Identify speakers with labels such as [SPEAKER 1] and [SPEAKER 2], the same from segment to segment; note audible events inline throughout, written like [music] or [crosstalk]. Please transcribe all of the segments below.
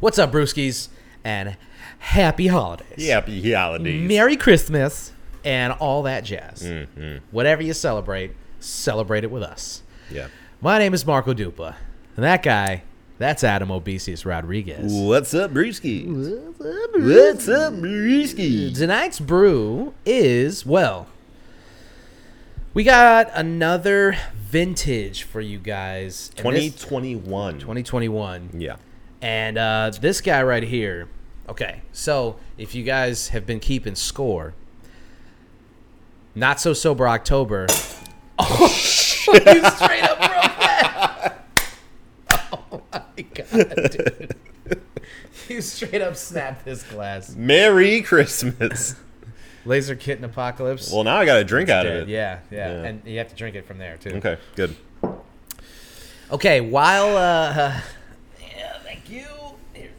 [SPEAKER 1] What's up, brewskis? And happy holidays.
[SPEAKER 2] Happy holidays.
[SPEAKER 1] Merry Christmas and all that jazz. Whatever you celebrate, celebrate it with us.
[SPEAKER 2] yeah.
[SPEAKER 1] My name is Marco Dupa. And that guy, that's Adam Obesius Rodriguez.
[SPEAKER 2] What's up, Brewski? What's up, Brewski?
[SPEAKER 1] Tonight's brew is, well, we got another vintage for you guys. And this-
[SPEAKER 2] 2021.
[SPEAKER 1] 2021.
[SPEAKER 2] Yeah.
[SPEAKER 1] And uh, this guy right here. Okay, so if you guys have been keeping score, not so sober October. [laughs] Oh, you straight up broke that. Oh my god, dude! [laughs] You straight up snapped this glass. [laughs]
[SPEAKER 2] Merry Christmas.
[SPEAKER 1] Laser kitten apocalypse.
[SPEAKER 2] well, now I got a drink out
[SPEAKER 1] yeah,
[SPEAKER 2] of it.
[SPEAKER 1] yeah, yeah,
[SPEAKER 2] Yeah.
[SPEAKER 1] and you have to drink it from there too.
[SPEAKER 2] Okay, good.
[SPEAKER 1] Okay, while uh, [laughs] yeah, thank you. Here.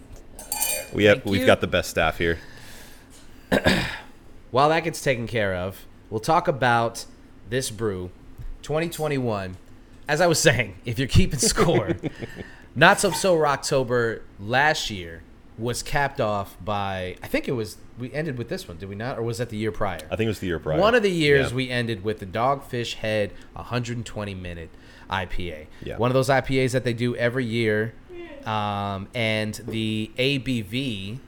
[SPEAKER 2] We have,
[SPEAKER 1] Thank
[SPEAKER 2] we've
[SPEAKER 1] you.
[SPEAKER 2] got the best staff here.
[SPEAKER 1] while that gets taken care of, we'll talk about this brew 2021. As I was saying, if you're keeping score, Not So So Rocktober last year was capped off by, I think it was, we ended with this one, did we not? Or was that the year prior?
[SPEAKER 2] I think it was the year prior.
[SPEAKER 1] One of the years
[SPEAKER 2] Yeah.
[SPEAKER 1] we ended with the Dogfish Head 120 minute IPA.
[SPEAKER 2] Yeah.
[SPEAKER 1] One of those IPAs that they do every year. Um, and the ABV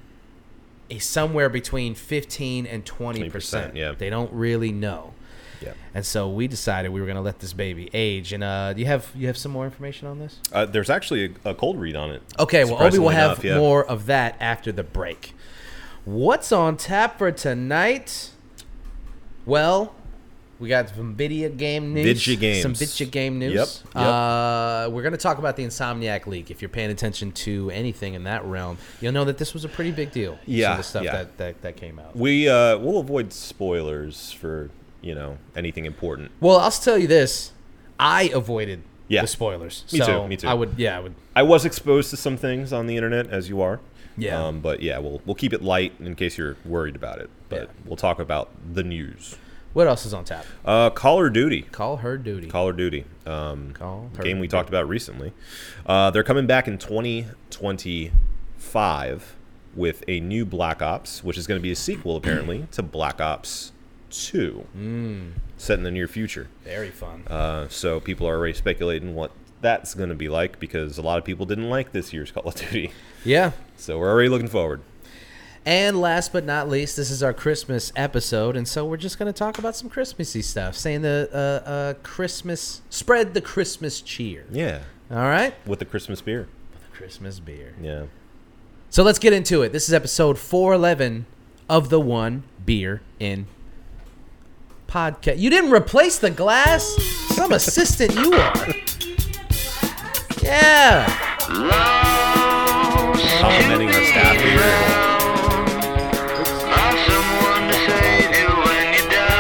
[SPEAKER 1] is somewhere between 15 and 20%.
[SPEAKER 2] 20%, yeah.
[SPEAKER 1] They don't really know.
[SPEAKER 2] Yeah.
[SPEAKER 1] And so we decided we were going to let this baby age. And uh, do you have you have some more information on this?
[SPEAKER 2] Uh, there's actually a, a cold read on it.
[SPEAKER 1] Okay, well, Obi will
[SPEAKER 2] Surprisingly
[SPEAKER 1] have
[SPEAKER 2] enough, yeah.
[SPEAKER 1] more of that after the break. What's on tap for tonight? Well, we got some video game news.
[SPEAKER 2] Video games.
[SPEAKER 1] Some video game news.
[SPEAKER 2] Yep, yep.
[SPEAKER 1] Uh, we're going to talk about the Insomniac League. If you're paying attention to anything in that realm, you'll know that this was a pretty big deal. Some
[SPEAKER 2] Yeah,
[SPEAKER 1] of the stuff
[SPEAKER 2] yeah.
[SPEAKER 1] that, that, that came out.
[SPEAKER 2] We uh, we'll avoid spoilers for you know anything important.
[SPEAKER 1] Well, I'll tell you this. I avoided
[SPEAKER 2] Yeah.
[SPEAKER 1] the spoilers.
[SPEAKER 2] Me
[SPEAKER 1] so
[SPEAKER 2] too, me too.
[SPEAKER 1] I would, yeah, I would.
[SPEAKER 2] I was exposed to some things on the internet, as you are.
[SPEAKER 1] Yeah.
[SPEAKER 2] Um, but yeah, we'll we'll keep it light in case you're worried about it. But
[SPEAKER 1] Yeah.
[SPEAKER 2] we'll talk about the news.
[SPEAKER 1] What else is on tap?
[SPEAKER 2] Uh, Call of Duty.
[SPEAKER 1] Call her duty.
[SPEAKER 2] Call of Duty. Um,
[SPEAKER 1] Call her
[SPEAKER 2] game we talked about recently. Uh, they're coming back in 2025 with a new Black Ops, which is going to be a sequel apparently to Black Ops 2,
[SPEAKER 1] Hmm.
[SPEAKER 2] set in the near future.
[SPEAKER 1] Very fun.
[SPEAKER 2] Uh, so people are already speculating what that's going to be like because a lot of people didn't like this year's Call of Duty.
[SPEAKER 1] yeah.
[SPEAKER 2] So we're already looking forward.
[SPEAKER 1] And last but not least, this is our Christmas episode, and so we're just going to talk about some Christmassy stuff, saying the uh, uh, Christmas, spread the Christmas cheer.
[SPEAKER 2] Yeah,
[SPEAKER 1] All right,
[SPEAKER 2] with the Christmas beer.
[SPEAKER 1] Christmas beer.
[SPEAKER 2] Yeah.
[SPEAKER 1] So let's get into it. This is episode four eleven of the One Beer in podcast. You didn't replace the glass. Some assistant you are. Yeah.
[SPEAKER 2] Complimenting our staff here.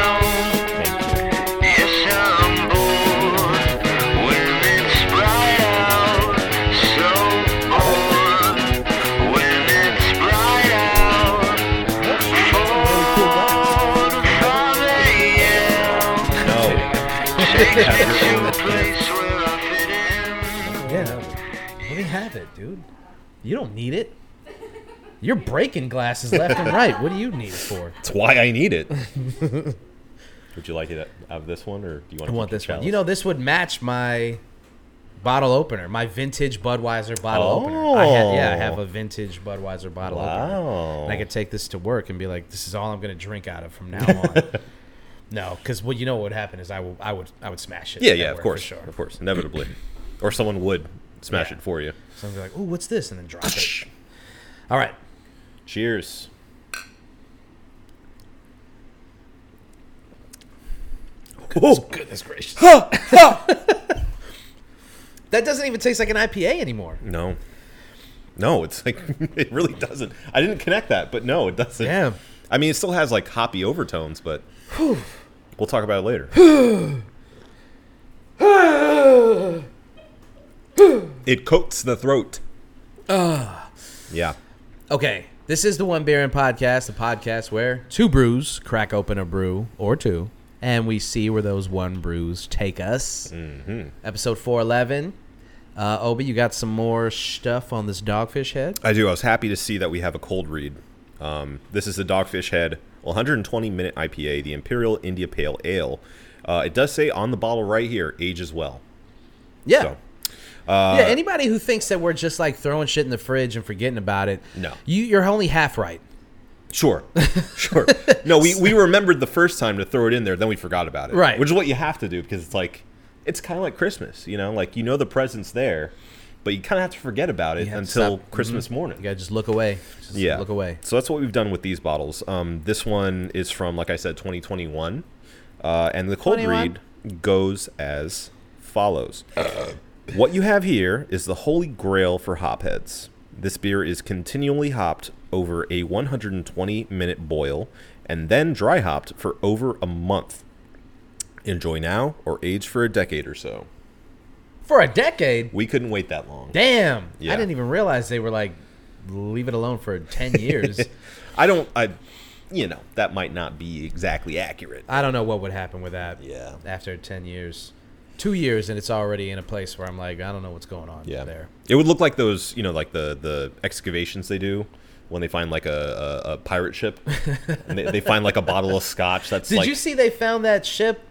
[SPEAKER 2] Thank you. [laughs] No.
[SPEAKER 1] Yeah. Let me have it, dude. You don't need it. You're breaking glasses left and right. What do you need it for?
[SPEAKER 2] That's why I need [laughs] it. Would you like it out of this one, or do you want?
[SPEAKER 1] I
[SPEAKER 2] to
[SPEAKER 1] want
[SPEAKER 2] keep your
[SPEAKER 1] this one.
[SPEAKER 2] chalice?
[SPEAKER 1] You know, this would match my bottle opener, my vintage Budweiser bottle opener. I ha- yeah, I have a vintage Budweiser bottle opener.
[SPEAKER 2] Wow.
[SPEAKER 1] And I could take this to work and be like, this is all I'm going to drink out of from now on. no, because well, you know what would happen is I will, I would, I would smash it.
[SPEAKER 2] yeah,
[SPEAKER 1] at
[SPEAKER 2] yeah,
[SPEAKER 1] work
[SPEAKER 2] of
[SPEAKER 1] for
[SPEAKER 2] course,
[SPEAKER 1] sure.
[SPEAKER 2] of course, inevitably, or someone would smash
[SPEAKER 1] Yeah.
[SPEAKER 2] it for you.
[SPEAKER 1] So I'm like, oh, what's this? And then drop it. All right.
[SPEAKER 2] Cheers. Oh,
[SPEAKER 1] Goodness gracious. [laughs] that doesn't even taste like an IPA anymore.
[SPEAKER 2] no, no, it's like [laughs] it really doesn't. I didn't connect that, but no, it doesn't.
[SPEAKER 1] Yeah.
[SPEAKER 2] I mean, it still has like hoppy overtones, but we'll talk about it later. it coats the throat. Yeah.
[SPEAKER 1] Okay, this is the One Beer and Podcast, the podcast where two brews crack open a brew or two, and we see where those one brews take us. Mm-hmm. Episode 411. Uh, Obi, you got some more stuff on this dogfish head?
[SPEAKER 2] I do. I was happy to see that we have a cold read. Um, this is the Dogfish Head 120 minute IPA, the Imperial India Pale Ale. Uh, it does say on the bottle right here, age as well.
[SPEAKER 1] Yeah. Uh,
[SPEAKER 2] So,
[SPEAKER 1] yeah, anybody who thinks that we're just like throwing shit in the fridge and forgetting about it,
[SPEAKER 2] No.
[SPEAKER 1] you, you're only half right.
[SPEAKER 2] sure, sure. No, we, we remembered the first time to throw it in there, then we forgot about it.
[SPEAKER 1] Right.
[SPEAKER 2] Which is what you have to do because it's like, it's kind of like Christmas, you know, like you know the present's there, but you kind of have to forget about it
[SPEAKER 1] have to
[SPEAKER 2] until
[SPEAKER 1] stop-
[SPEAKER 2] Christmas morning.
[SPEAKER 1] You gotta just look away. Just
[SPEAKER 2] yeah
[SPEAKER 1] look away.
[SPEAKER 2] so that's what we've done with these bottles um, this one is from like i said 2021 uh, and the cold
[SPEAKER 1] 21?
[SPEAKER 2] read goes as follows what you have here is the holy grail for hopheads this beer is continually hopped over a 120 minute boil and then dry hopped for over a month enjoy now or age for a decade or so
[SPEAKER 1] For a decade?
[SPEAKER 2] we couldn't wait that long
[SPEAKER 1] Damn. I
[SPEAKER 2] Yeah.
[SPEAKER 1] didn't even realize they were like, leave it alone for
[SPEAKER 2] [laughs]
[SPEAKER 1] 10 years.
[SPEAKER 2] i don't i you know that might not be exactly accurate
[SPEAKER 1] I don't know what would happen with that
[SPEAKER 2] Yeah.
[SPEAKER 1] after 10 years. Two years, and it's already in a place where I'm like, I don't know what's going on
[SPEAKER 2] yeah.
[SPEAKER 1] there.
[SPEAKER 2] It would look like those, you know, like the the excavations they do when they find like a, a, a pirate
[SPEAKER 1] [laughs]
[SPEAKER 2] ship, and they, they find like a bottle of scotch. That's
[SPEAKER 1] Did
[SPEAKER 2] like,
[SPEAKER 1] you see they found that ship?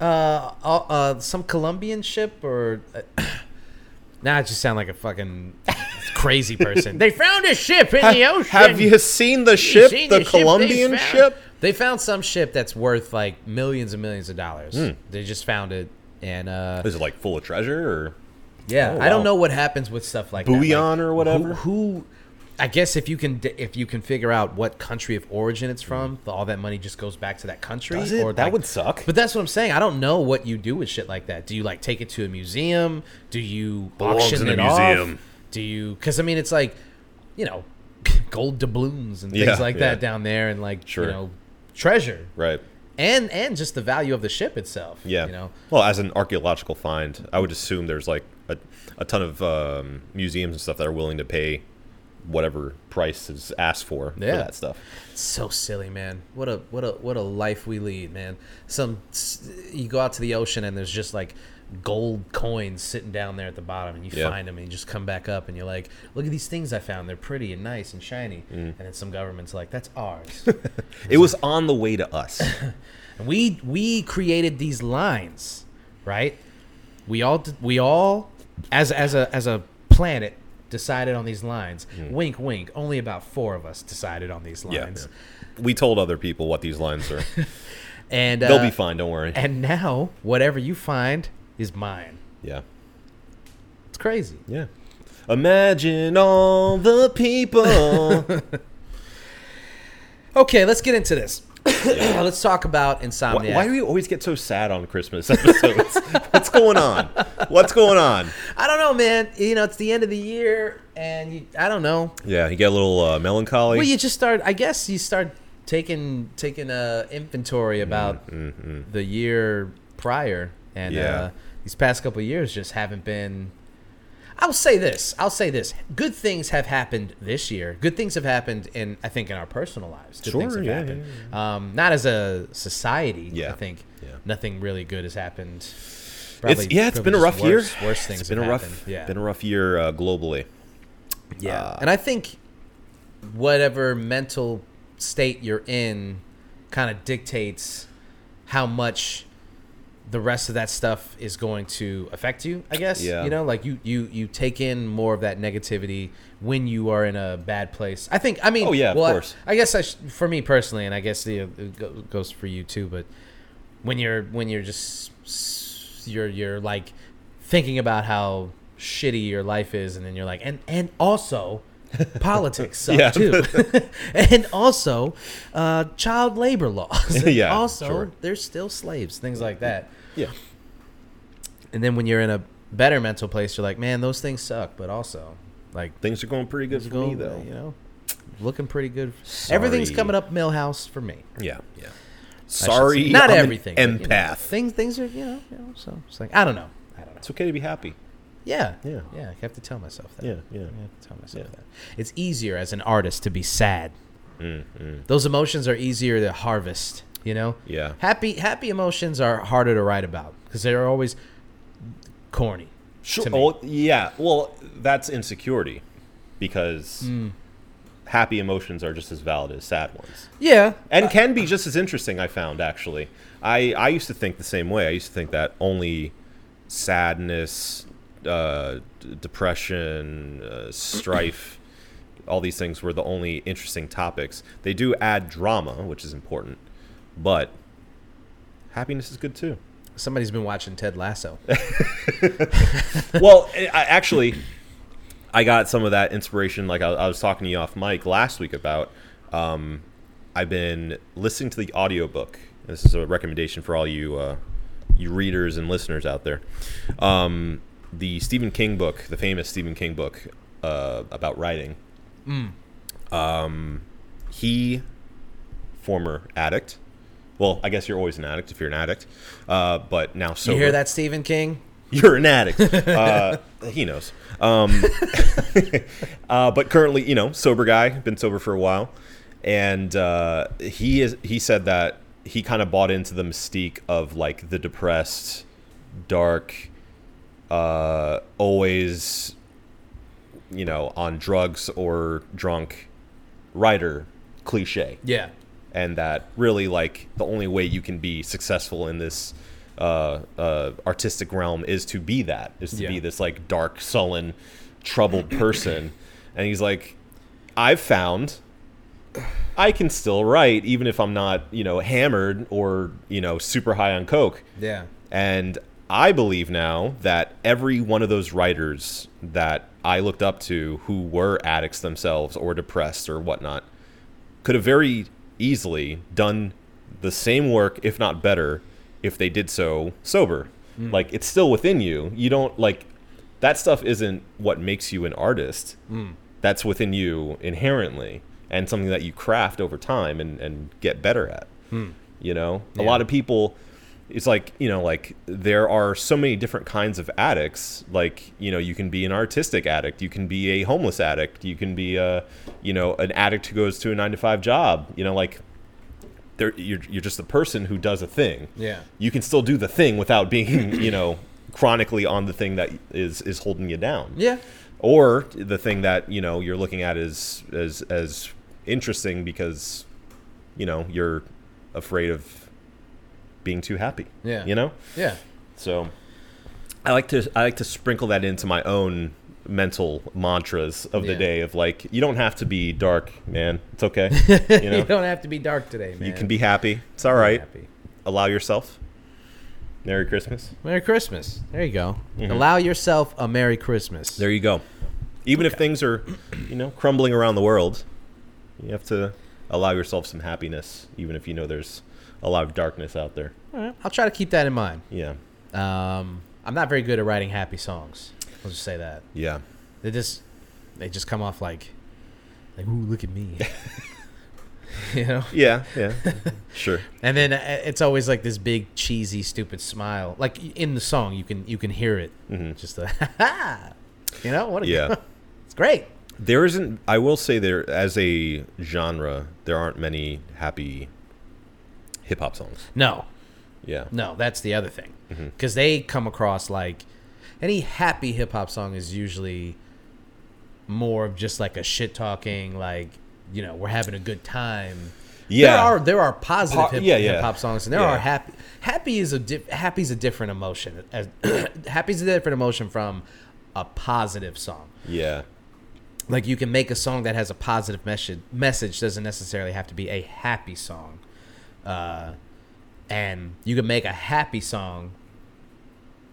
[SPEAKER 1] Uh, uh, uh, some Colombian ship or? Uh, [coughs] now I just sound like a fucking crazy
[SPEAKER 2] [laughs]
[SPEAKER 1] person. they found a ship in the ocean.
[SPEAKER 2] Have you seen the ship,
[SPEAKER 1] seen
[SPEAKER 2] the,
[SPEAKER 1] ship they
[SPEAKER 2] Colombian
[SPEAKER 1] found?
[SPEAKER 2] ship?
[SPEAKER 1] They found some ship that's worth like millions and millions of dollars.
[SPEAKER 2] Hmm.
[SPEAKER 1] They just found it, and uh,
[SPEAKER 2] Is it like full of treasure or?
[SPEAKER 1] yeah,
[SPEAKER 2] Oh,
[SPEAKER 1] I don't
[SPEAKER 2] wow.
[SPEAKER 1] know what happens with stuff like that.
[SPEAKER 2] Bouillon
[SPEAKER 1] Like,
[SPEAKER 2] or whatever?
[SPEAKER 1] Who, who- I guess if you can d- if you can figure out what country of origin it's from, all that money just goes back to that country.
[SPEAKER 2] Does it? that
[SPEAKER 1] like-
[SPEAKER 2] would suck.
[SPEAKER 1] But that's what I'm saying. I don't know what you do with shit like that. Do you like take it to a museum? Do you
[SPEAKER 2] Belongs
[SPEAKER 1] auction
[SPEAKER 2] in a
[SPEAKER 1] it off?
[SPEAKER 2] museum.
[SPEAKER 1] Do you? Because I mean, it's like, you know, [laughs] gold doubloons and things
[SPEAKER 2] Yeah,
[SPEAKER 1] like
[SPEAKER 2] yeah.
[SPEAKER 1] that down there, and like
[SPEAKER 2] Sure.
[SPEAKER 1] you know, treasure
[SPEAKER 2] right.
[SPEAKER 1] and and just the value of the ship itself.
[SPEAKER 2] Yeah.
[SPEAKER 1] you know,
[SPEAKER 2] Well, as an archaeological find, I would assume there's like a, a ton of um, museums and stuff that are willing to pay whatever price is asked for
[SPEAKER 1] Yeah.
[SPEAKER 2] for that stuff.
[SPEAKER 1] it's so silly, man. What a what a what a life we lead, man. Some s- you go out to the ocean and there's just like gold coins sitting down there at the bottom and you
[SPEAKER 2] Yeah.
[SPEAKER 1] find them and you just come back up and you're like look at these things i found they're pretty and nice and shiny
[SPEAKER 2] Mm.
[SPEAKER 1] and then some government's like that's ours [laughs]
[SPEAKER 2] It was on the way to us.
[SPEAKER 1] We we created these lines, right? We all we all as as a as a planet decided on these lines. Wink wink. Only about 4 of us decided on these
[SPEAKER 2] Mm. Yeah.
[SPEAKER 1] lines.
[SPEAKER 2] We told other people what these lines are.
[SPEAKER 1] And uh,
[SPEAKER 2] They'll be fine. Don't worry.
[SPEAKER 1] and now whatever you find is mine.
[SPEAKER 2] Yeah.
[SPEAKER 1] It's crazy.
[SPEAKER 2] Yeah. Imagine all the [laughs] people.
[SPEAKER 1] Okay, let's get into this. [coughs] let's talk about
[SPEAKER 2] why,
[SPEAKER 1] insomnia.
[SPEAKER 2] why do we always get so sad on Christmas [laughs] episodes? What's going on? What's going on?
[SPEAKER 1] I don't know, man. You know, it's the end of the year and you, I don't know.
[SPEAKER 2] Yeah, you get a little uh, melancholy.
[SPEAKER 1] Well, you just start. I guess you start taking taking uh, inventory about the year prior, and
[SPEAKER 2] Mm, Yeah.
[SPEAKER 1] uh, these past couple of years just haven't been. I'll say this. I'll say this. Good things have happened this year. Good things have happened in, I think, in our personal lives. Good things
[SPEAKER 2] Sure,
[SPEAKER 1] have
[SPEAKER 2] yeah,
[SPEAKER 1] happened. Um, not as a society. I
[SPEAKER 2] Yeah,
[SPEAKER 1] think
[SPEAKER 2] yeah.
[SPEAKER 1] nothing really good has happened.
[SPEAKER 2] it's,
[SPEAKER 1] Probably-
[SPEAKER 2] yeah, it's
[SPEAKER 1] probably
[SPEAKER 2] been
[SPEAKER 1] just
[SPEAKER 2] a rough year.
[SPEAKER 1] worse- Worse things.
[SPEAKER 2] It's been
[SPEAKER 1] have
[SPEAKER 2] a rough.
[SPEAKER 1] happened. Yeah.
[SPEAKER 2] Been a rough year uh, globally.
[SPEAKER 1] Yeah.
[SPEAKER 2] Uh,
[SPEAKER 1] and I think whatever mental state you're in kind of dictates how much the rest of that stuff is going to affect you, I guess.
[SPEAKER 2] Yeah.
[SPEAKER 1] You know, like you you you take in more of that negativity when you are in a bad place. I think I mean
[SPEAKER 2] Oh, yeah, of
[SPEAKER 1] well, I-
[SPEAKER 2] course.
[SPEAKER 1] I, guess I sh- for me personally and I guess the it go- goes for you too, but when you're when you're just s- you're you're like thinking about how shitty your life is and then you're like and and
[SPEAKER 2] [laughs]
[SPEAKER 1] also politics suck
[SPEAKER 2] Yeah. [laughs]
[SPEAKER 1] too and also uh, child labor laws And
[SPEAKER 2] [laughs] Yeah,
[SPEAKER 1] also
[SPEAKER 2] sure.
[SPEAKER 1] they're still slaves things like that
[SPEAKER 2] Yeah.
[SPEAKER 1] and then when you're in a better mental place you're like man those things suck but also like
[SPEAKER 2] Things are going pretty good for
[SPEAKER 1] go
[SPEAKER 2] me though.
[SPEAKER 1] you know looking pretty good everything's
[SPEAKER 2] Sorry.
[SPEAKER 1] coming up millhouse for me
[SPEAKER 2] Yeah. Yeah.
[SPEAKER 1] I should
[SPEAKER 2] Sorry,
[SPEAKER 1] say. not
[SPEAKER 2] I'm an
[SPEAKER 1] everything but, you know,
[SPEAKER 2] empath.
[SPEAKER 1] things things are you know, you know so it's like i don't know i don't know
[SPEAKER 2] it's okay to be happy.
[SPEAKER 1] yeah
[SPEAKER 2] Yeah.
[SPEAKER 1] yeah i have to tell myself that
[SPEAKER 2] Yeah. Yeah.
[SPEAKER 1] I have to tell myself
[SPEAKER 2] Yeah.
[SPEAKER 1] that it's easier as an artist to be sad those emotions are easier to harvest you know
[SPEAKER 2] Mm-hmm. Yeah.
[SPEAKER 1] happy happy emotions are harder to write about because they're always corny
[SPEAKER 2] Sure.
[SPEAKER 1] to me.
[SPEAKER 2] Oh, yeah. Well, that's insecurity because
[SPEAKER 1] Hmm.
[SPEAKER 2] happy emotions are just as valid as sad ones.
[SPEAKER 1] Yeah.
[SPEAKER 2] And can
[SPEAKER 1] uh.
[SPEAKER 2] be just as interesting, I found, actually. I, I used to think the same way. I used to think that only sadness, uh, d- depression, uh, strife, all these things were the only interesting topics. They do add drama, which is important, but happiness is good too.
[SPEAKER 1] Somebody's been watching Ted
[SPEAKER 2] [laughs]
[SPEAKER 1] Lasso.
[SPEAKER 2] well, I, I- actually, I got some of that inspiration. Like I, I was talking to you off mic last week about. Um, I've been listening to the audiobook. This is a recommendation for all you uh, you readers and listeners out there. Um, the Stephen King book, the famous Stephen King book uh, about writing.
[SPEAKER 1] Hmm.
[SPEAKER 2] Um, he, former addict. Well, I guess you're always an addict if you're an addict, uh, but now so
[SPEAKER 1] you hear that, Stephen King?
[SPEAKER 2] you're an addict. Uh, he knows. Um, [laughs] uh, but currently, you know, sober guy, been sober for a while, and uh, he is. He said that he kind of bought into the mystique of like the depressed, dark, uh, always, you know, on drugs or drunk, writer cliche
[SPEAKER 1] Yeah.
[SPEAKER 2] and that really like the only way you can be successful in this uh, uh, artistic realm is to be that is to be
[SPEAKER 1] Yeah.
[SPEAKER 2] this like dark sullen troubled [clears throat] person and he's like i've found i can still write even if i'm not you know hammered or you know super high on coke
[SPEAKER 1] Yeah.
[SPEAKER 2] and I believe now that every one of those writers that I looked up to who were addicts themselves or depressed or whatnot could have very easily done the same work, if not better, if they did so sober. Like, it's still within you. You don't, like, that stuff isn't what makes you an artist. That's within you inherently and something that you craft over time and, and get better at you know a
[SPEAKER 1] Yeah.
[SPEAKER 2] lot of people it's like you know like there are so many different kinds of addicts like you know you can be an artistic addict you can be a homeless addict you can be a you know an addict who goes to a 9 to 5 job you know like there you're you're just a person who does a thing
[SPEAKER 1] Yeah.
[SPEAKER 2] you can still do the thing without being you know chronically on the thing that is is holding you down
[SPEAKER 1] Yeah.
[SPEAKER 2] or the thing that you know you're looking at is as as interesting because you know you're afraid of being too happy
[SPEAKER 1] Yeah.
[SPEAKER 2] you know
[SPEAKER 1] Yeah.
[SPEAKER 2] so i like to i like to sprinkle that into my own mental mantras of the
[SPEAKER 1] Yeah.
[SPEAKER 2] day of like you don't have to be dark man it's
[SPEAKER 1] [laughs]
[SPEAKER 2] okay you know
[SPEAKER 1] You don't have to be dark today, man.
[SPEAKER 2] you can be happy it's all right
[SPEAKER 1] happy.
[SPEAKER 2] allow yourself merry christmas
[SPEAKER 1] Merry Christmas. There you go. Allow yourself a Merry Christmas.
[SPEAKER 2] Mm-hmm. there you go even if things are you know crumbling around the world you have to allow yourself some happiness even if you know there's a lot of darkness out there
[SPEAKER 1] All right. I'll try to keep that in mind.
[SPEAKER 2] yeah
[SPEAKER 1] Um, I'm not very good at writing happy songs. I'll just say that.
[SPEAKER 2] yeah
[SPEAKER 1] They just they just come off like like ooh look at
[SPEAKER 2] [laughs]
[SPEAKER 1] me. you know?
[SPEAKER 2] yeah yeah [laughs] sure
[SPEAKER 1] And then uh, it's always like this big cheesy stupid smile. Like in the song you can you can hear it. Just a [laughs] ha ha. You know what? A,
[SPEAKER 2] Mm-hmm. Yeah.
[SPEAKER 1] it's great.
[SPEAKER 2] [laughs] there isn't i will say there as a genre there aren't many happy hip-hop songs
[SPEAKER 1] No.
[SPEAKER 2] yeah
[SPEAKER 1] No, that's the other thing.
[SPEAKER 2] Mm-hmm.
[SPEAKER 1] Cuz they come across like any happy hip hop song is usually more of just like a shit talking like you know, we're having a good time.
[SPEAKER 2] yeah
[SPEAKER 1] There are there are positive
[SPEAKER 2] Po-
[SPEAKER 1] hip,
[SPEAKER 2] yeah, yeah.
[SPEAKER 1] hop songs, and there
[SPEAKER 2] Yeah.
[SPEAKER 1] are happy. Happy is a di- happy's a different emotion. As [clears throat] happy's a different emotion from a positive song.
[SPEAKER 2] yeah
[SPEAKER 1] Like you can make a song that has a positive message. Message doesn't necessarily have to be a happy song, uh, and you can make a happy song,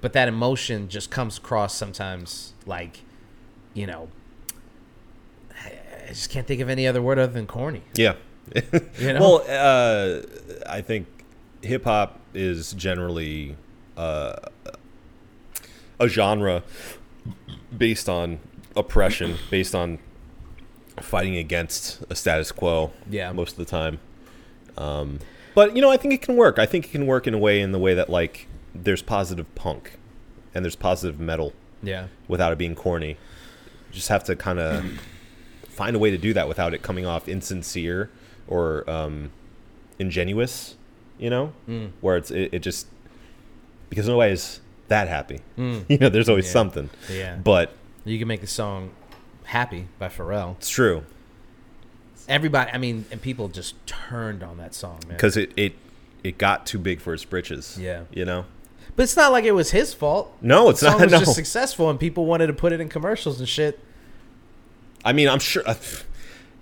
[SPEAKER 1] but that emotion just comes across sometimes like, you know. I I just can't think of any other word other than corny.
[SPEAKER 2] yeah [laughs]
[SPEAKER 1] You know?
[SPEAKER 2] Well, uh, I think hip hop is generally uh, a genre based on oppression, based on fighting against a status quo.
[SPEAKER 1] Yeah.
[SPEAKER 2] most of the time. Um, but you know, I think it can work. I think it can work in a way in the way that like there's positive punk and there's positive metal
[SPEAKER 1] yeah.
[SPEAKER 2] without it being corny. You just have to kind of find a way to do that without it coming off insincere or um,
[SPEAKER 1] Mm.
[SPEAKER 2] ingenuous, you know? Where it's it, it just because otherwise that happy. [laughs] You know, there's always something.
[SPEAKER 1] Mm. Yeah.
[SPEAKER 2] But
[SPEAKER 1] You can make the song "Happy" by Pharrell.
[SPEAKER 2] it's true
[SPEAKER 1] Everybody, I mean, and people just turned on that song, man.
[SPEAKER 2] because it, it it got too big for its britches.
[SPEAKER 1] Yeah.
[SPEAKER 2] You know?
[SPEAKER 1] But it's not like it was his fault.
[SPEAKER 2] No, it's
[SPEAKER 1] the song
[SPEAKER 2] not.
[SPEAKER 1] was
[SPEAKER 2] No.
[SPEAKER 1] just successful, and people wanted to put it in commercials and shit.
[SPEAKER 2] I mean, I'm sure.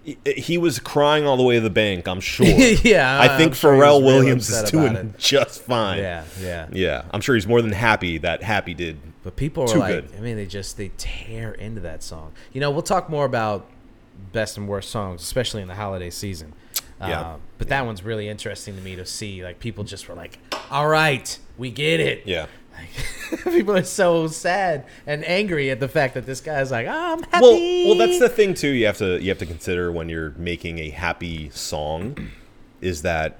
[SPEAKER 2] he- [laughs] he was crying all the way to the bank,
[SPEAKER 1] [laughs]
[SPEAKER 2] I'm sure.
[SPEAKER 1] Yeah,
[SPEAKER 2] I
[SPEAKER 1] Uh, I'm
[SPEAKER 2] think
[SPEAKER 1] sure he was
[SPEAKER 2] Pharrell
[SPEAKER 1] real
[SPEAKER 2] Williams is
[SPEAKER 1] upset about
[SPEAKER 2] doing just fine.
[SPEAKER 1] Yeah, yeah.
[SPEAKER 2] Yeah. I'm sure he's more than happy that Happy did.
[SPEAKER 1] But people are
[SPEAKER 2] Too
[SPEAKER 1] like,
[SPEAKER 2] good.
[SPEAKER 1] I mean, they just they tear into that song. You know, we'll talk more about best and worst songs, especially in the holiday season.
[SPEAKER 2] Yeah.
[SPEAKER 1] Uh, but that one's really interesting to me to see. Like people just were like, "All right, we get it."
[SPEAKER 2] Yeah.
[SPEAKER 1] Like, [laughs] people are so sad and angry at the fact that this guy's like, "I'm happy."
[SPEAKER 2] Well, well, that's the thing too. You have to you have to consider when you're making a happy song, [clears throat] is that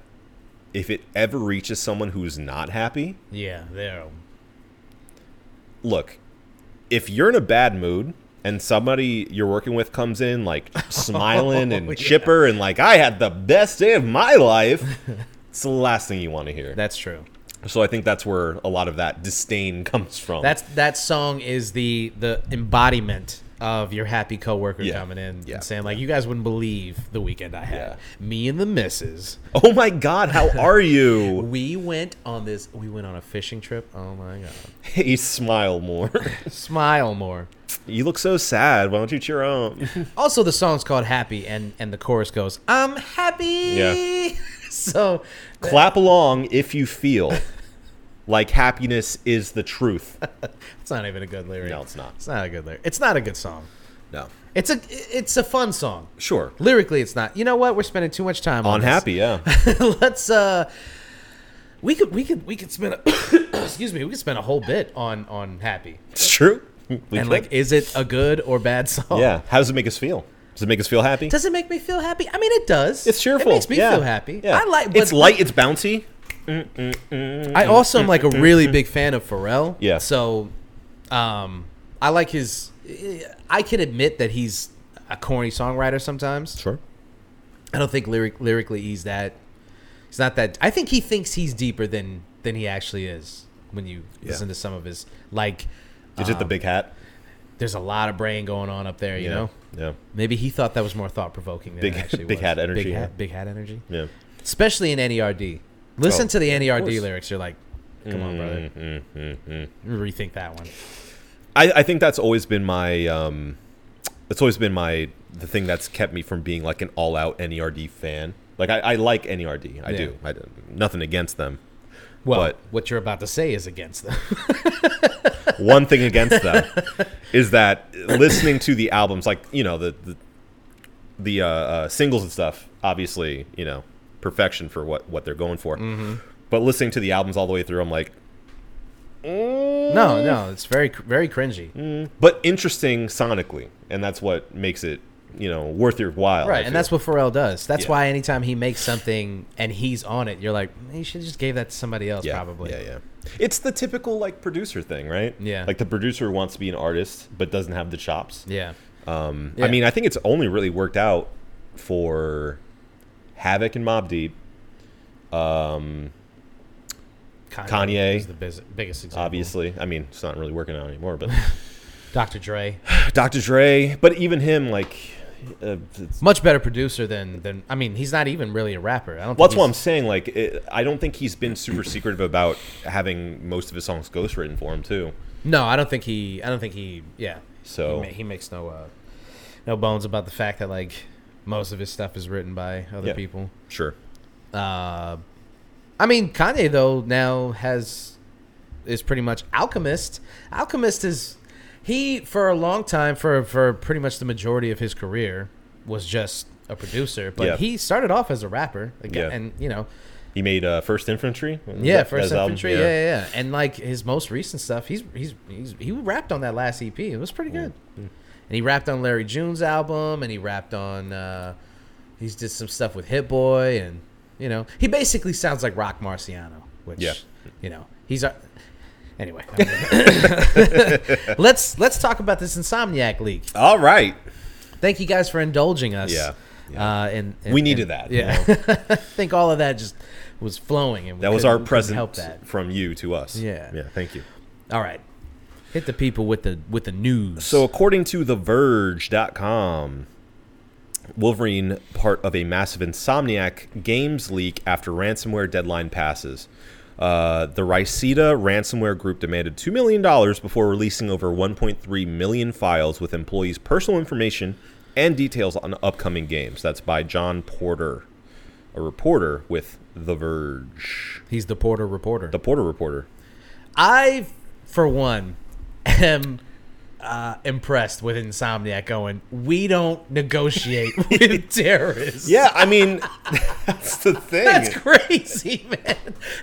[SPEAKER 2] if it ever reaches someone who's not happy,
[SPEAKER 1] yeah. There.
[SPEAKER 2] look, if you're in a bad mood and somebody you're working with comes
[SPEAKER 1] [laughs]
[SPEAKER 2] in like smiling and
[SPEAKER 1] Oh, yeah.
[SPEAKER 2] chipper and like I had the best day of my life, [laughs] it's the last thing you want to hear.
[SPEAKER 1] That's true.
[SPEAKER 2] so I think that's where a lot of that disdain comes from.
[SPEAKER 1] That's that song is the the embodiment of your happy coworker
[SPEAKER 2] Yeah.
[SPEAKER 1] coming in
[SPEAKER 2] Yeah.
[SPEAKER 1] and saying like, "You guys wouldn't believe the weekend I had.
[SPEAKER 2] Yeah.
[SPEAKER 1] Me and the missus,
[SPEAKER 2] oh my god, how are
[SPEAKER 1] [laughs]
[SPEAKER 2] you?
[SPEAKER 1] we went on this. We went on a fishing trip. Oh my god!
[SPEAKER 2] [laughs] hey,
[SPEAKER 1] [laughs]
[SPEAKER 2] smile more.
[SPEAKER 1] Smile more."
[SPEAKER 2] you look so sad. Why don't you
[SPEAKER 1] [laughs]
[SPEAKER 2] cheer up?
[SPEAKER 1] Also, the song's called "Happy," and and the chorus goes, "I'm happy."
[SPEAKER 2] Yeah.
[SPEAKER 1] [laughs] so
[SPEAKER 2] Clap along if you feel like happiness is the truth.
[SPEAKER 1] it's not even a good lyric.
[SPEAKER 2] No, it's not.
[SPEAKER 1] It's not a good lyric. It's not a good song.
[SPEAKER 2] No.
[SPEAKER 1] It's a it's a fun song.
[SPEAKER 2] Sure.
[SPEAKER 1] Lyrically, it's not. You know what? We're spending too much time on,
[SPEAKER 2] On
[SPEAKER 1] this. [laughs]
[SPEAKER 2] happy, yeah.
[SPEAKER 1] let's uh we could we could we could spend a, [coughs] excuse me we could spend a whole bit on on happy
[SPEAKER 2] It's true. We
[SPEAKER 1] and
[SPEAKER 2] could.
[SPEAKER 1] like is it a good or bad song
[SPEAKER 2] Yeah. How does it make us feel? Does it make us feel happy?
[SPEAKER 1] does it make me feel happy i mean it does
[SPEAKER 2] It's cheerful.
[SPEAKER 1] it makes me
[SPEAKER 2] Yeah.
[SPEAKER 1] feel happy
[SPEAKER 2] Yeah.
[SPEAKER 1] i like
[SPEAKER 2] it's
[SPEAKER 1] but
[SPEAKER 2] light. It's bouncy.
[SPEAKER 1] i also am like a really big fan of pharrell
[SPEAKER 2] Yeah.
[SPEAKER 1] so um i like his i can admit that he's a corny songwriter sometimes
[SPEAKER 2] Sure.
[SPEAKER 1] i don't think lyric lyrically he's that he's not that i think he thinks he's deeper than than he actually is when you
[SPEAKER 2] Yeah.
[SPEAKER 1] listen to some of his like
[SPEAKER 2] Is it the big hat?
[SPEAKER 1] there's a lot of brain going on up there, Um, you
[SPEAKER 2] yeah.
[SPEAKER 1] know.
[SPEAKER 2] Yeah.
[SPEAKER 1] Maybe he thought that was more thought provoking than
[SPEAKER 2] Big-
[SPEAKER 1] it actually
[SPEAKER 2] big
[SPEAKER 1] was.
[SPEAKER 2] hat energy,
[SPEAKER 1] Big
[SPEAKER 2] yeah.
[SPEAKER 1] hat, big hat energy,
[SPEAKER 2] Yeah.
[SPEAKER 1] especially in NERD. Listen
[SPEAKER 2] Oh,
[SPEAKER 1] to the NERD
[SPEAKER 2] course. Mm-hmm,
[SPEAKER 1] lyrics. You're like, come on, brother, rethink that one.
[SPEAKER 2] I, I think that's always been my. Um, that's always been my the thing that's kept me from being like an all out NERD fan. Like I, I like NERD. I
[SPEAKER 1] Yeah.
[SPEAKER 2] do. I do. Nothing against them.
[SPEAKER 1] Well,
[SPEAKER 2] But-
[SPEAKER 1] what you're about to say is against them.
[SPEAKER 2] one thing against them is that listening to the albums, like you know the the, the uh, uh, singles and stuff, obviously you know perfection for what what they're going for.
[SPEAKER 1] Mm-hmm.
[SPEAKER 2] But listening to the albums all the way through, I'm like,
[SPEAKER 1] [laughs] no, no, it's very, cr- very cringy.
[SPEAKER 2] but interesting sonically, and that's what makes it you know worth your while.
[SPEAKER 1] Right, and that's what Pharrell does. That's
[SPEAKER 2] Yeah.
[SPEAKER 1] why anytime he makes something and he's on it, you're like, "Man, you should just gave that to somebody else,
[SPEAKER 2] yeah,
[SPEAKER 1] probably.
[SPEAKER 2] yeah, yeah. It's the typical like producer thing, right?
[SPEAKER 1] Yeah.
[SPEAKER 2] like the producer wants to be an artist but doesn't have the chops.
[SPEAKER 1] yeah.
[SPEAKER 2] Um,
[SPEAKER 1] Yeah.
[SPEAKER 2] I mean, I think it's only really worked out for Havoc and Mob Deep,
[SPEAKER 1] Oh,
[SPEAKER 2] Kanye.
[SPEAKER 1] is the biz- biggest example.
[SPEAKER 2] obviously. I mean, it's not really working out anymore, but [laughs]
[SPEAKER 1] Dr. Dre,
[SPEAKER 2] Dr. Dre. But even him, like, uh, it's,
[SPEAKER 1] much better producer than than. I mean, he's not even really a rapper. I don't.
[SPEAKER 2] well,
[SPEAKER 1] think
[SPEAKER 2] that's what I'm
[SPEAKER 1] he's-
[SPEAKER 2] saying. Like, it, I don't think he's been super secretive about having most of his songs ghostwritten for him too.
[SPEAKER 1] No, I don't think he. I don't think he. Yeah. he,
[SPEAKER 2] So-
[SPEAKER 1] ma- he makes no uh, no bones about the fact that like most of his stuff is written by other
[SPEAKER 2] Yeah.
[SPEAKER 1] people.
[SPEAKER 2] Sure.
[SPEAKER 1] Uh, I mean, Kanye though now has is pretty much Alchemist. Alchemist is he for a long time for for pretty much the majority of his career was just a producer, but
[SPEAKER 2] Yeah.
[SPEAKER 1] he started off as a rapper again,
[SPEAKER 2] Yeah.
[SPEAKER 1] and you know.
[SPEAKER 2] He made uh, First Infantry. Was
[SPEAKER 1] Yeah,
[SPEAKER 2] that-
[SPEAKER 1] first
[SPEAKER 2] that his album?
[SPEAKER 1] infantry. Yeah. yeah, yeah, And like his most recent stuff, he's he's he's he rapped on that last EP. It was pretty
[SPEAKER 2] Mm-hmm.
[SPEAKER 1] good. And he rapped on Larry June's album, and he rapped on uh, he's did some stuff with Hit Boy, and you know he basically sounds like Rock Marciano, which
[SPEAKER 2] Yeah.
[SPEAKER 1] you know he's a. Anyway, I'm gonna- [laughs] let's let's talk about this Insomniac leak.
[SPEAKER 2] All right.
[SPEAKER 1] Thank you guys for indulging us.
[SPEAKER 2] Yeah,
[SPEAKER 1] Uh, and, and-
[SPEAKER 2] We
[SPEAKER 1] and-
[SPEAKER 2] needed that, you
[SPEAKER 1] Yeah, [laughs] I think all of that just was flowing, and we
[SPEAKER 2] That was
[SPEAKER 1] couldn't-
[SPEAKER 2] our
[SPEAKER 1] we couldn't
[SPEAKER 2] present
[SPEAKER 1] Help that.
[SPEAKER 2] from you to us.
[SPEAKER 1] Yeah.
[SPEAKER 2] Yeah. Thank you.
[SPEAKER 1] All right. Hit the people with the with the news.
[SPEAKER 2] So, according to TheVerge.com, Wolverine part of a massive Insomniac games leak after ransomware deadline passes. Uh, the Riceta ransomware group demanded $2 million before releasing over 1.3 million files with employees' personal information and details on upcoming games. That's by John Porter, a reporter with The Verge.
[SPEAKER 1] he's the Porter reporter.
[SPEAKER 2] The Porter reporter.
[SPEAKER 1] I, for one, am uh, impressed with Insomniac going, we don't negotiate
[SPEAKER 2] [laughs]
[SPEAKER 1] with terrorists.
[SPEAKER 2] Yeah, I mean, [laughs] that's the thing.
[SPEAKER 1] That's crazy, [laughs] man.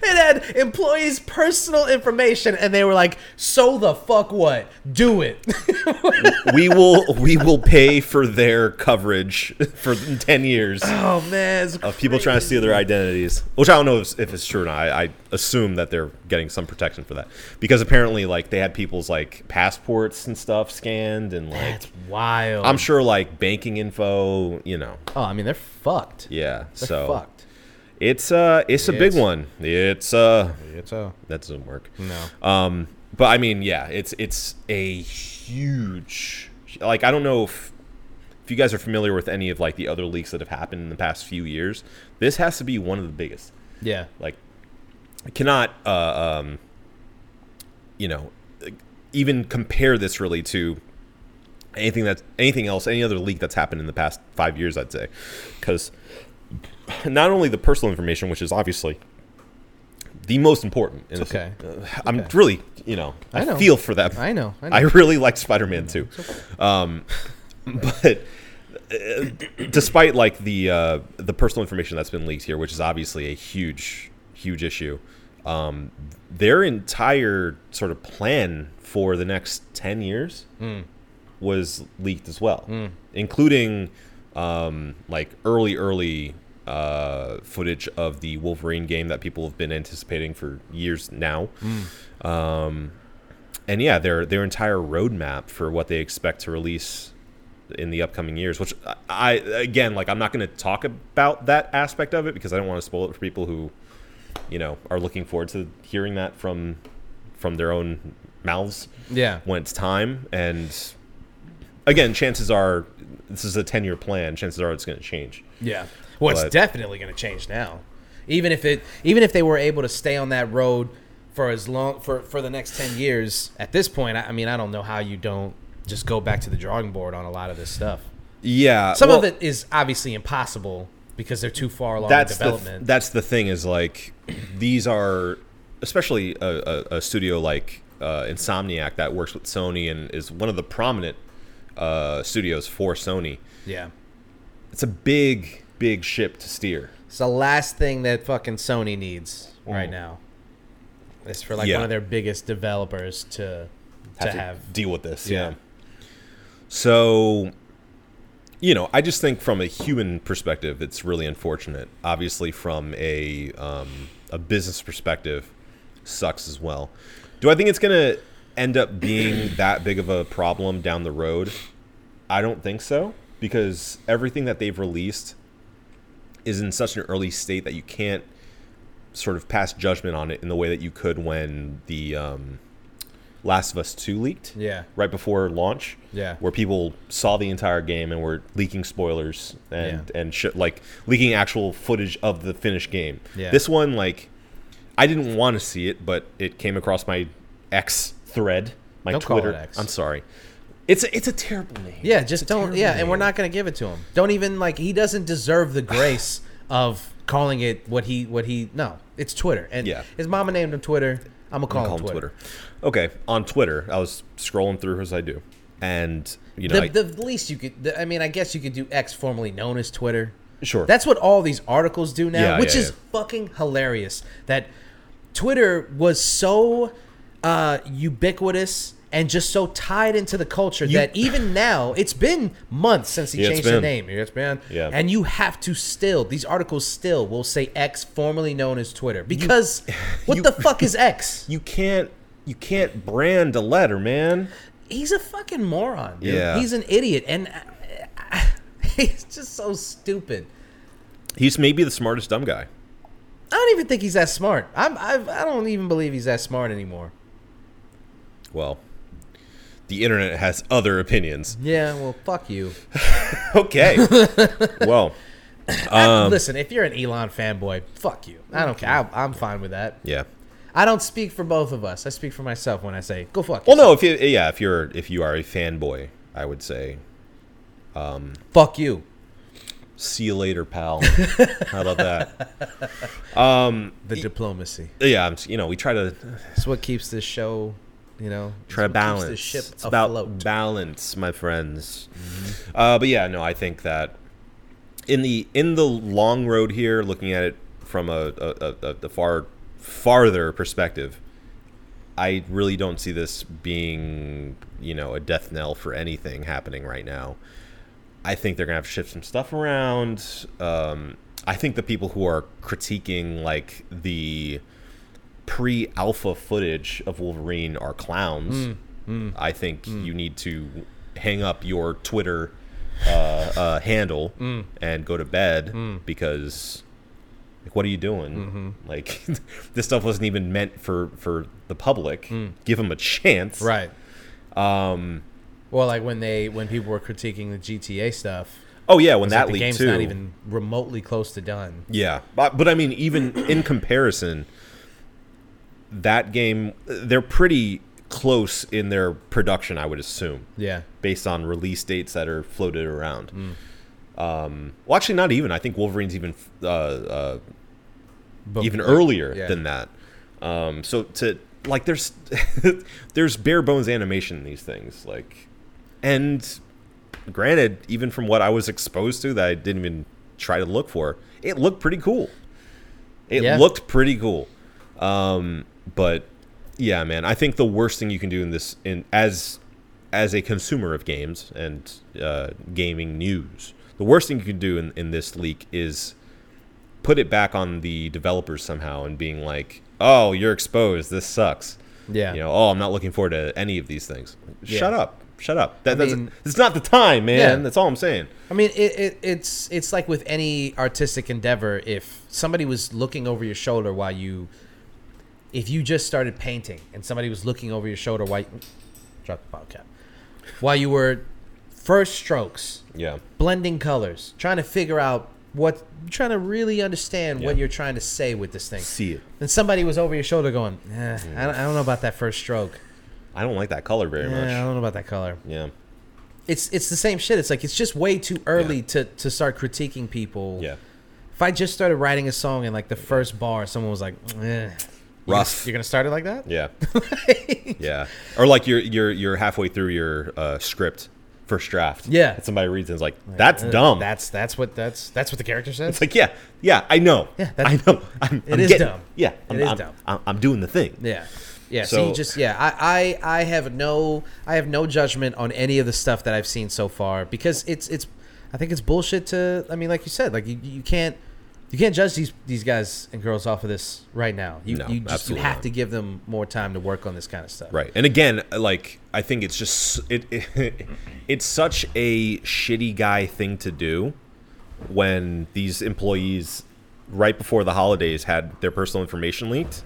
[SPEAKER 1] It had employees' personal information, and they were like, so the fuck what? Do it. [laughs]
[SPEAKER 2] we will we will pay for their coverage for 10 years
[SPEAKER 1] oh, man. it's
[SPEAKER 2] of people trying to steal their identities which i don't know if, if it's true or not I, I assume that they're getting some protection for that because apparently like they had people's like passports and stuff scanned and like
[SPEAKER 1] That's wild.
[SPEAKER 2] i'm sure like banking info you know
[SPEAKER 1] oh, I mean, they're fucked.
[SPEAKER 2] yeah
[SPEAKER 1] They're
[SPEAKER 2] so
[SPEAKER 1] fucked.
[SPEAKER 2] it's uh it's a big
[SPEAKER 1] It's-
[SPEAKER 2] one it's uh
[SPEAKER 1] It's a.
[SPEAKER 2] that doesn't work
[SPEAKER 1] No.
[SPEAKER 2] Um, but I mean, yeah, it's it's a huge like I don't know if if you guys are familiar with any of like the other leaks that have happened in the past few years. This has to be one of the biggest.
[SPEAKER 1] Yeah.
[SPEAKER 2] Like, I cannot uh, um, you know even compare this really to anything that's anything else any other leak that's happened in the past five years i'd say because not only the personal information which is obviously the most important in this-
[SPEAKER 1] okay.
[SPEAKER 2] uh, i'm really you know i,
[SPEAKER 1] I know.
[SPEAKER 2] feel for that
[SPEAKER 1] I know. I know.
[SPEAKER 2] I really like Spider-Man too, um, [laughs] but uh, despite like the uh, the personal information that's been leaked here, which is obviously a huge huge issue, um, their entire sort of plan for the next ten years was leaked as well, including um, like early early. Uh, footage of the Wolverine game that people have been anticipating for years now and yeah, their their entire roadmap for what they expect to release in the upcoming years. Which I, I again, like, I'm not going to talk about that aspect of it because I don't want to spoil it for people who, you know, are looking forward to hearing that from from their own mouths
[SPEAKER 1] yeah.
[SPEAKER 2] when it's time. And again, chances are this is a 10 year plan. Chances are it's going to change.
[SPEAKER 1] Yeah. Well,
[SPEAKER 2] But-
[SPEAKER 1] it's definitely going to change now. Even if it, even if they were able to stay on that road for as long for for the next ten years, at this point, I, I mean, I don't know how you don't just go back to the drawing board on a lot of this stuff.
[SPEAKER 2] Yeah,
[SPEAKER 1] Some
[SPEAKER 2] well-
[SPEAKER 1] of it is obviously impossible because they're too far along in
[SPEAKER 2] The, th-
[SPEAKER 1] development.
[SPEAKER 2] that's the thing is like these are especially a, a, a studio like uh, Insomniac that works with Sony and is one of the prominent uh, studios for Sony.
[SPEAKER 1] yeah.
[SPEAKER 2] It's a big big ship to steer.
[SPEAKER 1] It's the last thing that fucking Sony needs right now. It's for like
[SPEAKER 2] Mm. Yeah.
[SPEAKER 1] one of their biggest developers to to have.
[SPEAKER 2] deal with this.
[SPEAKER 1] Yeah.
[SPEAKER 2] yeah. So you know, I just think from a human perspective, it's really unfortunate. Obviously, from a um, a business perspective, sucks as well. Do I think it's gonna end up being that big of a problem down the road? I don't think so because everything that they've released is in such an early state that you can't sort of pass judgment on it in the way that you could when the um, Last of Us Two leaked
[SPEAKER 1] Yeah.
[SPEAKER 2] right before launch.
[SPEAKER 1] Yeah.
[SPEAKER 2] Where people saw the entire game and were leaking spoilers and and sh- like leaking actual footage of the finished game.
[SPEAKER 1] Yeah.
[SPEAKER 2] This one like I didn't want to see it, but it came across my X thread, my
[SPEAKER 1] Don't call it
[SPEAKER 2] Twitter.
[SPEAKER 1] X.
[SPEAKER 2] I'm sorry. It's a, it's a terrible name.
[SPEAKER 1] Yeah,
[SPEAKER 2] It's
[SPEAKER 1] just
[SPEAKER 2] a
[SPEAKER 1] don't.
[SPEAKER 2] terrible
[SPEAKER 1] Yeah, and we're
[SPEAKER 2] name.
[SPEAKER 1] not going to give it to him. Don't even like he doesn't deserve the
[SPEAKER 2] [sighs]
[SPEAKER 1] grace of calling it what he what he. No, it's Twitter, and
[SPEAKER 2] Yeah.
[SPEAKER 1] his mama named him Twitter. I'm gonna call,
[SPEAKER 2] Call
[SPEAKER 1] him
[SPEAKER 2] him
[SPEAKER 1] Twitter.
[SPEAKER 2] Twitter. Okay, on Twitter, I was scrolling through as I do, and you know, I-
[SPEAKER 1] The, the least you could. The, I mean, I guess you could do X, formerly known as Twitter.
[SPEAKER 2] Sure.
[SPEAKER 1] That's what all these articles do now,
[SPEAKER 2] Yeah,
[SPEAKER 1] which
[SPEAKER 2] yeah,
[SPEAKER 1] is
[SPEAKER 2] yeah.
[SPEAKER 1] fucking hilarious. That Twitter was so uh, ubiquitous and just so tied into the culture that even now it's been months since he
[SPEAKER 2] Yeah, it's
[SPEAKER 1] changed the
[SPEAKER 2] been.
[SPEAKER 1] name. It's been.
[SPEAKER 2] Yeah.
[SPEAKER 1] And you have to still these articles still will say X, formerly known as Twitter,
[SPEAKER 2] [laughs]
[SPEAKER 1] because what
[SPEAKER 2] you-
[SPEAKER 1] the fuck is
[SPEAKER 2] [laughs]
[SPEAKER 1] X?
[SPEAKER 2] you can't you can't brand a letter, man.
[SPEAKER 1] he's a fucking moron. Dude.
[SPEAKER 2] Yeah.
[SPEAKER 1] he's an idiot, and I, I, [laughs] he's just so stupid.
[SPEAKER 2] He's maybe the smartest dumb guy.
[SPEAKER 1] I don't even think he's that smart. I'm, I've, I don't even believe he's that smart anymore.
[SPEAKER 2] Well, the internet has other opinions. [laughs]
[SPEAKER 1] Yeah, well, fuck you.
[SPEAKER 2] Okay. well, Um,
[SPEAKER 1] Listen, if you're an Elon fanboy, fuck you. I don't care. I, I'm fine with that.
[SPEAKER 2] yeah.
[SPEAKER 1] I don't speak for both of us. I speak for myself when I say go fuck.
[SPEAKER 2] Well,
[SPEAKER 1] yourself.
[SPEAKER 2] no. If you, yeah, if you're if you are a fanboy, I would say
[SPEAKER 1] fuck you.
[SPEAKER 2] see you later, pal. How about that?
[SPEAKER 1] The diplomacy.
[SPEAKER 2] Yeah, I'm, s- you know, we try to
[SPEAKER 1] It's what keeps this show, you know, it's
[SPEAKER 2] try to
[SPEAKER 1] what
[SPEAKER 2] balance.
[SPEAKER 1] Keeps this ship
[SPEAKER 2] it's
[SPEAKER 1] afloat. Mm-hmm.
[SPEAKER 2] about balance, my friends. Uh, but yeah, no, I think that in the in the long road here, looking at it from a, a, a, a far farther perspective, I really don't see this being you know a death knell for anything happening right now. I think they're gonna have to shift some stuff around. Um, I think the people who are critiquing like the pre-alpha footage of Wolverine are clowns.
[SPEAKER 1] Mm,
[SPEAKER 2] I think you need to hang up your Twitter uh, uh, handle
[SPEAKER 1] Mm.
[SPEAKER 2] and go to bed because, like, what are you doing?
[SPEAKER 1] Mm-hmm.
[SPEAKER 2] Like, [laughs] this stuff wasn't even meant for for the public. Give them a chance,
[SPEAKER 1] Mm. right. Um.
[SPEAKER 2] Um,
[SPEAKER 1] Well, like when they when people were critiquing the GTA stuff,
[SPEAKER 2] Oh yeah, when
[SPEAKER 1] it's
[SPEAKER 2] that
[SPEAKER 1] like the
[SPEAKER 2] leaked
[SPEAKER 1] game's
[SPEAKER 2] too.
[SPEAKER 1] not even remotely close to done.
[SPEAKER 2] Yeah, but, but I mean, even in comparison, that game they're pretty close in their production. I would assume.
[SPEAKER 1] Yeah.
[SPEAKER 2] based on release dates that are floated around.
[SPEAKER 1] Hmm.
[SPEAKER 2] Um, well, actually, not even. I think Wolverine's even uh, uh,
[SPEAKER 1] But,
[SPEAKER 2] even earlier
[SPEAKER 1] yeah.
[SPEAKER 2] than that. Um, so to like, there's [laughs] there's bare bones animation in these things. Like, and granted, even from what I was exposed to, that I didn't even try to look for, it looked pretty cool. It
[SPEAKER 1] Yeah.
[SPEAKER 2] looked pretty cool. Um, but yeah, man, I think the worst thing you can do in this, in as as a consumer of games and uh, gaming news, the worst thing you can do in, in this leak is put it back on the developers somehow and being like, "Oh, you're exposed. This sucks."
[SPEAKER 1] Yeah.
[SPEAKER 2] You know, oh, I'm not looking forward to any of these things. Shut
[SPEAKER 1] Yeah.
[SPEAKER 2] up. Shut up. That, that's,
[SPEAKER 1] mean-
[SPEAKER 2] it's not the time, man.
[SPEAKER 1] Yeah.
[SPEAKER 2] That's all I'm saying.
[SPEAKER 1] I mean, it, it, it's it's like with any artistic endeavor. If somebody was looking over your shoulder while you, if you just started painting and somebody was looking over your shoulder while, drop the bottle cap, while you were first strokes,
[SPEAKER 2] Yeah.
[SPEAKER 1] blending colors, trying to figure out what, trying to really understand what
[SPEAKER 2] Yeah.
[SPEAKER 1] you're trying to say with this thing.
[SPEAKER 2] See it.
[SPEAKER 1] And somebody was over your shoulder going, eh, I, don't, I don't know about that first stroke.
[SPEAKER 2] I don't like that color very
[SPEAKER 1] Eh, I
[SPEAKER 2] much.
[SPEAKER 1] don't know about that color
[SPEAKER 2] Yeah.
[SPEAKER 1] it's it's the same shit. It's like it's just way too early to to start critiquing people.
[SPEAKER 2] Yeah.
[SPEAKER 1] If I just started writing a song and like the first bar, someone was like, eh.
[SPEAKER 2] Rough.
[SPEAKER 1] "You're gonna start it like that?" [laughs]
[SPEAKER 2] Yeah. yeah. Or like you're you're you're halfway through your uh, script first draft.
[SPEAKER 1] Yeah.
[SPEAKER 2] And somebody reads and is like, "That's
[SPEAKER 1] Uh,
[SPEAKER 2] dumb."
[SPEAKER 1] That's that's what that's that's what the character says.
[SPEAKER 2] It's like, yeah, yeah, I know.
[SPEAKER 1] Yeah, that's-
[SPEAKER 2] I know. I'm,
[SPEAKER 1] it
[SPEAKER 2] I'm
[SPEAKER 1] is
[SPEAKER 2] getting-
[SPEAKER 1] dumb.
[SPEAKER 2] Yeah,
[SPEAKER 1] It
[SPEAKER 2] I'm,
[SPEAKER 1] is
[SPEAKER 2] I'm-
[SPEAKER 1] dumb.
[SPEAKER 2] I'm, I'm doing the thing.
[SPEAKER 1] yeah, yeah. So,
[SPEAKER 2] So-
[SPEAKER 1] you just yeah, I, I I have no I have no judgment on any of the stuff that I've seen so far because it's it's I think it's bullshit to I mean like you said like you, you can't you can't judge these these guys and girls off of this right now. You
[SPEAKER 2] No,
[SPEAKER 1] you just you
[SPEAKER 2] absolutely
[SPEAKER 1] have
[SPEAKER 2] not.
[SPEAKER 1] to give them more time to work on this kind of stuff.
[SPEAKER 2] Right. And again, like I think it's just it, it [laughs] it's such a shitty guy thing to do when these employees right before the holidays had their personal information leaked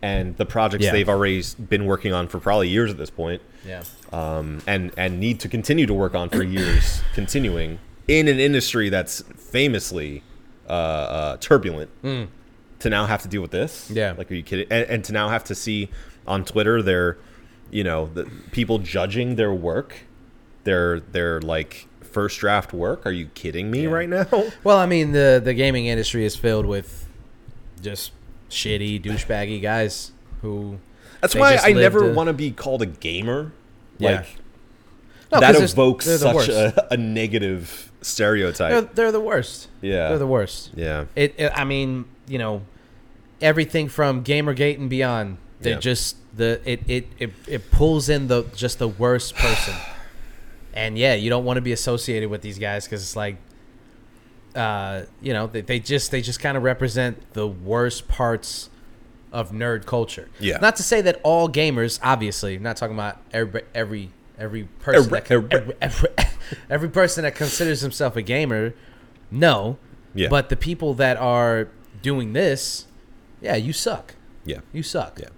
[SPEAKER 2] and the projects
[SPEAKER 1] Yeah.
[SPEAKER 2] they've already s- been working on for probably years at this point
[SPEAKER 1] Yeah.
[SPEAKER 2] um, and and need to continue to work on for
[SPEAKER 1] [coughs]
[SPEAKER 2] years continuing in an industry that's famously uh, uh, turbulent to now have to deal with this.
[SPEAKER 1] Mm. Yeah.
[SPEAKER 2] Like, are you kidding? And, and to now have to see on Twitter their, you know, the people judging their work, their their like first draft work. Are you kidding me
[SPEAKER 1] [laughs]
[SPEAKER 2] right now?
[SPEAKER 1] Well, I mean the the gaming industry is filled with just shitty douchebaggy guys who.
[SPEAKER 2] That's
[SPEAKER 1] They
[SPEAKER 2] why
[SPEAKER 1] just
[SPEAKER 2] I
[SPEAKER 1] lived
[SPEAKER 2] never
[SPEAKER 1] a-
[SPEAKER 2] want to be called a gamer.
[SPEAKER 1] Yeah.
[SPEAKER 2] Like
[SPEAKER 1] No, 'cause
[SPEAKER 2] that
[SPEAKER 1] there's-
[SPEAKER 2] evokes
[SPEAKER 1] they're the
[SPEAKER 2] such
[SPEAKER 1] worst.
[SPEAKER 2] a, a negative stereotype.
[SPEAKER 1] They're, they're the worst.
[SPEAKER 2] Yeah.
[SPEAKER 1] They're the worst.
[SPEAKER 2] yeah.
[SPEAKER 1] It, it. I mean, you know, everything from GamerGate and beyond. They
[SPEAKER 2] Yeah.
[SPEAKER 1] just the it, it it it pulls in the just the worst person. and yeah, you don't want to be associated with these guys because it's like. Uh, you know, they, they just they just kind of represent the worst parts of nerd culture.
[SPEAKER 2] Yeah.
[SPEAKER 1] Not to say that all gamers, obviously, I'm not talking about every every every person that,
[SPEAKER 2] Every-
[SPEAKER 1] every, every, every person that considers himself a gamer. No.
[SPEAKER 2] Yeah.
[SPEAKER 1] But the people that are doing this, yeah, you suck.
[SPEAKER 2] Yeah.
[SPEAKER 1] You suck.
[SPEAKER 2] Yeah.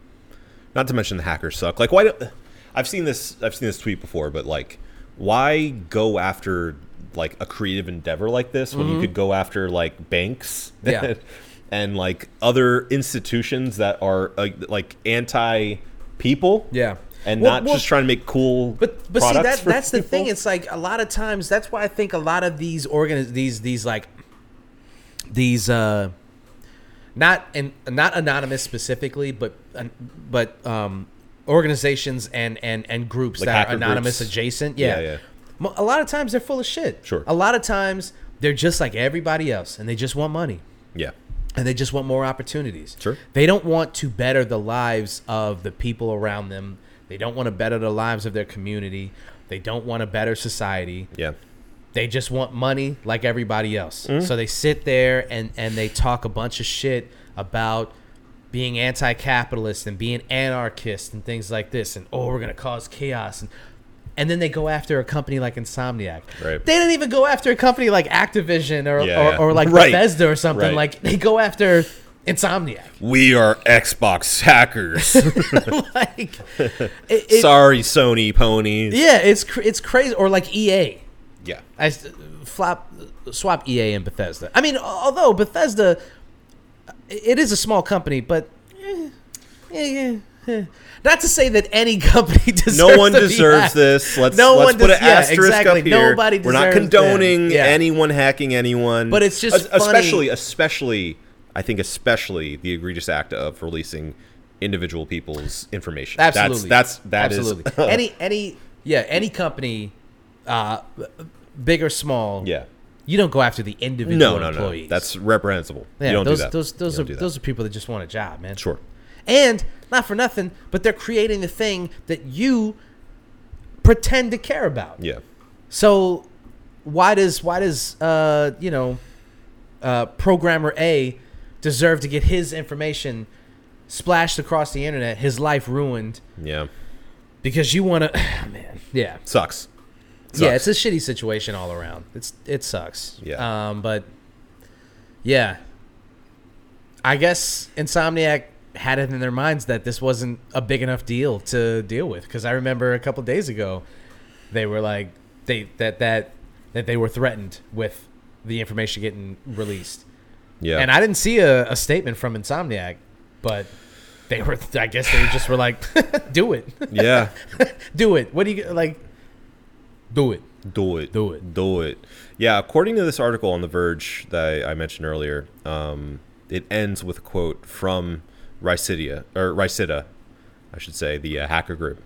[SPEAKER 2] Not to mention the hackers suck. Like, why do I I've seen this. I've seen this tweet before, but like, why go after like a creative endeavor like this when you could go after like banks,
[SPEAKER 1] Mm-hmm.
[SPEAKER 2] [laughs]
[SPEAKER 1] Yeah.
[SPEAKER 2] and like other institutions that are uh, like anti people,
[SPEAKER 1] Yeah.
[SPEAKER 2] and
[SPEAKER 1] Well-
[SPEAKER 2] not
[SPEAKER 1] well-
[SPEAKER 2] just trying to make cool.
[SPEAKER 1] But but see
[SPEAKER 2] products
[SPEAKER 1] that
[SPEAKER 2] for
[SPEAKER 1] that's the
[SPEAKER 2] people.
[SPEAKER 1] thing. It's like a lot of times that's why I think a lot of these organ these these like these uh not and not anonymous specifically, but but um organizations and and and groups
[SPEAKER 2] Like
[SPEAKER 1] that are
[SPEAKER 2] hacker
[SPEAKER 1] anonymous
[SPEAKER 2] groups.
[SPEAKER 1] adjacent. Yeah.
[SPEAKER 2] Yeah, yeah.
[SPEAKER 1] Mo- A lot of times they're full of shit.
[SPEAKER 2] Sure.
[SPEAKER 1] A lot of times they're just like everybody else and they just want money
[SPEAKER 2] yeah,
[SPEAKER 1] and they just want more opportunities.
[SPEAKER 2] Sure.
[SPEAKER 1] They don't want to better the lives of the people around them. They don't want to better the lives of their community. They don't want to better society.
[SPEAKER 2] yeah,
[SPEAKER 1] They just want money like everybody else.
[SPEAKER 2] Mm-hmm.
[SPEAKER 1] So they sit there and, and they talk a bunch of shit about being anti capitalist and being anarchist and things like this and oh we're gonna cause chaos and and then they go after a company like Insomniac.
[SPEAKER 2] Right.
[SPEAKER 1] They didn't even go after a company like Activision or,
[SPEAKER 2] Yeah,
[SPEAKER 1] or,
[SPEAKER 2] yeah.
[SPEAKER 1] or like
[SPEAKER 2] Right.
[SPEAKER 1] Bethesda or something.
[SPEAKER 2] Right.
[SPEAKER 1] Like they go after Insomniac. [laughs]
[SPEAKER 2] we are Xbox hackers. [laughs]
[SPEAKER 1] like it, it-
[SPEAKER 2] Sorry, Sony ponies.
[SPEAKER 1] yeah, it's cr- it's crazy. Or like E EA.
[SPEAKER 2] Yeah.
[SPEAKER 1] I s- flop swap EA and Bethesda. I mean, al- although Bethesda, it is a small company, but eh, eh, eh, eh. not to say that any [laughs] company deserves.
[SPEAKER 2] No one
[SPEAKER 1] to be
[SPEAKER 2] deserves
[SPEAKER 1] hacked.
[SPEAKER 2] this. Let's,
[SPEAKER 1] No
[SPEAKER 2] let's
[SPEAKER 1] one
[SPEAKER 2] put
[SPEAKER 1] des-
[SPEAKER 2] an
[SPEAKER 1] yeah,
[SPEAKER 2] asterisk
[SPEAKER 1] exactly.
[SPEAKER 2] up here.
[SPEAKER 1] Nobody
[SPEAKER 2] We're not
[SPEAKER 1] deserves
[SPEAKER 2] condoning
[SPEAKER 1] them. Yeah.
[SPEAKER 2] anyone hacking anyone.
[SPEAKER 1] But it's just
[SPEAKER 2] Es-
[SPEAKER 1] funny-
[SPEAKER 2] especially, especially, I think, especially the egregious act of releasing individual people's information.
[SPEAKER 1] Absolutely,
[SPEAKER 2] That's that's that is- [laughs]
[SPEAKER 1] absolutely any any yeah any company, uh, big or small.
[SPEAKER 2] yeah.
[SPEAKER 1] you don't go after the individual
[SPEAKER 2] No, no,
[SPEAKER 1] employees.
[SPEAKER 2] no. That's reprehensible.
[SPEAKER 1] yeah,
[SPEAKER 2] you don't
[SPEAKER 1] those,
[SPEAKER 2] do that.
[SPEAKER 1] those those
[SPEAKER 2] You don't
[SPEAKER 1] are
[SPEAKER 2] do that.
[SPEAKER 1] those are people that just want a job, man.
[SPEAKER 2] sure.
[SPEAKER 1] And not for nothing, but they're creating the thing that you pretend to care about.
[SPEAKER 2] Yeah.
[SPEAKER 1] So why does why does uh, you know uh, programmer A deserve to get his information splashed across the internet, his life ruined
[SPEAKER 2] Yeah.
[SPEAKER 1] because you want to [sighs] man. Yeah.
[SPEAKER 2] Sucks.
[SPEAKER 1] Yeah,
[SPEAKER 2] Sucks.
[SPEAKER 1] it's a shitty situation all around. It's it sucks.
[SPEAKER 2] Yeah.
[SPEAKER 1] Um, but yeah, I guess Insomniac had it in their minds that this wasn't a big enough deal to deal with because I remember a couple days ago they were like they that that that they were threatened with the information getting released,
[SPEAKER 2] Yeah.
[SPEAKER 1] and I didn't see a, a statement from Insomniac, but. They were, I guess, they just were like, [laughs] "Do it, [laughs]
[SPEAKER 2] yeah.
[SPEAKER 1] do it." What do you like? Do it.
[SPEAKER 2] Do it.
[SPEAKER 1] Do it.
[SPEAKER 2] Do it. Yeah, according to this article on The Verge that I, I mentioned earlier, um, it ends with a quote from Ricidia, or Ricida, I should say, the uh, hacker group.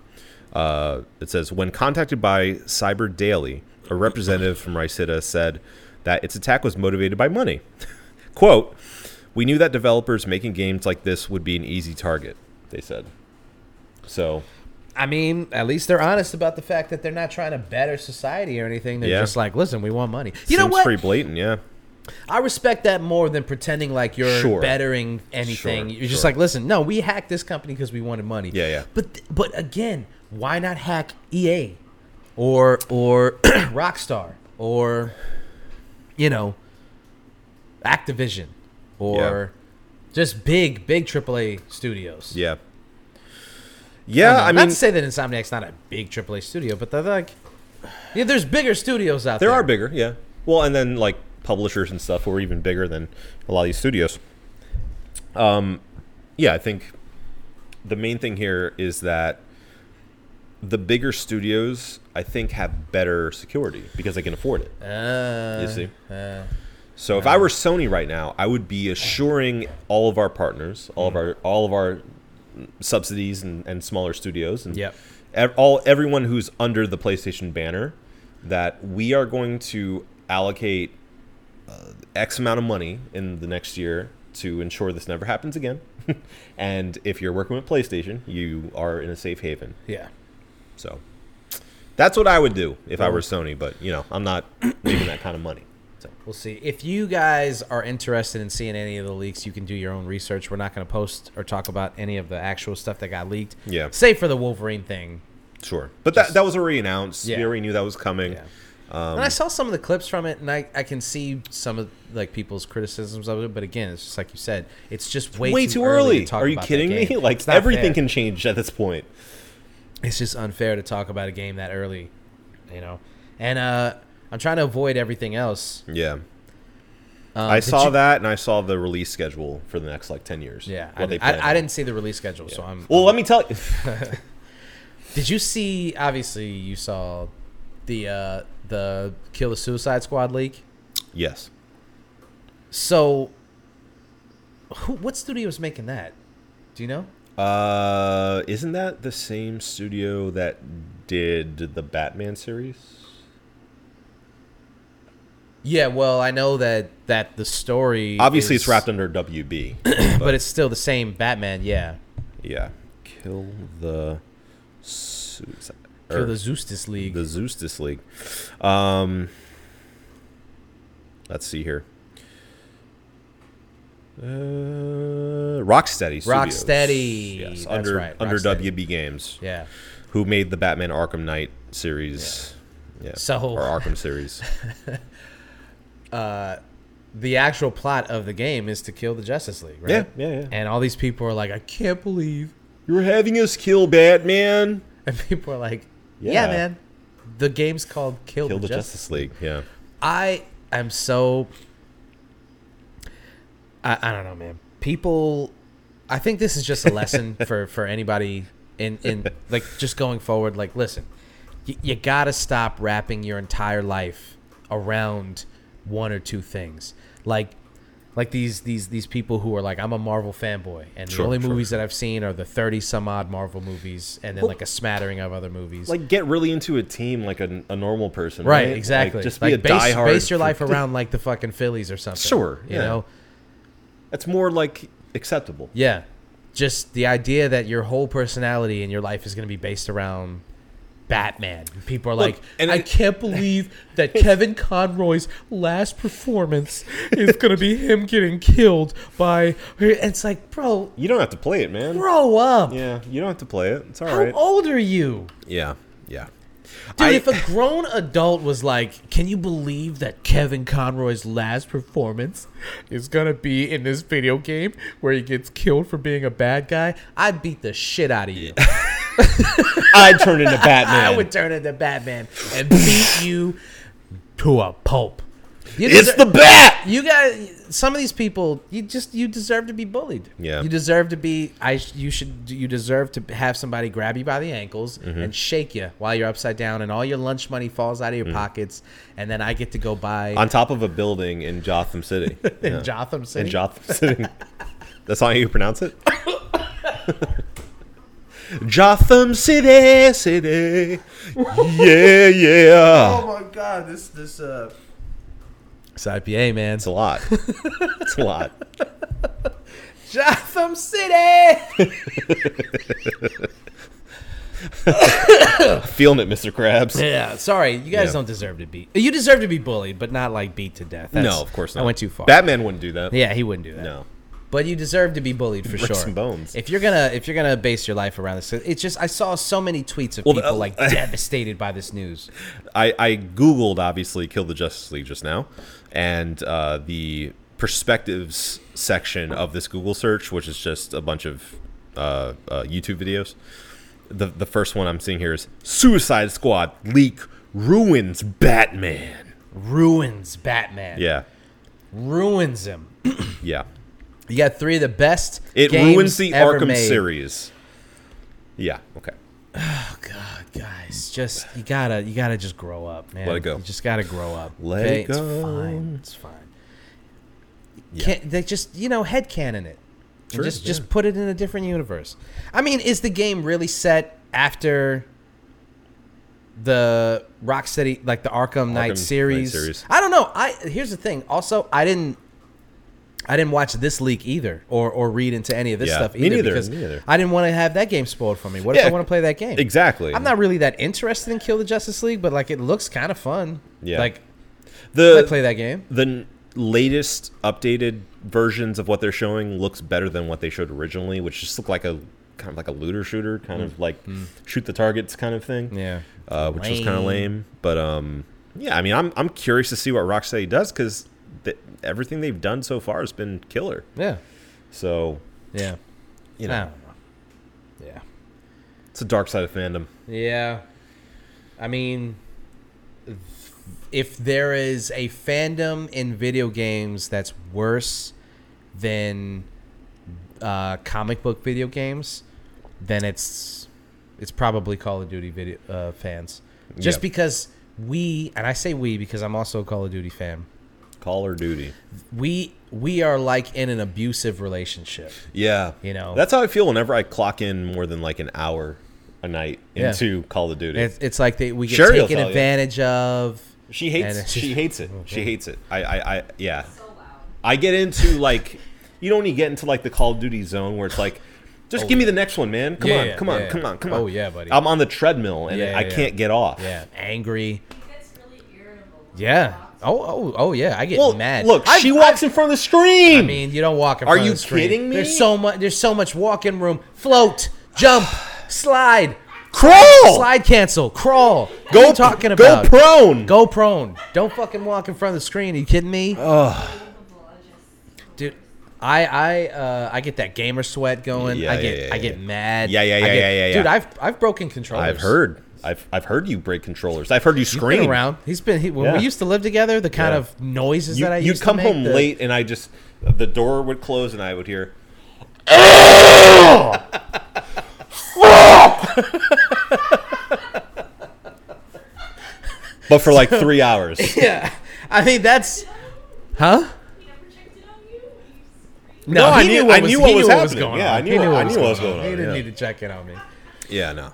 [SPEAKER 2] Uh, it says When contacted by Cyber Daily, a representative from Ricida said that its attack was motivated by money. [laughs] quote, We knew that developers making games like this would be an easy target, they said. So,
[SPEAKER 1] I mean, at least they're honest about the fact that they're not trying to better society or anything. They're
[SPEAKER 2] Yeah.
[SPEAKER 1] just like, listen, we want money. You
[SPEAKER 2] seems
[SPEAKER 1] know what?
[SPEAKER 2] pretty blatant, yeah.
[SPEAKER 1] I respect that more than pretending like you're
[SPEAKER 2] Sure.
[SPEAKER 1] bettering anything.
[SPEAKER 2] Sure,
[SPEAKER 1] You're just
[SPEAKER 2] sure.
[SPEAKER 1] like, listen, no, we hacked this company because we wanted money.
[SPEAKER 2] Yeah, yeah.
[SPEAKER 1] But th- but again, why not hack EA or or [clears throat] Rockstar or you know Activision or just big big AAA studios.
[SPEAKER 2] Yeah. Yeah,
[SPEAKER 1] I
[SPEAKER 2] I, mean,
[SPEAKER 1] not to say Um, that Insomniac's not a big AAA studio, but they're like, yeah, there's bigger studios out there.
[SPEAKER 2] there are bigger, yeah. Well, and then like publishers and stuff who are even bigger than a lot of these studios. Um, yeah, I think the main thing here is that the bigger studios, I think, have better security because they can afford it.
[SPEAKER 1] Uh,
[SPEAKER 2] You see?
[SPEAKER 1] uh,
[SPEAKER 2] So if I were Sony right now, I would be assuring all of our partners, all
[SPEAKER 1] Mm.
[SPEAKER 2] of our all of our subsidies and, and smaller studios and
[SPEAKER 1] Yep.
[SPEAKER 2] ev- all everyone who's under the PlayStation banner that we are going to allocate uh, X amount of money in the next year to ensure this never happens again. [laughs] and if you're working with PlayStation, you are in a safe haven.
[SPEAKER 1] yeah.
[SPEAKER 2] So that's what I would do if I were Sony, but you know, I'm not making that kind of money. So
[SPEAKER 1] We'll see. If you guys are interested in seeing any of the leaks, you can do your own research. We're not going to post or talk about any of the actual stuff that got leaked.
[SPEAKER 2] Yeah.
[SPEAKER 1] Save for the Wolverine thing.
[SPEAKER 2] Sure, but that that was already announced.
[SPEAKER 1] Yeah.
[SPEAKER 2] We already knew that was coming.
[SPEAKER 1] Yeah.
[SPEAKER 2] Um,
[SPEAKER 1] and I saw some of the clips from it, and I, I can see some of like people's criticisms of it. But again, it's just like you said, it's just way,
[SPEAKER 2] Way too early.
[SPEAKER 1] to talk
[SPEAKER 2] Are you
[SPEAKER 1] about that
[SPEAKER 2] kidding me?
[SPEAKER 1] game.
[SPEAKER 2] [laughs] Like
[SPEAKER 1] It's not
[SPEAKER 2] everything
[SPEAKER 1] fair.
[SPEAKER 2] can change at this point.
[SPEAKER 1] it's just unfair to talk about a game that early, you know. And uh, I'm trying to avoid everything else.
[SPEAKER 2] Yeah.
[SPEAKER 1] Um,
[SPEAKER 2] I
[SPEAKER 1] did
[SPEAKER 2] saw
[SPEAKER 1] you-
[SPEAKER 2] that, and I saw the release schedule for the next like ten years.
[SPEAKER 1] Yeah,
[SPEAKER 2] what
[SPEAKER 1] I,
[SPEAKER 2] they
[SPEAKER 1] did- I-
[SPEAKER 2] plan
[SPEAKER 1] I
[SPEAKER 2] on.
[SPEAKER 1] didn't see the release schedule, so I'm.
[SPEAKER 2] Well, let me tell you. [sighs]
[SPEAKER 1] Did you see? Obviously, you saw the uh, the Kill the Suicide Squad leak.
[SPEAKER 2] yes,
[SPEAKER 1] So, who, what studio is making that? Do you know?
[SPEAKER 2] uh, isn't that the same studio that did the Batman series?
[SPEAKER 1] Yeah, well, I know that that the story
[SPEAKER 2] Obviously,
[SPEAKER 1] is-
[SPEAKER 2] it's wrapped
[SPEAKER 1] [coughs]
[SPEAKER 2] under WB.
[SPEAKER 1] but it's still the same Batman. Yeah,
[SPEAKER 2] yeah, kill the suicide.
[SPEAKER 1] Kill
[SPEAKER 2] or
[SPEAKER 1] the Zeustis League.
[SPEAKER 2] the Zeus this league. Um, let's see here. Uh, Rocksteady. Studios.
[SPEAKER 1] Rocksteady,
[SPEAKER 2] Yes,
[SPEAKER 1] that's
[SPEAKER 2] under
[SPEAKER 1] right,
[SPEAKER 2] under
[SPEAKER 1] Rocksteady.
[SPEAKER 2] WB Games,
[SPEAKER 1] yeah,
[SPEAKER 2] who made the Batman Arkham Knight series. Yeah.
[SPEAKER 1] So- [laughs]
[SPEAKER 2] or Arkham series.
[SPEAKER 1] the actual plot of the game is to kill the Justice League, right?
[SPEAKER 2] Yeah, yeah, yeah.
[SPEAKER 1] And all these people are like, I can't believe, [laughs]
[SPEAKER 2] You're having us kill Batman.
[SPEAKER 1] and people are like, Yeah,
[SPEAKER 2] Yeah.
[SPEAKER 1] man, the game's called Kill,
[SPEAKER 2] Kill
[SPEAKER 1] the,
[SPEAKER 2] the
[SPEAKER 1] Justice.
[SPEAKER 2] Justice League. Yeah.
[SPEAKER 1] I am so. I, I don't know, man. People, I think this is just a
[SPEAKER 2] [laughs]
[SPEAKER 1] lesson for for anybody in in like just going forward. Like, listen, you, you gotta stop wrapping your entire life around one or two things. Like, like these these these people who are like, I'm a Marvel fanboy, and the
[SPEAKER 2] Sure,
[SPEAKER 1] only
[SPEAKER 2] sure,
[SPEAKER 1] movies that I've seen are the thirty some odd Marvel movies, and then like a smattering of other movies.
[SPEAKER 2] Like get really into a team like a, a normal person.
[SPEAKER 1] Right,
[SPEAKER 2] Right, Like,
[SPEAKER 1] exactly.
[SPEAKER 2] just be
[SPEAKER 1] like
[SPEAKER 2] a
[SPEAKER 1] base,
[SPEAKER 2] diehard.
[SPEAKER 1] Base your
[SPEAKER 2] fr-
[SPEAKER 1] life around like the fucking Phillies or something.
[SPEAKER 2] Sure,
[SPEAKER 1] You
[SPEAKER 2] yeah.
[SPEAKER 1] know?
[SPEAKER 2] That's more like acceptable.
[SPEAKER 1] Yeah. Just the idea that your whole personality and your life is going to be based around Batman. People are like,
[SPEAKER 2] and
[SPEAKER 1] I
[SPEAKER 2] it-
[SPEAKER 1] can't
[SPEAKER 2] [laughs]
[SPEAKER 1] believe that Kevin Conroy's last performance
[SPEAKER 2] [laughs]
[SPEAKER 1] is going to be him getting killed by. It's like, bro,
[SPEAKER 2] You don't have to play it, man.
[SPEAKER 1] grow up.
[SPEAKER 2] Yeah, you don't have to play it. It's all
[SPEAKER 1] How
[SPEAKER 2] right.
[SPEAKER 1] old are you?
[SPEAKER 2] Yeah, yeah.
[SPEAKER 1] Dude,
[SPEAKER 2] I-
[SPEAKER 1] if a grown adult was like, "Can you believe that Kevin Conroy's last performance is gonna be in this video game where he gets killed for being a bad guy?" I'd beat the shit out of you.
[SPEAKER 2] I'd
[SPEAKER 1] [laughs]
[SPEAKER 2] turn into Batman.
[SPEAKER 1] I would turn into Batman and beat you to a pulp. You
[SPEAKER 2] It's
[SPEAKER 1] deser-
[SPEAKER 2] the bat.
[SPEAKER 1] you guys. Some of these people, you just you deserve to be bullied.
[SPEAKER 2] Yeah.
[SPEAKER 1] you deserve to be. I sh- you should you deserve to have somebody grab you by the ankles
[SPEAKER 2] Mm-hmm.
[SPEAKER 1] and shake you while you're upside down, and all your lunch money falls out of your pockets, and then I get to go buy
[SPEAKER 2] Mm-hmm. On top of a building in Jotham City.
[SPEAKER 1] in
[SPEAKER 2] Yeah.
[SPEAKER 1] Jotham
[SPEAKER 2] [laughs] In
[SPEAKER 1] City.
[SPEAKER 2] Jotham [laughs] City. That's how you pronounce [laughs] it. Jotham City, city. Yeah, yeah.
[SPEAKER 3] Oh my god, this this uh
[SPEAKER 1] it's IPA, man.
[SPEAKER 2] It's a lot. It's a lot. [laughs]
[SPEAKER 1] Jotham City. [laughs]
[SPEAKER 2] Feeling it, Mr. Krabs.
[SPEAKER 1] yeah, sorry, you guys
[SPEAKER 2] Yeah.
[SPEAKER 1] don't deserve to be. You deserve to be bullied, but not like beat to death. That's-
[SPEAKER 2] No, of course not.
[SPEAKER 1] I went too far.
[SPEAKER 2] Batman wouldn't do that.
[SPEAKER 1] yeah, he wouldn't do that.
[SPEAKER 2] No.
[SPEAKER 1] but you deserve to be bullied for
[SPEAKER 2] Break
[SPEAKER 1] sure.
[SPEAKER 2] some bones.
[SPEAKER 1] If you're gonna if you're gonna base your life around this, it's just I saw so many tweets of
[SPEAKER 2] Well,
[SPEAKER 1] people
[SPEAKER 2] uh,
[SPEAKER 1] like
[SPEAKER 2] [laughs]
[SPEAKER 1] devastated by this news.
[SPEAKER 2] I, I googled obviously kill the justice league just now and uh, the perspectives section of this google search which is just a bunch of uh, uh, youtube videos the, the first one i'm seeing here is suicide squad leak ruins batman
[SPEAKER 1] Ruins Batman.
[SPEAKER 2] yeah
[SPEAKER 1] Ruins him.
[SPEAKER 2] yeah
[SPEAKER 1] You got three of the best.
[SPEAKER 2] it
[SPEAKER 1] games
[SPEAKER 2] ruins the
[SPEAKER 1] ever
[SPEAKER 2] arkham
[SPEAKER 1] made.
[SPEAKER 2] series yeah okay
[SPEAKER 1] Oh God, guys, just you gotta you gotta just grow up, man.
[SPEAKER 2] Let it go.
[SPEAKER 1] You just gotta grow up.
[SPEAKER 2] Let
[SPEAKER 1] okay?
[SPEAKER 2] it
[SPEAKER 1] It's fine.
[SPEAKER 2] go.
[SPEAKER 1] It's fine.
[SPEAKER 2] Yeah.
[SPEAKER 1] Can't, they just you know head cannon it. And
[SPEAKER 2] Sure,
[SPEAKER 1] just
[SPEAKER 2] yeah.
[SPEAKER 1] just put it in a different universe. I mean, is the game really set after the Rocksteady like the Arkham Knight
[SPEAKER 2] Knight
[SPEAKER 1] series?
[SPEAKER 2] series.
[SPEAKER 1] I don't know. I here's the thing. Also, I didn't I didn't watch this leak either or or read into any of this
[SPEAKER 2] Yeah,
[SPEAKER 1] stuff
[SPEAKER 2] me
[SPEAKER 1] either
[SPEAKER 2] neither,
[SPEAKER 1] because
[SPEAKER 2] me neither.
[SPEAKER 1] I didn't want to have that game spoiled for me. What if
[SPEAKER 2] Yeah,
[SPEAKER 1] I want to play that game?
[SPEAKER 2] exactly
[SPEAKER 1] I'm not really that interested in Kill the Justice League, but like it looks kind of fun.
[SPEAKER 2] Yeah. Uh,
[SPEAKER 1] Like
[SPEAKER 2] the,
[SPEAKER 1] I play that game.
[SPEAKER 2] the n- latest updated versions of what they're showing looks better than what they showed originally, which just looked like a kind of like a looter shooter, kind of like shoot the targets kind of thing.
[SPEAKER 1] Mm. Yeah.
[SPEAKER 2] Uh, which was kind of
[SPEAKER 1] Lame.
[SPEAKER 2] lame, but um, yeah. I mean, I'm I'm curious to see what Rocksteady does because th- everything they've done so far has been killer.
[SPEAKER 1] Yeah.
[SPEAKER 2] So
[SPEAKER 1] Yeah.
[SPEAKER 2] you know,
[SPEAKER 1] I don't know. Yeah.
[SPEAKER 2] It's the dark side of fandom.
[SPEAKER 1] Yeah. I mean, if there is a fandom in video games that's worse than uh, comic book video games, then it's it's probably Call of Duty video uh, fans. Just
[SPEAKER 2] Yeah.
[SPEAKER 1] because we and I say we because I'm also a Call of Duty fan.
[SPEAKER 2] Call or duty.
[SPEAKER 1] We we are like in an abusive relationship.
[SPEAKER 2] Yeah.
[SPEAKER 1] You know.
[SPEAKER 2] That's how I feel whenever I clock in more than like an hour a night
[SPEAKER 1] Yeah.
[SPEAKER 2] into Call of Duty.
[SPEAKER 1] It's, it's like they, we get
[SPEAKER 2] Sherry will
[SPEAKER 1] taken
[SPEAKER 2] tell you.
[SPEAKER 1] advantage of.
[SPEAKER 2] she
[SPEAKER 1] and- Oh,
[SPEAKER 2] hates she hates it. She hates it. I, I, I yeah.
[SPEAKER 4] So loud.
[SPEAKER 2] I get into like you know when you get into like the Call of Duty zone where it's like just give me the next one, man. Come
[SPEAKER 1] Oh, Yeah,
[SPEAKER 2] on,
[SPEAKER 1] yeah,
[SPEAKER 2] come on,
[SPEAKER 1] yeah.
[SPEAKER 2] come on, come on.
[SPEAKER 1] Oh, yeah, buddy.
[SPEAKER 2] I'm on the treadmill and
[SPEAKER 1] Yeah,
[SPEAKER 2] I
[SPEAKER 1] yeah,
[SPEAKER 2] can't get off.
[SPEAKER 1] Yeah, angry.
[SPEAKER 4] He gets really irritable. when he
[SPEAKER 1] Yeah.
[SPEAKER 4] talks.
[SPEAKER 1] Oh, oh, oh, yeah. I get
[SPEAKER 2] Well,
[SPEAKER 1] mad.
[SPEAKER 2] look,
[SPEAKER 1] I,
[SPEAKER 2] she walks in front of the screen.
[SPEAKER 1] I mean, you don't walk in
[SPEAKER 2] Are
[SPEAKER 1] front of
[SPEAKER 2] you
[SPEAKER 1] the screen.
[SPEAKER 2] kidding me?
[SPEAKER 1] There's so much. There's so much walking room. Float, jump, [sighs] slide,
[SPEAKER 2] crawl,
[SPEAKER 1] slide, cancel, crawl. What are
[SPEAKER 2] Oh. go
[SPEAKER 1] you talking
[SPEAKER 2] go
[SPEAKER 1] about?
[SPEAKER 2] prone.
[SPEAKER 1] Go prone. Don't fucking walk in front of the screen. Are you kidding me?
[SPEAKER 4] Unbelievable. I just.
[SPEAKER 1] Dude, I I uh, I get that gamer sweat going.
[SPEAKER 2] Yeah,
[SPEAKER 1] I
[SPEAKER 2] yeah,
[SPEAKER 1] get
[SPEAKER 2] yeah,
[SPEAKER 1] I get
[SPEAKER 2] yeah.
[SPEAKER 1] mad.
[SPEAKER 2] Yeah, yeah,
[SPEAKER 1] I
[SPEAKER 2] yeah,
[SPEAKER 1] get-
[SPEAKER 2] yeah, yeah, yeah.
[SPEAKER 1] Dude, I've I've broken controllers.
[SPEAKER 2] I've heard. I've I've heard you break controllers. I've heard you scream.
[SPEAKER 1] Been around. He's been he, when
[SPEAKER 2] Yeah.
[SPEAKER 1] we used to live together. The kind
[SPEAKER 2] Yeah.
[SPEAKER 1] of noises
[SPEAKER 2] You,
[SPEAKER 1] that I
[SPEAKER 2] you'd
[SPEAKER 1] used to
[SPEAKER 2] come
[SPEAKER 1] make,
[SPEAKER 2] home
[SPEAKER 1] the-
[SPEAKER 2] late, and I just the door would close, and I would hear. but for like three hours. [laughs]
[SPEAKER 1] Yeah, I mean that's huh.
[SPEAKER 4] He never checked it on you. He's
[SPEAKER 1] No,
[SPEAKER 2] I
[SPEAKER 1] he
[SPEAKER 2] knew-
[SPEAKER 1] knew what
[SPEAKER 2] I
[SPEAKER 1] was,
[SPEAKER 2] knew
[SPEAKER 1] he
[SPEAKER 2] what
[SPEAKER 1] knew
[SPEAKER 2] was
[SPEAKER 1] what was
[SPEAKER 2] happening.
[SPEAKER 1] going
[SPEAKER 2] Yeah,
[SPEAKER 1] on.
[SPEAKER 2] I knew
[SPEAKER 1] he
[SPEAKER 2] what- I knew what was going
[SPEAKER 1] He
[SPEAKER 2] on,
[SPEAKER 1] didn't
[SPEAKER 2] yeah.
[SPEAKER 1] need to check in on me.
[SPEAKER 2] Yeah, no.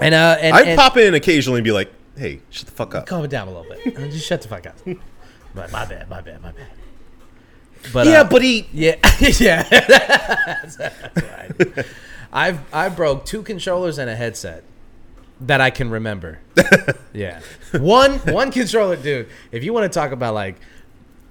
[SPEAKER 1] And uh, and,
[SPEAKER 2] I'd
[SPEAKER 1] and
[SPEAKER 2] pop in occasionally and be like, "Hey, shut the fuck up."
[SPEAKER 1] calm it down a little bit. Uh, Just shut the fuck [laughs] up. But my bad, my bad, my bad. But uh,
[SPEAKER 2] he.
[SPEAKER 1] yeah, [laughs] yeah. That's right. I've I broke two controllers and a headset that I can [laughs] remember. yeah, one one controller, dude. If you want to talk about like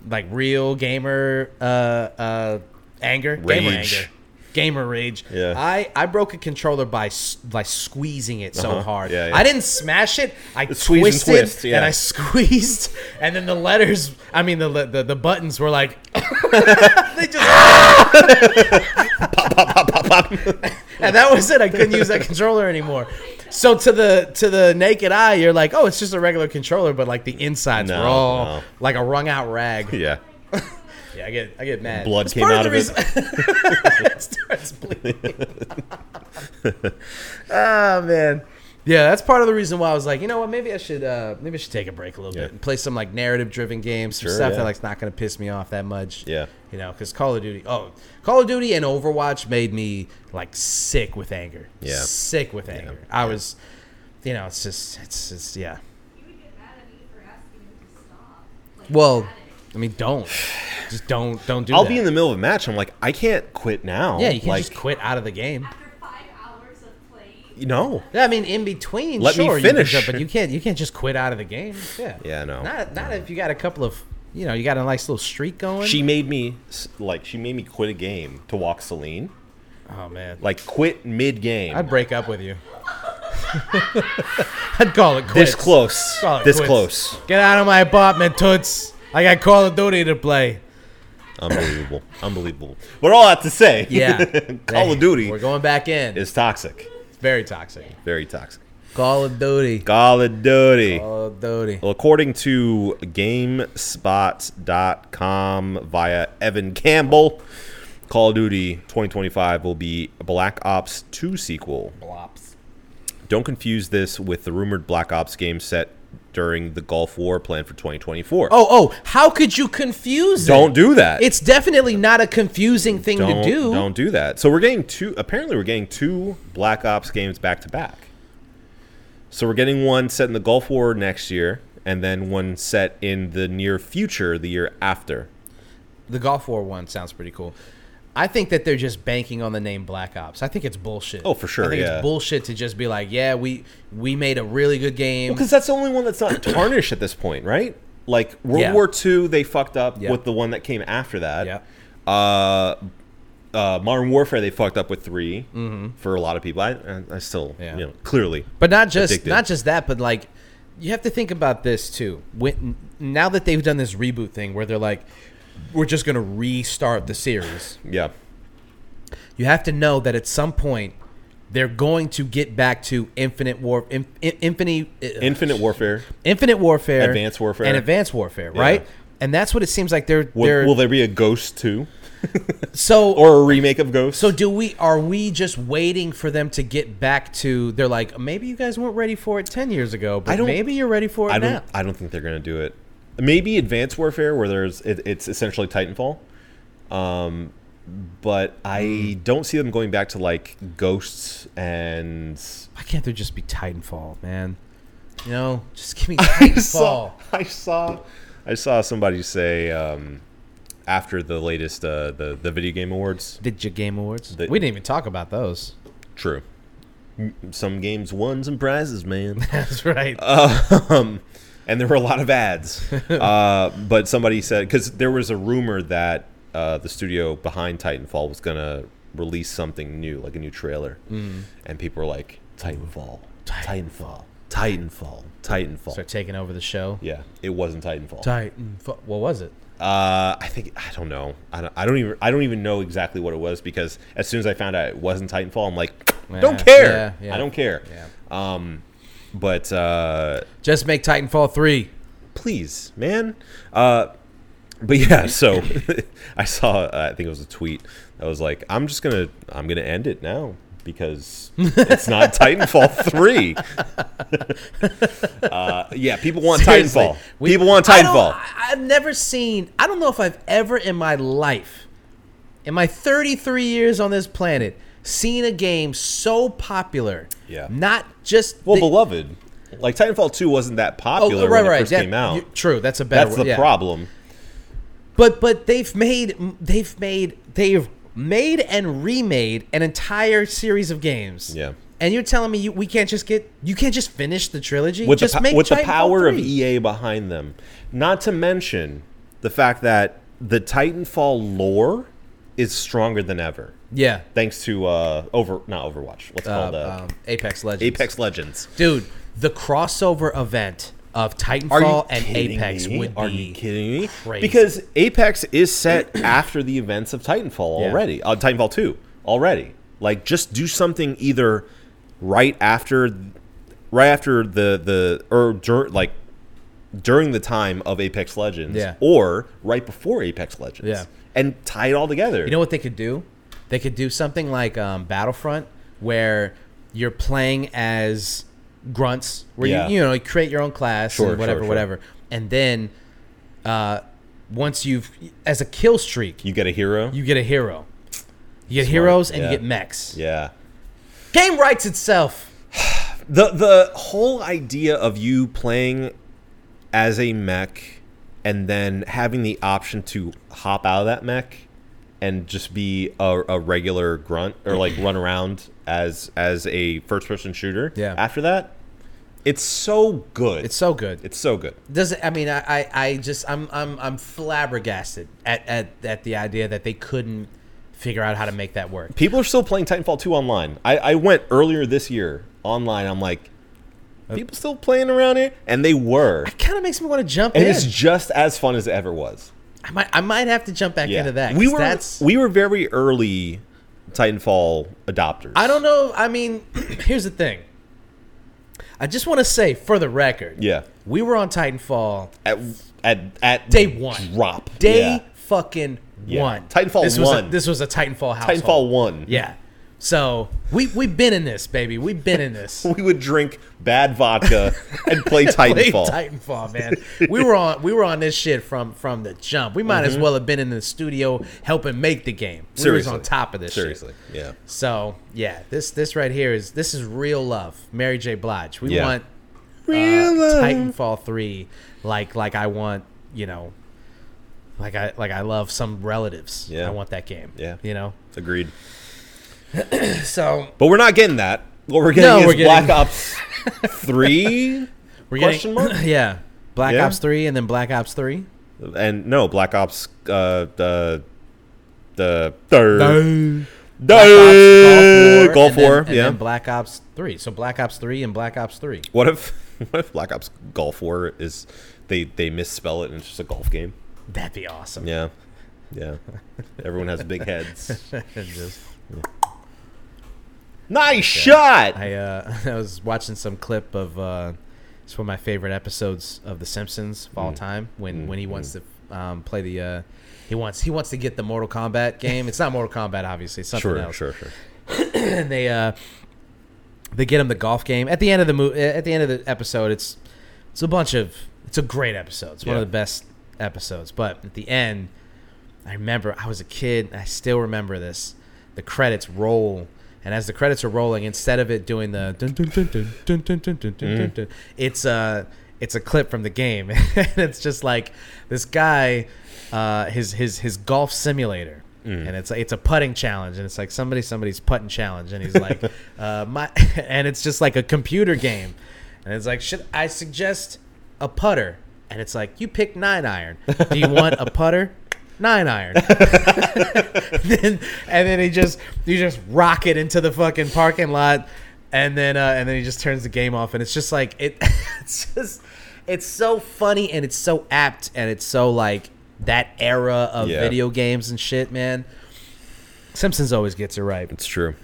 [SPEAKER 1] like real gamer uh uh anger, gamer
[SPEAKER 2] Rage.
[SPEAKER 1] anger, gamer rage.
[SPEAKER 2] Yeah.
[SPEAKER 1] I I broke a controller by s- by squeezing it so
[SPEAKER 2] Uh-huh.
[SPEAKER 1] hard.
[SPEAKER 2] Yeah, yeah.
[SPEAKER 1] I didn't smash it. [laughs] I
[SPEAKER 2] squeeze and
[SPEAKER 1] twisted and,
[SPEAKER 2] twist, yeah.
[SPEAKER 1] I squeezed, and then the letters. I mean the le- the, the buttons were like [laughs] they just and that was it. I couldn't use that controller anymore. So to the to the naked eye, you're like, oh, it's just a regular controller, but like the insides
[SPEAKER 2] No,
[SPEAKER 1] were all
[SPEAKER 2] no.
[SPEAKER 1] like a wrung out rag. Yeah,
[SPEAKER 2] Yeah,
[SPEAKER 1] I get I get mad.
[SPEAKER 2] blood
[SPEAKER 1] It's
[SPEAKER 2] came
[SPEAKER 1] part
[SPEAKER 2] out
[SPEAKER 1] the
[SPEAKER 2] of it.
[SPEAKER 1] reason- it starts [laughs] bleeding. [laughs] Ah man. Yeah, that's part of the reason why I was like, you know what, maybe I should uh maybe I should take a break a little
[SPEAKER 2] Yeah.
[SPEAKER 1] bit and play some like narrative driven games, some
[SPEAKER 2] Sure,
[SPEAKER 1] stuff
[SPEAKER 2] yeah.
[SPEAKER 1] that like's not gonna piss me off that much.
[SPEAKER 2] Yeah.
[SPEAKER 1] You know, because Call of Duty, oh, Call of Duty and Overwatch made me like sick with anger.
[SPEAKER 2] Yeah.
[SPEAKER 1] Sick with anger. I was, you know, it's just, it's, it's, yeah.
[SPEAKER 4] he would get mad at me for asking him to stop. Like,
[SPEAKER 1] Well,
[SPEAKER 4] mad at
[SPEAKER 1] I mean, don't, just don't, don't do.
[SPEAKER 2] I'll
[SPEAKER 1] that.
[SPEAKER 2] be in the middle of a match. I'm like, I can't quit now.
[SPEAKER 1] Yeah, you can
[SPEAKER 2] like,
[SPEAKER 1] just quit out of the game.
[SPEAKER 4] After five hours of playing,
[SPEAKER 2] No.
[SPEAKER 1] Yeah, I mean, in between,
[SPEAKER 2] Let me
[SPEAKER 1] sure, you can
[SPEAKER 2] finish.
[SPEAKER 1] jump, but you can't, you can't just quit out of the game. Yeah.
[SPEAKER 2] Yeah, no.
[SPEAKER 1] Not, not if you got a couple of, you know, you got a nice little streak going.
[SPEAKER 2] She made me s- like she made me quit a game to walk Celine.
[SPEAKER 1] oh man.
[SPEAKER 2] Like quit mid game.
[SPEAKER 1] I'd break up with you. [laughs] I'd call it quits.
[SPEAKER 2] this close.
[SPEAKER 1] Call it
[SPEAKER 2] This
[SPEAKER 1] quits.
[SPEAKER 2] close.
[SPEAKER 1] Get out of my apartment, Toots. I got Call of Duty to play.
[SPEAKER 2] Unbelievable. Unbelievable. But all I have to say,
[SPEAKER 1] Yeah.
[SPEAKER 2] [laughs] Call of Duty
[SPEAKER 1] We're going back in. It's
[SPEAKER 2] is toxic.
[SPEAKER 1] very toxic.
[SPEAKER 2] Very toxic.
[SPEAKER 1] Call of Duty.
[SPEAKER 2] Call of Duty.
[SPEAKER 1] Call of Duty.
[SPEAKER 2] Well, according to GameSpot.com via Evan Campbell, Call of Duty 2025 will be a Black Ops 2 sequel.
[SPEAKER 1] Blops.
[SPEAKER 2] Don't confuse this with the rumored Black Ops game set during the Gulf War planned for 2024.
[SPEAKER 1] Oh, oh, how could you confuse it?
[SPEAKER 2] don't do that.
[SPEAKER 1] It's definitely not a confusing thing to
[SPEAKER 2] don't,
[SPEAKER 1] do.
[SPEAKER 2] Don't do that. So we're getting two. Apparently, we're getting two Black Ops games back to back. So we're getting one set in the Gulf War next year, and then one set in the near future, the year
[SPEAKER 1] Mm.
[SPEAKER 2] after.
[SPEAKER 1] The Gulf War one sounds pretty cool. I think that they're just banking on the name Black Ops. I think it's bullshit.
[SPEAKER 2] Oh, for sure,
[SPEAKER 1] I think
[SPEAKER 2] yeah.
[SPEAKER 1] it's bullshit to just be like, yeah, we we made a really good game.
[SPEAKER 2] Because that's the only one that's
[SPEAKER 1] [coughs]
[SPEAKER 2] not tarnished at this point, right? Like World
[SPEAKER 1] Yeah.
[SPEAKER 2] War II, they fucked up
[SPEAKER 1] Yeah.
[SPEAKER 2] with the one that came after that.
[SPEAKER 1] Yeah.
[SPEAKER 2] Uh, uh, Modern Warfare, they fucked up with 3 for a lot of people. I, I, I still,
[SPEAKER 1] Mm-hmm. Yeah.
[SPEAKER 2] you know, clearly.
[SPEAKER 1] But not just
[SPEAKER 2] addicted.
[SPEAKER 1] not just that, but like you have to think about this too. When now that they've done this reboot thing where they're like we're just going to restart the series.
[SPEAKER 2] yeah,
[SPEAKER 1] You have to know that at some point They're going to get back to infinite war, in, in- infinite,
[SPEAKER 2] Infinite Warfare.
[SPEAKER 1] infinite warfare,
[SPEAKER 2] Advanced warfare.
[SPEAKER 1] and advanced warfare, right? And that's what it seems like they're
[SPEAKER 2] Will,
[SPEAKER 1] they're
[SPEAKER 2] will there be a Ghost too,
[SPEAKER 1] so
[SPEAKER 2] or a remake of Ghost?
[SPEAKER 1] So do we? Are we just waiting for them to get back to? They're like, maybe you guys weren't ready for it ten years ago, but
[SPEAKER 2] I don't-
[SPEAKER 1] maybe you're ready for it
[SPEAKER 2] I don't.
[SPEAKER 1] now.
[SPEAKER 2] I don't think they're gonna do it. Maybe Advanced Warfare, where there's it, it's essentially Titanfall. Um, but I don't see them going back to like ghosts and.
[SPEAKER 1] Why can't there just be Titanfall, man? You know, just give me
[SPEAKER 2] [laughs] I
[SPEAKER 1] Titanfall.
[SPEAKER 2] saw. I saw. I saw somebody say um, after the latest uh, the the video game awards.
[SPEAKER 1] Did you Game Awards?
[SPEAKER 2] The-
[SPEAKER 1] we didn't even talk about
[SPEAKER 2] [laughs]
[SPEAKER 1] those.
[SPEAKER 2] True. M- Some games won some prizes, man.
[SPEAKER 1] That's right.
[SPEAKER 2] um, and there were a lot
[SPEAKER 1] [laughs]
[SPEAKER 2] of ads. Uh, but somebody said because there was a rumor that uh, the studio behind Titanfall was gonna release something new, like a new trailer,
[SPEAKER 1] Mm.
[SPEAKER 2] and people were like, "Titanfall, Titanfall, Titanfall, Titanfall."
[SPEAKER 1] Start taking over the show.
[SPEAKER 2] yeah, it wasn't Titanfall.
[SPEAKER 1] Titanfall. What was it?
[SPEAKER 2] Uh, I think I don't know. I don't, I don't even I don't even know exactly what it was because as soon as I found out it wasn't Titanfall, I'm like, don't
[SPEAKER 1] Yeah,
[SPEAKER 2] care.
[SPEAKER 1] yeah, yeah.
[SPEAKER 2] I don't care.
[SPEAKER 1] Yeah.
[SPEAKER 2] Um, but uh,
[SPEAKER 1] Just make Titanfall three.
[SPEAKER 2] please, man. Uh, but yeah, [laughs] so I saw. Uh, I think it was a tweet that was like, "I'm just gonna, I'm gonna end it now because
[SPEAKER 1] [laughs]
[SPEAKER 2] it's not Titanfall three. uh, yeah, people want
[SPEAKER 1] Seriously,
[SPEAKER 2] Titanfall.
[SPEAKER 1] we-
[SPEAKER 2] people want
[SPEAKER 1] I don't-
[SPEAKER 2] Titanfall.
[SPEAKER 1] I- I've never seen. I don't know if I've ever in my life, in my 33 years on this planet, seen a game so popular.
[SPEAKER 2] Yeah.
[SPEAKER 1] Not just.
[SPEAKER 2] Well,
[SPEAKER 1] the- Oh,
[SPEAKER 2] beloved, like Titanfall two wasn't that popular when it first
[SPEAKER 1] that-
[SPEAKER 2] came out.
[SPEAKER 1] you- true. That's a better.
[SPEAKER 2] That's
[SPEAKER 1] word,
[SPEAKER 2] the
[SPEAKER 1] yeah.
[SPEAKER 2] problem.
[SPEAKER 1] But but they've made they've made they've made and remade an entire series of games.
[SPEAKER 2] Yeah.
[SPEAKER 1] And you're telling me you, we can't just get you can't just finish the trilogy
[SPEAKER 2] with
[SPEAKER 1] just
[SPEAKER 2] the, po-
[SPEAKER 1] make
[SPEAKER 2] with the
[SPEAKER 1] Titanfall
[SPEAKER 2] power of E
[SPEAKER 1] 3.
[SPEAKER 2] EA behind them. Not to mention the fact that the Titanfall lore is stronger than ever,
[SPEAKER 1] Yeah.
[SPEAKER 2] thanks to uh, over not Overwatch. Let's call it
[SPEAKER 1] Uh,
[SPEAKER 2] uh,
[SPEAKER 1] um, Apex Legends.
[SPEAKER 2] Apex Legends.
[SPEAKER 1] dude the crossover event of
[SPEAKER 2] Are you
[SPEAKER 1] titanfall and
[SPEAKER 2] kidding
[SPEAKER 1] apex
[SPEAKER 2] me?
[SPEAKER 1] would
[SPEAKER 2] Are
[SPEAKER 1] be
[SPEAKER 2] you kidding me?
[SPEAKER 1] crazy.
[SPEAKER 2] Because Apex is set [coughs] after the events of Titanfall
[SPEAKER 1] Yeah.
[SPEAKER 2] already. Uh, Titanfall two already. Like just do something either right after, right after the the or dur- like during the time of Apex Legends,
[SPEAKER 1] Yeah.
[SPEAKER 2] or right before Apex Legends,
[SPEAKER 1] Yeah.
[SPEAKER 2] and tie it all together.
[SPEAKER 1] you know what they could do they could do something like um, battlefront where you're playing as grunts where
[SPEAKER 2] Yeah.
[SPEAKER 1] you you know you create your own class
[SPEAKER 2] Sure,
[SPEAKER 1] and whatever
[SPEAKER 2] sure, sure.
[SPEAKER 1] whatever and then uh, once you've as a kill streak you,
[SPEAKER 2] you get a hero.
[SPEAKER 1] get a hero you get
[SPEAKER 2] Smart,
[SPEAKER 1] heroes and
[SPEAKER 2] yeah.
[SPEAKER 1] you get mechs
[SPEAKER 2] yeah.
[SPEAKER 1] game writes itself
[SPEAKER 2] the the whole idea of you playing as a mech and then having the option to hop out of that mech and just be a, a regular grunt or like run around as as a first person shooter
[SPEAKER 1] Yeah.
[SPEAKER 2] after that it's so good
[SPEAKER 1] it's so good
[SPEAKER 2] it's so good
[SPEAKER 1] does it, I mean I, I, I just I'm I'm I'm flabbergasted at, at at the idea that they couldn't figure out how to make that work.
[SPEAKER 2] people are still playing titanfall 2 online i i went earlier this year online i'm like
[SPEAKER 1] Uh,
[SPEAKER 2] people still playing around here and they were
[SPEAKER 1] It kind of makes me want to jump
[SPEAKER 2] and
[SPEAKER 1] in.
[SPEAKER 2] it's just as fun as it ever was
[SPEAKER 1] I might I might have to jump back into that.
[SPEAKER 2] We
[SPEAKER 1] 'cause
[SPEAKER 2] were
[SPEAKER 1] that's
[SPEAKER 2] we were very early Titanfall adopters.
[SPEAKER 1] I don't know. I mean, [clears throat] here's the thing. I just want to say for the record,
[SPEAKER 2] Yeah.
[SPEAKER 1] we were on Titanfall
[SPEAKER 2] At at at
[SPEAKER 1] day one,
[SPEAKER 2] drop
[SPEAKER 1] day
[SPEAKER 2] Yeah.
[SPEAKER 1] fucking
[SPEAKER 2] Yeah.
[SPEAKER 1] one.
[SPEAKER 2] Titanfall
[SPEAKER 1] this was a-
[SPEAKER 2] one.
[SPEAKER 1] this was a Titanfall household.
[SPEAKER 2] Titanfall one.
[SPEAKER 1] Yeah. So we we've been in this, baby. We've been in this.
[SPEAKER 2] [laughs] We would drink bad vodka and
[SPEAKER 1] [laughs]
[SPEAKER 2] play
[SPEAKER 1] Play
[SPEAKER 2] Titanfall.
[SPEAKER 1] Titanfall, man. We were on we were on this shit from from the jump. We might as well have been in the studio helping make the game. We
[SPEAKER 2] Mm-hmm. Seriously.
[SPEAKER 1] was on top of this shit.
[SPEAKER 2] Seriously. Yeah.
[SPEAKER 1] So yeah, this this right here is this is real love. Mary J. Blige. We
[SPEAKER 2] Yeah.
[SPEAKER 1] want uh,
[SPEAKER 2] Real love.
[SPEAKER 1] Titanfall three like like I want, you know like I like I love some relatives.
[SPEAKER 2] Yeah.
[SPEAKER 1] I want that game.
[SPEAKER 2] Yeah.
[SPEAKER 1] You know?
[SPEAKER 2] Agreed.
[SPEAKER 1] So
[SPEAKER 2] But we're not getting that. What we're getting
[SPEAKER 1] No,
[SPEAKER 2] is
[SPEAKER 1] we're getting- [laughs]
[SPEAKER 2] Black Ops three
[SPEAKER 1] we're
[SPEAKER 2] question
[SPEAKER 1] getting
[SPEAKER 2] mark?
[SPEAKER 1] [laughs] Yeah. Black
[SPEAKER 2] Yeah.
[SPEAKER 1] Ops three and then Black Ops three.
[SPEAKER 2] and no Black Ops uh the the third
[SPEAKER 1] Black
[SPEAKER 2] Third.
[SPEAKER 1] Ops,
[SPEAKER 2] Gulf
[SPEAKER 1] Gulf War,
[SPEAKER 2] War,
[SPEAKER 1] and then, and
[SPEAKER 2] yeah.
[SPEAKER 1] then Black Ops Three. So Black Ops Three and Black Ops Three.
[SPEAKER 2] What if [laughs] what if Black Ops Golf War is they they misspell it and it's just a golf game?
[SPEAKER 1] That'd be [laughs] awesome.
[SPEAKER 2] Yeah,
[SPEAKER 1] [laughs]
[SPEAKER 2] yeah. Everyone has big heads.
[SPEAKER 1] And just-
[SPEAKER 2] Nice shot.
[SPEAKER 1] I uh, [laughs] I was watching some clip of uh, it's one of my favorite episodes of The Simpsons of
[SPEAKER 2] Mm.
[SPEAKER 1] all time when when he wants to um, play the uh, he wants he wants to get the Mortal Kombat game. It's not Mortal Kombat, obviously. It's something
[SPEAKER 2] sure,
[SPEAKER 1] else.
[SPEAKER 2] sure, sure.
[SPEAKER 1] And they uh, they get him the golf game at the end of the mo- at the end of the episode. It's it's a bunch of it's a great episode. It's one
[SPEAKER 2] Yeah.
[SPEAKER 1] of the best episodes. But at the end, I remember I was a kid. and I still remember this. The credits roll, and as the credits are rolling, instead of it doing the dun dun dun dun dun dun dun dun dun, dun, dun, it's a it's a clip from the game, [laughs] and it's just like this guy, uh, his his his golf simulator. And it's it's a putting challenge, and it's like somebody somebody's putting challenge, and he's like, uh, my, [laughs] and it's just like a computer game, and it's like, should I suggest a putter? And it's like, you pick nine iron. Do you want
[SPEAKER 2] [laughs]
[SPEAKER 1] a putter? Nine iron. then, and then he just you just rock it into the fucking parking lot, and then uh, and then he just turns the game off, and it's just like it, [laughs] it's just it's so funny and it's so apt and it's so like that era of
[SPEAKER 2] Yeah.
[SPEAKER 1] video games and shit, man. Simpsons always gets it right.
[SPEAKER 2] It's true.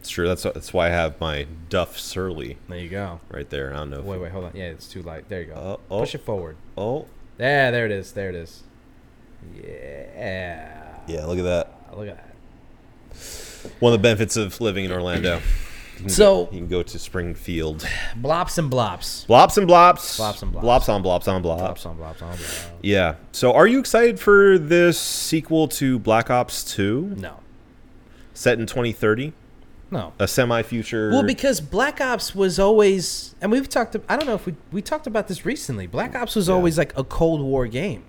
[SPEAKER 2] It's true. That's that's why I have my Duff Surly
[SPEAKER 1] There you go.
[SPEAKER 2] right there. I don't know. If
[SPEAKER 1] Wait, wait, hold on. Yeah, it's too light. There you go.
[SPEAKER 2] Uh, oh.
[SPEAKER 1] Push it forward.
[SPEAKER 2] Oh,
[SPEAKER 1] Yeah, there it is. There it is. Yeah.
[SPEAKER 2] yeah. Look at that.
[SPEAKER 1] Look at that.
[SPEAKER 2] One of the benefits of living in Orlando. You can
[SPEAKER 1] So-
[SPEAKER 2] go, you can go to Springfield.
[SPEAKER 1] Blops and blops.
[SPEAKER 2] Blops and blops.
[SPEAKER 1] Blops and blops.
[SPEAKER 2] Blops on blops on blops.
[SPEAKER 1] Blops on blops on blops.
[SPEAKER 2] Yeah. So, are you excited for this sequel to Black Ops Two,
[SPEAKER 1] No.
[SPEAKER 2] set in 2030,
[SPEAKER 1] No.
[SPEAKER 2] a semi-future?
[SPEAKER 1] Well, because Black Ops was always, and we've talked. I don't know if we we talked about this recently. Black Ops was always like a Cold War game.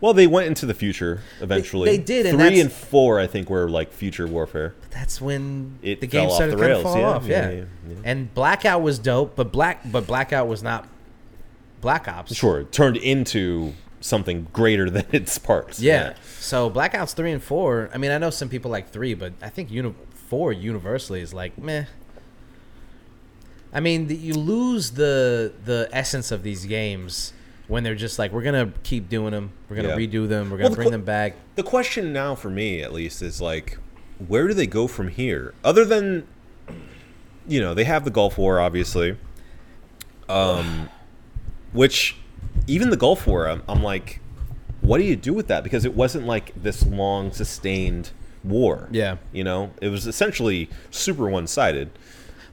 [SPEAKER 2] Well, they went into the future eventually.
[SPEAKER 1] they did, and
[SPEAKER 2] Three
[SPEAKER 1] that's-
[SPEAKER 2] and four, I think, were like future warfare.
[SPEAKER 1] But that's when
[SPEAKER 2] It
[SPEAKER 1] the
[SPEAKER 2] fell
[SPEAKER 1] game
[SPEAKER 2] off
[SPEAKER 1] started
[SPEAKER 2] the
[SPEAKER 1] kind of
[SPEAKER 2] rails,
[SPEAKER 1] fall
[SPEAKER 2] yeah,
[SPEAKER 1] off. Yeah.
[SPEAKER 2] yeah, yeah, yeah.
[SPEAKER 1] And Blackout was dope, but black but Blackout was not Black Ops.
[SPEAKER 2] Sure, it turned into something greater [laughs] than its parts.
[SPEAKER 1] Yeah. So Black Ops three and four. I mean, I know some people like three, but I think uni- four universally is like meh. I mean, the, you lose the the essence of these games when they're just like we're gonna keep doing them, we're gonna
[SPEAKER 2] Yeah.
[SPEAKER 1] redo them, we're gonna
[SPEAKER 2] Well, the
[SPEAKER 1] bring
[SPEAKER 2] qu-
[SPEAKER 1] them back.
[SPEAKER 2] The question now for me, at least, is like, where do they go from here? Other than, you know, they have the Gulf War, obviously, um, which even the Gulf War, I'm, I'm like, what do you do with that? Because it wasn't like this long sustained war.
[SPEAKER 1] Yeah.
[SPEAKER 2] you know, it was essentially super one sided.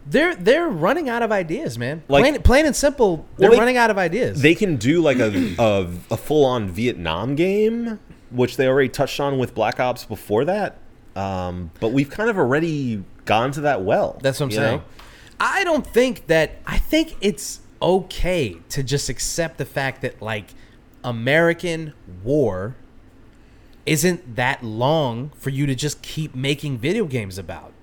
[SPEAKER 1] They're they're running out of ideas, man.
[SPEAKER 2] Like-
[SPEAKER 1] plain, plain and simple, they're
[SPEAKER 2] they-
[SPEAKER 1] running out of ideas.
[SPEAKER 2] They can do
[SPEAKER 1] [clears throat]
[SPEAKER 2] like a a, a full on Vietnam game, which they already touched on with Black Ops before that. Um, but we've kind of already gone to that well.
[SPEAKER 1] That's what I'm
[SPEAKER 2] you
[SPEAKER 1] saying.
[SPEAKER 2] know?
[SPEAKER 1] I don't think that. I think it's okay to just accept the fact that like American war isn't that long for you to just keep making video games about.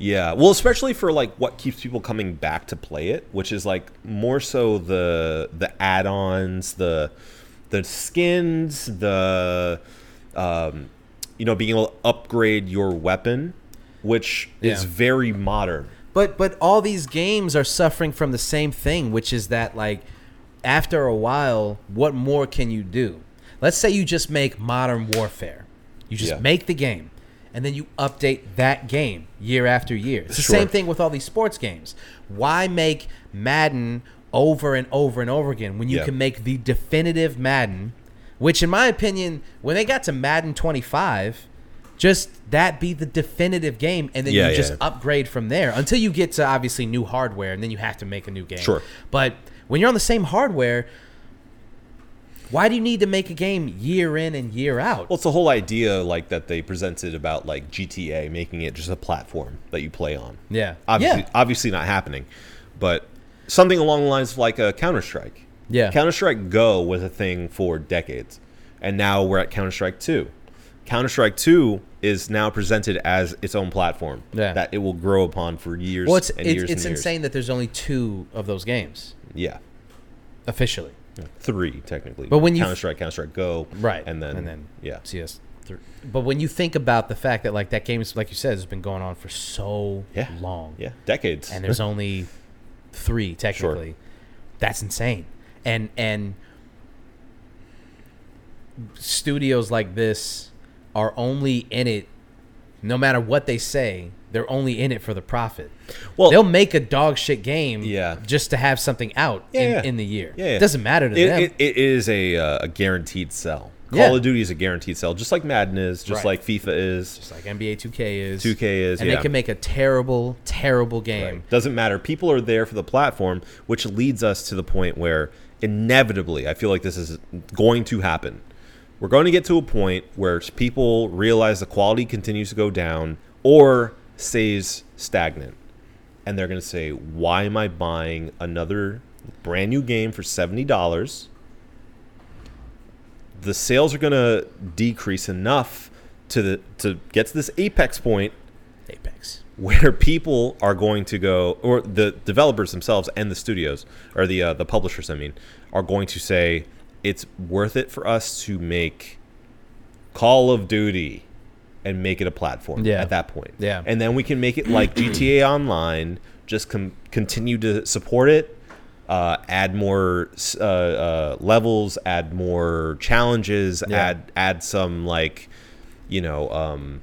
[SPEAKER 2] Yeah. Well, especially for like what keeps people coming back to play it, which is like more so the the add-ons, the the skins, the um, you know being able to upgrade your weapon, which is
[SPEAKER 1] Yeah.
[SPEAKER 2] very modern.
[SPEAKER 1] But but all these games are suffering from the same thing, which is that like after a while, what more can you do? Let's say you just make Modern Warfare. You just
[SPEAKER 2] Yeah.
[SPEAKER 1] make the game and then you update that game year after year. It's the
[SPEAKER 2] Sure.
[SPEAKER 1] same thing with all these sports games. Why make Madden over and over and over again when you
[SPEAKER 2] Yeah.
[SPEAKER 1] can make the definitive Madden, which in my opinion, when they got to Madden 25, just that be the definitive game and then
[SPEAKER 2] Yeah,
[SPEAKER 1] you just
[SPEAKER 2] yeah.
[SPEAKER 1] upgrade from there until you get to obviously new hardware and then you have to make a new game.
[SPEAKER 2] Sure.
[SPEAKER 1] But when you're on the same hardware, why do you need to make a game year in and year out?
[SPEAKER 2] Well, it's the whole idea like that they presented about like GTA making it just a platform that you play on.
[SPEAKER 1] yeah.
[SPEAKER 2] Obviously,
[SPEAKER 1] yeah.
[SPEAKER 2] obviously not happening, but something along the lines of like a Counter Strike.
[SPEAKER 1] Yeah.
[SPEAKER 2] Counter Strike Go was a thing for decades, and now we're at Counter Strike Two. Counter Strike Two is now presented as its own platform
[SPEAKER 1] Yeah.
[SPEAKER 2] that it will grow upon for years
[SPEAKER 1] Well, it's
[SPEAKER 2] and
[SPEAKER 1] it's,
[SPEAKER 2] years
[SPEAKER 1] it's
[SPEAKER 2] and years.
[SPEAKER 1] insane that there's only two of those games
[SPEAKER 2] Yeah,
[SPEAKER 1] officially.
[SPEAKER 2] three technically.
[SPEAKER 1] But when you-
[SPEAKER 2] Counter Strike, Counter Strike Go,
[SPEAKER 1] Right.
[SPEAKER 2] and then
[SPEAKER 1] and then
[SPEAKER 2] yeah,
[SPEAKER 1] CS. three. But when you think about the fact that like that game is like you said has been going on for so
[SPEAKER 2] yeah,
[SPEAKER 1] long.
[SPEAKER 2] yeah, decades.
[SPEAKER 1] and
[SPEAKER 2] [laughs]
[SPEAKER 1] there's only three technically. That's insane. And and studios like this are only in it no matter what they say, they're only in it for the profit.
[SPEAKER 2] Well-
[SPEAKER 1] Well, they'll make a dog shit game,
[SPEAKER 2] Yeah.
[SPEAKER 1] just to have something out in,
[SPEAKER 2] Yeah.
[SPEAKER 1] in the year.
[SPEAKER 2] Yeah, yeah.
[SPEAKER 1] It doesn't matter to
[SPEAKER 2] It,
[SPEAKER 1] them.
[SPEAKER 2] it, it is a, uh, a guaranteed sell. Call
[SPEAKER 1] Yeah.
[SPEAKER 2] of Duty is a guaranteed sell, just like Madden is, just
[SPEAKER 1] Right.
[SPEAKER 2] like FIFA is.
[SPEAKER 1] It's like NBA 2K is.
[SPEAKER 2] 2K is,
[SPEAKER 1] And
[SPEAKER 2] yeah.
[SPEAKER 1] they can make a terrible, terrible game.
[SPEAKER 2] Doesn't matter. People are there for the platform, which leads us to the point where inevitably, I feel like this is going to happen. We're going to get to a point where people realize the quality continues to go down or stays stagnant. And they're going to say, why am I buying another brand new game for $70? the sales are going to decrease enough to the to get to this apex point
[SPEAKER 1] Apex.
[SPEAKER 2] where people are going to go or the developers themselves and the studios or the uh, the publishers I mean are going to say it's worth it for us to make Call of Duty and make it a platform
[SPEAKER 1] Yeah.
[SPEAKER 2] at that point.
[SPEAKER 1] Yeah.
[SPEAKER 2] And then we can make it like GTA Online just com- continue to support it uh, add more s- uh, uh, levels, add more challenges,
[SPEAKER 1] Yeah.
[SPEAKER 2] add add some like you know um,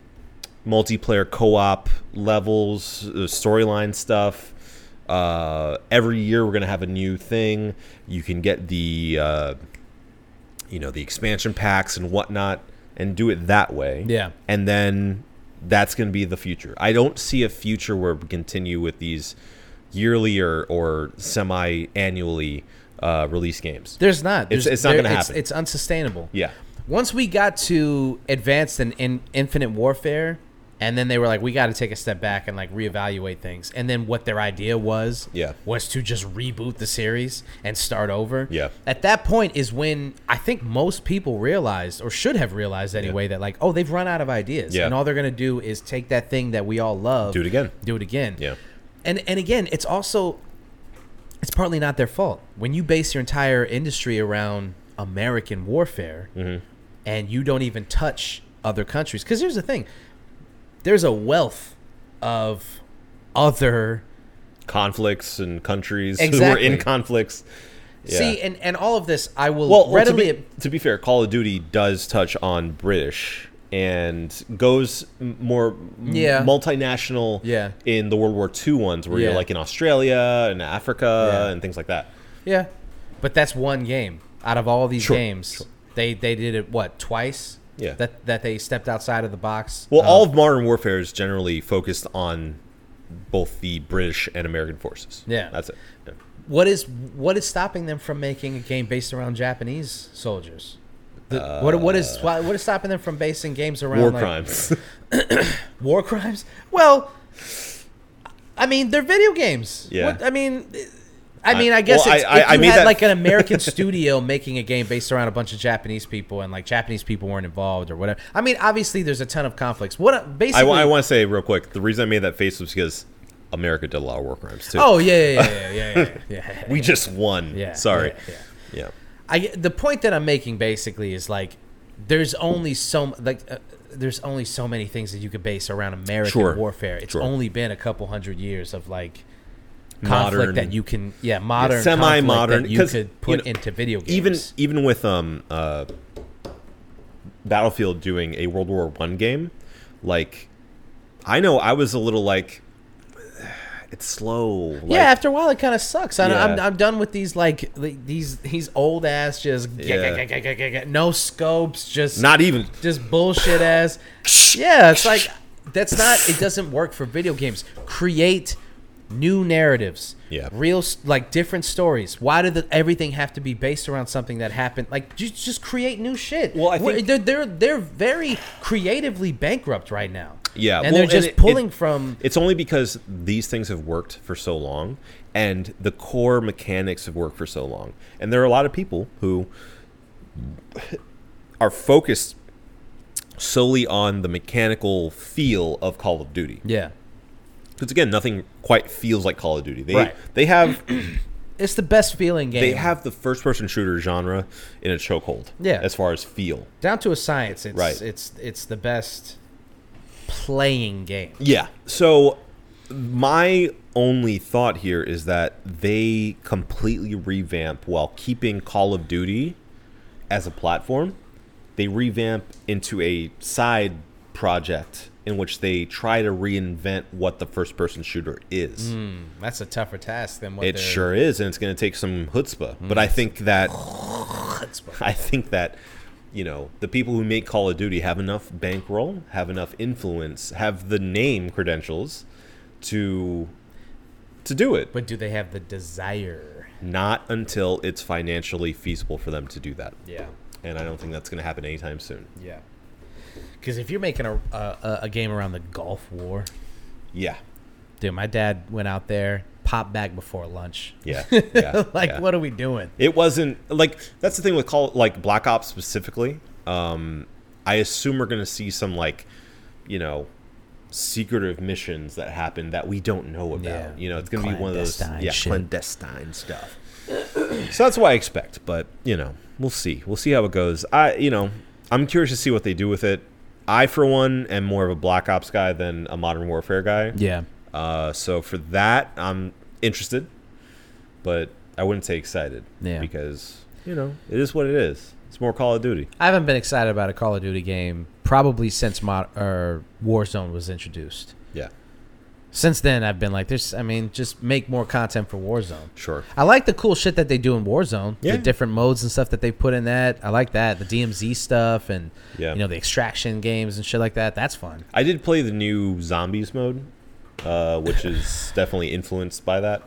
[SPEAKER 2] multiplayer co-op levels, uh, storyline stuff. Uh, every year we're gonna have a new thing. You can get the uh, you know the expansion packs and whatnot, and do it that way.
[SPEAKER 1] Yeah.
[SPEAKER 2] and then that's gonna be the future. I don't see a future where we continue with these yearly or, or semi-annually uh, release games.
[SPEAKER 1] There's not.
[SPEAKER 2] It's-
[SPEAKER 1] There's-
[SPEAKER 2] it's not
[SPEAKER 1] there-
[SPEAKER 2] gonna happen.
[SPEAKER 1] It's, unsustainable.
[SPEAKER 2] Yeah.
[SPEAKER 1] Once we got to advanced and in, infinite warfare, and then they were like, we got to take a step back and like reevaluate things. And then what their idea was,
[SPEAKER 2] Yeah.
[SPEAKER 1] was to just reboot the series and start over.
[SPEAKER 2] Yeah.
[SPEAKER 1] At that point is when I think most people realized, or should have realized anyway, that like, oh, they've run out of ideas,
[SPEAKER 2] Yeah.
[SPEAKER 1] and all they're gonna do is take that thing that we all love,
[SPEAKER 2] Do it again.
[SPEAKER 1] do it again.
[SPEAKER 2] Yeah.
[SPEAKER 1] And and again, it's also it's partly not their fault. When you base your entire industry around American warfare
[SPEAKER 2] Mm-hmm.
[SPEAKER 1] and you don't even touch other countries, because here's the thing there's a wealth of other.
[SPEAKER 2] Conflicts and countries [laughs] who were
[SPEAKER 1] Exactly.
[SPEAKER 2] in conflicts. Yeah.
[SPEAKER 1] See, and, and all of this, I will
[SPEAKER 2] well, well, to,
[SPEAKER 1] readily.
[SPEAKER 2] be, to be fair, Call of Duty does touch on British and goes m- more m-
[SPEAKER 1] Yeah.
[SPEAKER 2] multinational
[SPEAKER 1] Yeah.
[SPEAKER 2] in the World War II ones where you're
[SPEAKER 1] Yeah.
[SPEAKER 2] like in Australia and Africa
[SPEAKER 1] Yeah.
[SPEAKER 2] and things like that.
[SPEAKER 1] yeah. But that's one game out of all these
[SPEAKER 2] Sure,
[SPEAKER 1] games.
[SPEAKER 2] sure.
[SPEAKER 1] They, they did it, what, twice?
[SPEAKER 2] Yeah.
[SPEAKER 1] That, that they stepped outside of the box.
[SPEAKER 2] Well,
[SPEAKER 1] of-
[SPEAKER 2] all of modern warfare is generally focused on both the British and American forces.
[SPEAKER 1] Yeah.
[SPEAKER 2] That's it. Yeah.
[SPEAKER 1] What is what is stopping them from making a game based around Japanese soldiers? The, what what is why- what is stopping them from basing games around
[SPEAKER 2] Uh, War
[SPEAKER 1] like, [laughs]
[SPEAKER 2] crimes.
[SPEAKER 1] War crimes? Well, I mean they're video games.
[SPEAKER 2] Yeah.
[SPEAKER 1] What, I mean, I
[SPEAKER 2] I-
[SPEAKER 1] mean I guess
[SPEAKER 2] well,
[SPEAKER 1] it's,
[SPEAKER 2] I- I-
[SPEAKER 1] if you
[SPEAKER 2] I made
[SPEAKER 1] had
[SPEAKER 2] that- [laughs]
[SPEAKER 1] like an American studio making a game based around a bunch of Japanese people and like Japanese people weren't involved or whatever. I mean obviously there's a ton of conflicts. What
[SPEAKER 2] I,
[SPEAKER 1] basically?
[SPEAKER 2] wa- I want to say real quick the reason I made that face was because America did a lot of war crimes too.
[SPEAKER 1] Oh yeah yeah yeah yeah yeah. yeah, yeah.
[SPEAKER 2] we just won.
[SPEAKER 1] Yeah,
[SPEAKER 2] [laughs] Sorry.
[SPEAKER 1] yeah, yeah.
[SPEAKER 2] Yeah.
[SPEAKER 1] I get- the point that I'm making basically is like there's only so m- like uh, there's only so many things that you could base around American
[SPEAKER 2] Sure.
[SPEAKER 1] warfare. It's
[SPEAKER 2] Sure.
[SPEAKER 1] only been a couple hundred years of like conflict
[SPEAKER 2] Modern-
[SPEAKER 1] that you can yeah modern conflict that
[SPEAKER 2] semi-modern,
[SPEAKER 1] you
[SPEAKER 2] 'cause,
[SPEAKER 1] could
[SPEAKER 2] you
[SPEAKER 1] put
[SPEAKER 2] know,
[SPEAKER 1] into video games.
[SPEAKER 2] Even even with um uh Battlefield doing a World War One game, like I know I was a little like [sighs] it's slow. Like,
[SPEAKER 1] yeah, after a while it kind of sucks. I, I'm
[SPEAKER 2] Yeah.
[SPEAKER 1] I'm done with these like the- these these old ass just
[SPEAKER 2] Yeah.
[SPEAKER 1] [laughs] no scopes just
[SPEAKER 2] not even
[SPEAKER 1] just bullshit ass. Yeah, it's like that's not. It doesn't work for video games. Create new narratives.
[SPEAKER 2] Yeah.
[SPEAKER 1] real s- like different stories. Why did the, everything have to be based around something that happened? Like just just create new shit.
[SPEAKER 2] Well, I
[SPEAKER 1] We're-
[SPEAKER 2] think-
[SPEAKER 1] they're they're they're very creatively bankrupt right now.
[SPEAKER 2] Yeah,
[SPEAKER 1] and
[SPEAKER 2] well,
[SPEAKER 1] they're just
[SPEAKER 2] it- it-
[SPEAKER 1] pulling from.
[SPEAKER 2] It's only because these things have worked for so long, and the core mechanics have worked for so long, and there are a lot of people who are focused solely on the mechanical feel of Call of Duty.
[SPEAKER 1] Yeah,
[SPEAKER 2] Because again, nothing quite feels like Call of Duty. They
[SPEAKER 1] Right. [clears throat]
[SPEAKER 2] they have
[SPEAKER 1] it's the best feeling game.
[SPEAKER 2] they have the first person shooter genre in a chokehold.
[SPEAKER 1] Yeah.
[SPEAKER 2] as far as feel.
[SPEAKER 1] down to a science. It's
[SPEAKER 2] Right.
[SPEAKER 1] it's it's the best playing game.
[SPEAKER 2] Yeah. So my only thought here is that they completely revamp while keeping Call of Duty as a platform. They revamp into a side project in which they try to reinvent what the first person shooter is.
[SPEAKER 1] That's a tougher task than what
[SPEAKER 2] it
[SPEAKER 1] Mm. they're- Mm.
[SPEAKER 2] sure is, and it's going to take some chutzpah. But I think that [laughs] I think that you know the people who make Call of Duty have enough bankroll, have enough influence, have the name credentials to to do it.
[SPEAKER 1] But do they have the desire?
[SPEAKER 2] Not until it's financially feasible for them to do that.
[SPEAKER 1] Yeah.
[SPEAKER 2] And I don't think that's going to happen anytime soon.
[SPEAKER 1] Yeah. Because if you're making a, a a- a game around the Gulf War,
[SPEAKER 2] Yeah.
[SPEAKER 1] dude, my dad went out there, popped back before lunch.
[SPEAKER 2] Yeah. yeah
[SPEAKER 1] [laughs] like,
[SPEAKER 2] yeah.
[SPEAKER 1] what are we doing?
[SPEAKER 2] It wasn't like that's the thing with call like Black Ops specifically. Um, I assume we're gonna see some like, you know, secretive missions that happen that we don't know about.
[SPEAKER 1] Yeah.
[SPEAKER 2] You know, it's gonna be one of those
[SPEAKER 1] Clandestine
[SPEAKER 2] yeah
[SPEAKER 1] shit.
[SPEAKER 2] clandestine stuff. so that's what I expect, but you know, we'll see. We'll see how it goes. I you know, I'm curious to see what they do with it. I for one am more of a Black Ops guy than a Modern Warfare guy.
[SPEAKER 1] Yeah.
[SPEAKER 2] Uh, so for that, I'm interested, but I wouldn't say excited.
[SPEAKER 1] Yeah.
[SPEAKER 2] Because you know it is what it is. It's more Call of Duty.
[SPEAKER 1] I haven't been excited about a Call of Duty game probably since Mod- or Warzone was introduced.
[SPEAKER 2] Yeah.
[SPEAKER 1] Since then, I've been like, "There's, I mean, just make more content for Warzone."
[SPEAKER 2] Sure.
[SPEAKER 1] I like the cool shit that they do in Warzone,
[SPEAKER 2] Yeah.
[SPEAKER 1] the different modes and stuff that they put in that. I like that, the DMZ stuff and
[SPEAKER 2] Yeah.
[SPEAKER 1] you know the extraction games and shit like that. That's fun.
[SPEAKER 2] I did play the new Zombies mode, uh, which is [laughs] definitely influenced by that.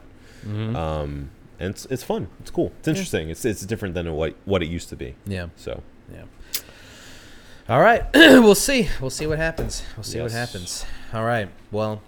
[SPEAKER 1] Mm-hmm.
[SPEAKER 2] Um, and it's it's fun. It's cool. It's interesting. It's it's different than what what it used to be.
[SPEAKER 1] Yeah,
[SPEAKER 2] So
[SPEAKER 1] yeah. All right, [clears throat] we'll see. We'll see what happens. We'll see what
[SPEAKER 2] Yes.
[SPEAKER 1] happens. All right. Well,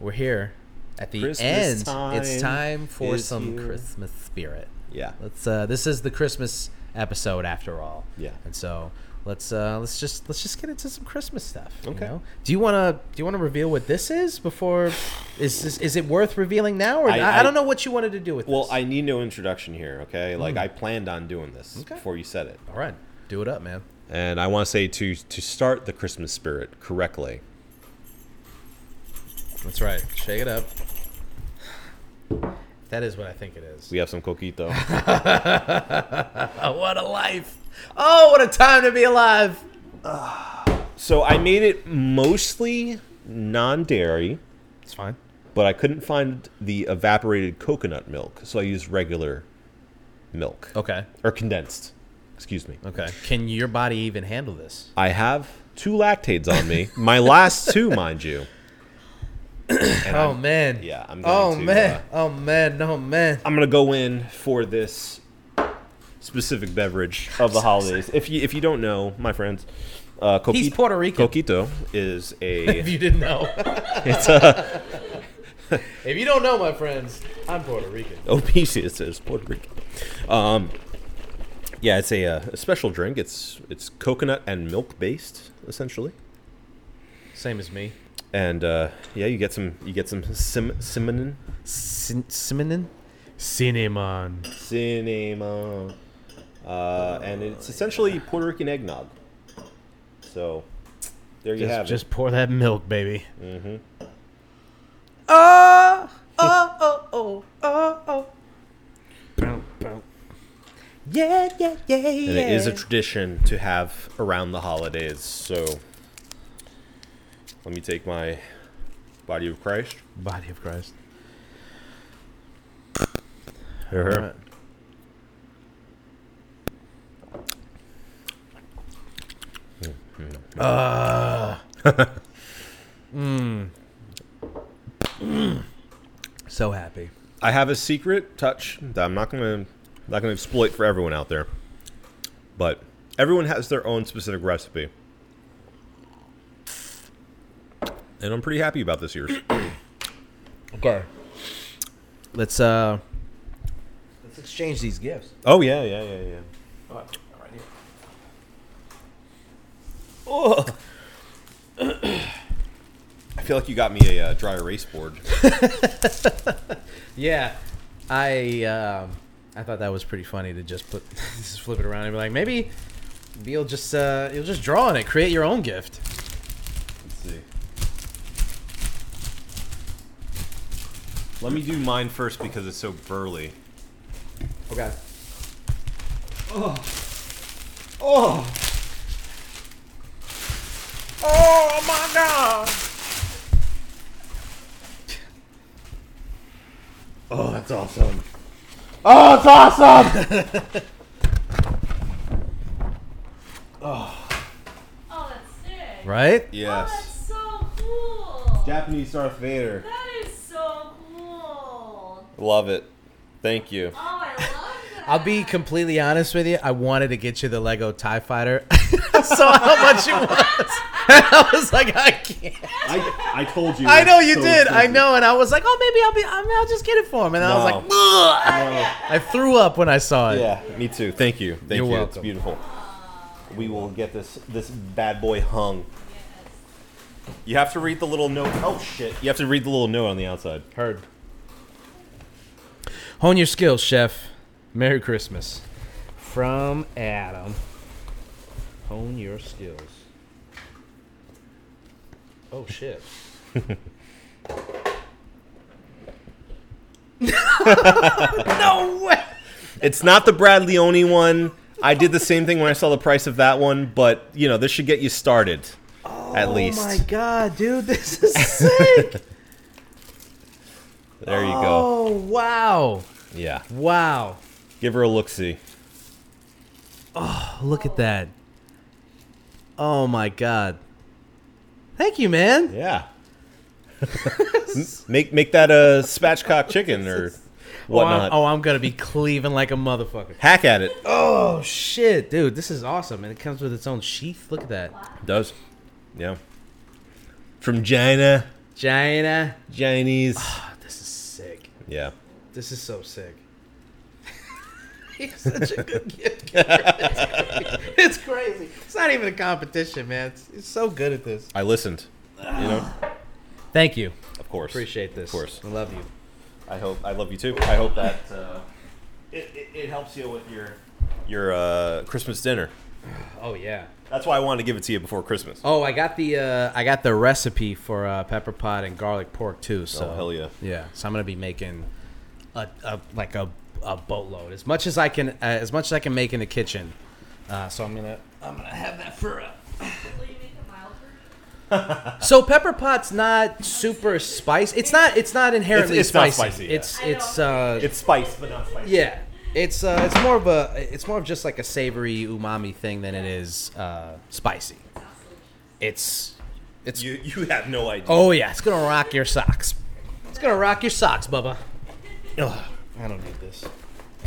[SPEAKER 1] we're here at the
[SPEAKER 2] Christmas
[SPEAKER 1] end.
[SPEAKER 2] time
[SPEAKER 1] it's time for
[SPEAKER 2] is
[SPEAKER 1] some
[SPEAKER 2] here.
[SPEAKER 1] Christmas spirit.
[SPEAKER 2] yeah.
[SPEAKER 1] Let's. Uh, this is the Christmas episode after all.
[SPEAKER 2] Yeah.
[SPEAKER 1] And so let's uh, let's just let's just get into some Christmas stuff. you
[SPEAKER 2] Okay.
[SPEAKER 1] know? Do you wanna do you wanna reveal what this is before? Is this, is it worth revealing now or I,
[SPEAKER 2] I-
[SPEAKER 1] I,
[SPEAKER 2] I-
[SPEAKER 1] don't know what you wanted to do with
[SPEAKER 2] Well,
[SPEAKER 1] this.
[SPEAKER 2] I need no introduction here. Okay. Like I planned on doing this
[SPEAKER 1] Hmm. Okay.
[SPEAKER 2] before you said it.
[SPEAKER 1] all right, do it up, man.
[SPEAKER 2] And I want to say to to start the Christmas spirit correctly.
[SPEAKER 1] That's right. Shake it up. That is what I think it is.
[SPEAKER 2] We have some coquito.
[SPEAKER 1] [laughs] Oh, what a life! Oh, what a time to be alive!
[SPEAKER 2] so I made it mostly non-dairy,
[SPEAKER 1] It's fine.
[SPEAKER 2] but I couldn't find the evaporated coconut milk, so I used regular milk
[SPEAKER 1] Okay.
[SPEAKER 2] or condensed. Excuse me.
[SPEAKER 1] Oh. Okay. Can your body even handle this?
[SPEAKER 2] I have two lactates on me. My last two, mind
[SPEAKER 1] [coughs]
[SPEAKER 2] you. And
[SPEAKER 1] Oh
[SPEAKER 2] I'm-
[SPEAKER 1] man.
[SPEAKER 2] yeah, I'm
[SPEAKER 1] oh
[SPEAKER 2] going to,
[SPEAKER 1] man.
[SPEAKER 2] uh,
[SPEAKER 1] oh man. No man.
[SPEAKER 2] I'm gonna go in for this specific beverage of the holidays. If you if you don't know, my friends, uh, coqui-
[SPEAKER 1] He's Puerto Rican.
[SPEAKER 2] Coquito is
[SPEAKER 1] If [laughs]
[SPEAKER 2] a
[SPEAKER 1] you didn't know,
[SPEAKER 2] [laughs] it's uh, a
[SPEAKER 1] [laughs] if you don't know, my friends, I'm Puerto Rican.
[SPEAKER 2] Obesius is Puerto Rican. Um, yeah, it's a, uh, a special drink. It's it's coconut and milk based essentially,
[SPEAKER 1] Same as me.
[SPEAKER 2] and uh, yeah, you get some you get some sim- cinnamon
[SPEAKER 1] Cinnamon. Cinnamon.
[SPEAKER 2] cinnamon, uh, and it's essentially Puerto Rican eggnog. So there you have it.
[SPEAKER 1] pour that milk, baby. Mm-hmm. Oh, oh, oh, oh, oh, oh. Yeah, yeah, yeah, yeah.
[SPEAKER 2] And it is a tradition to have around the holidays. So let me take my body of Christ.
[SPEAKER 1] body of Christ. Alright. Mm-hmm. Uh. [laughs] Mm. So happy.
[SPEAKER 2] I have a secret touch that I'm not gonna not gonna exploit for everyone out there. But everyone has their own specific recipe. And I'm pretty happy about this year's.
[SPEAKER 1] Okay. Let's uh. Let's exchange these gifts.
[SPEAKER 2] Oh yeah, yeah, yeah, yeah. Oh. I feel like you got me a uh, dry erase board.
[SPEAKER 1] Yeah, I um, I thought that was pretty funny to just put [laughs] just flip it around and be like, maybe you'll just uh, you'll just draw on it, create your own gift.
[SPEAKER 2] Let's see. Let me do mine first because it's so burly.
[SPEAKER 1] Okay.
[SPEAKER 2] Oh, my god!
[SPEAKER 3] Oh, that's awesome. Oh, it's awesome.
[SPEAKER 4] Oh, that's sick.
[SPEAKER 1] Right?
[SPEAKER 4] Oh, that's so cool.
[SPEAKER 2] Japanese Darth Vader.
[SPEAKER 4] That is so cool.
[SPEAKER 2] Love it. Thank you.
[SPEAKER 4] Oh, I love that.
[SPEAKER 1] I'll be completely honest with you. I wanted to get you the Lego Tie Fighter. [laughs] I saw how much it was, [laughs] and I was like, I can't.
[SPEAKER 2] I, I told you.
[SPEAKER 1] I know you did. I know, and I was like, oh, maybe I'll be. I mean, I'll just get it for him. And I was
[SPEAKER 2] No.
[SPEAKER 1] like, "Ugh." I threw up when I saw it.
[SPEAKER 2] Yeah, me too. Thank you. Thank
[SPEAKER 1] You're
[SPEAKER 2] you. It's
[SPEAKER 1] welcome.
[SPEAKER 2] beautiful. We will get this this bad boy hung. You have to read the little note. Oh shit! You have to read the little note on the outside.
[SPEAKER 1] Heard. Hone your skills, chef. Merry Christmas. From Adam. Hone your skills. Oh shit. [laughs] no way.
[SPEAKER 2] It's not the Brad Leone one. I did the same thing when I saw the price of that one, but you know this should get you started, at least.
[SPEAKER 1] Oh my god, dude, this is sick.
[SPEAKER 2] [laughs] There you go.
[SPEAKER 1] oh wow.
[SPEAKER 2] Yeah.
[SPEAKER 1] Wow.
[SPEAKER 2] Give her a look. See.
[SPEAKER 1] Look at that. Oh my god. Thank you, man. [laughs]
[SPEAKER 2] Yeah. make make that a spatchcock chicken or whatnot.
[SPEAKER 1] Oh I'm, oh, I'm gonna be cleaving like a motherfucker.
[SPEAKER 2] Hack at it.
[SPEAKER 1] [laughs] Oh shit, dude, this is awesome, and it comes with its own sheath. Look at that,
[SPEAKER 2] Does. Yeah. From China,
[SPEAKER 1] China.
[SPEAKER 2] Chinese.
[SPEAKER 1] Oh, this is sick.
[SPEAKER 2] yeah.
[SPEAKER 1] This is so sick. [laughs] He's such a good gift. giver. [laughs] It's crazy. it's crazy. It's not even a competition, man. It's, it's so good at this.
[SPEAKER 2] I listened. You know,
[SPEAKER 1] Thank you.
[SPEAKER 2] of course.
[SPEAKER 1] Appreciate this.
[SPEAKER 2] Of course.
[SPEAKER 1] I love you.
[SPEAKER 2] I hope. I love you too. I hope that uh, it, it, it helps you with your your uh, Christmas dinner.
[SPEAKER 1] Oh yeah.
[SPEAKER 2] That's why I wanted to give it to you before Christmas.
[SPEAKER 1] Oh, I got the uh, I got the recipe for uh, pepper pot and garlic pork too. So
[SPEAKER 2] Oh, hell yeah.
[SPEAKER 1] yeah. So I'm gonna be making a, a like a, a boatload as much as I can uh, as much as I can make in the kitchen. Uh, so I'm gonna I'm gonna have that for. Uh...
[SPEAKER 4] Will you make a mild version?
[SPEAKER 1] So pepper pot's not super spicy. It's not it's not inherently
[SPEAKER 2] It's- it's not
[SPEAKER 1] spicy.
[SPEAKER 2] spicy, yeah.
[SPEAKER 1] It's
[SPEAKER 4] I know.
[SPEAKER 1] it's uh
[SPEAKER 2] It's spiced, but not spicy.
[SPEAKER 1] yeah. It's uh it's more of a it's more of just like a savory umami thing than it is uh spicy. It's it's
[SPEAKER 2] You you have no idea.
[SPEAKER 1] Oh yeah, it's gonna rock your socks. It's gonna rock your socks, Bubba. Ugh, I don't need this.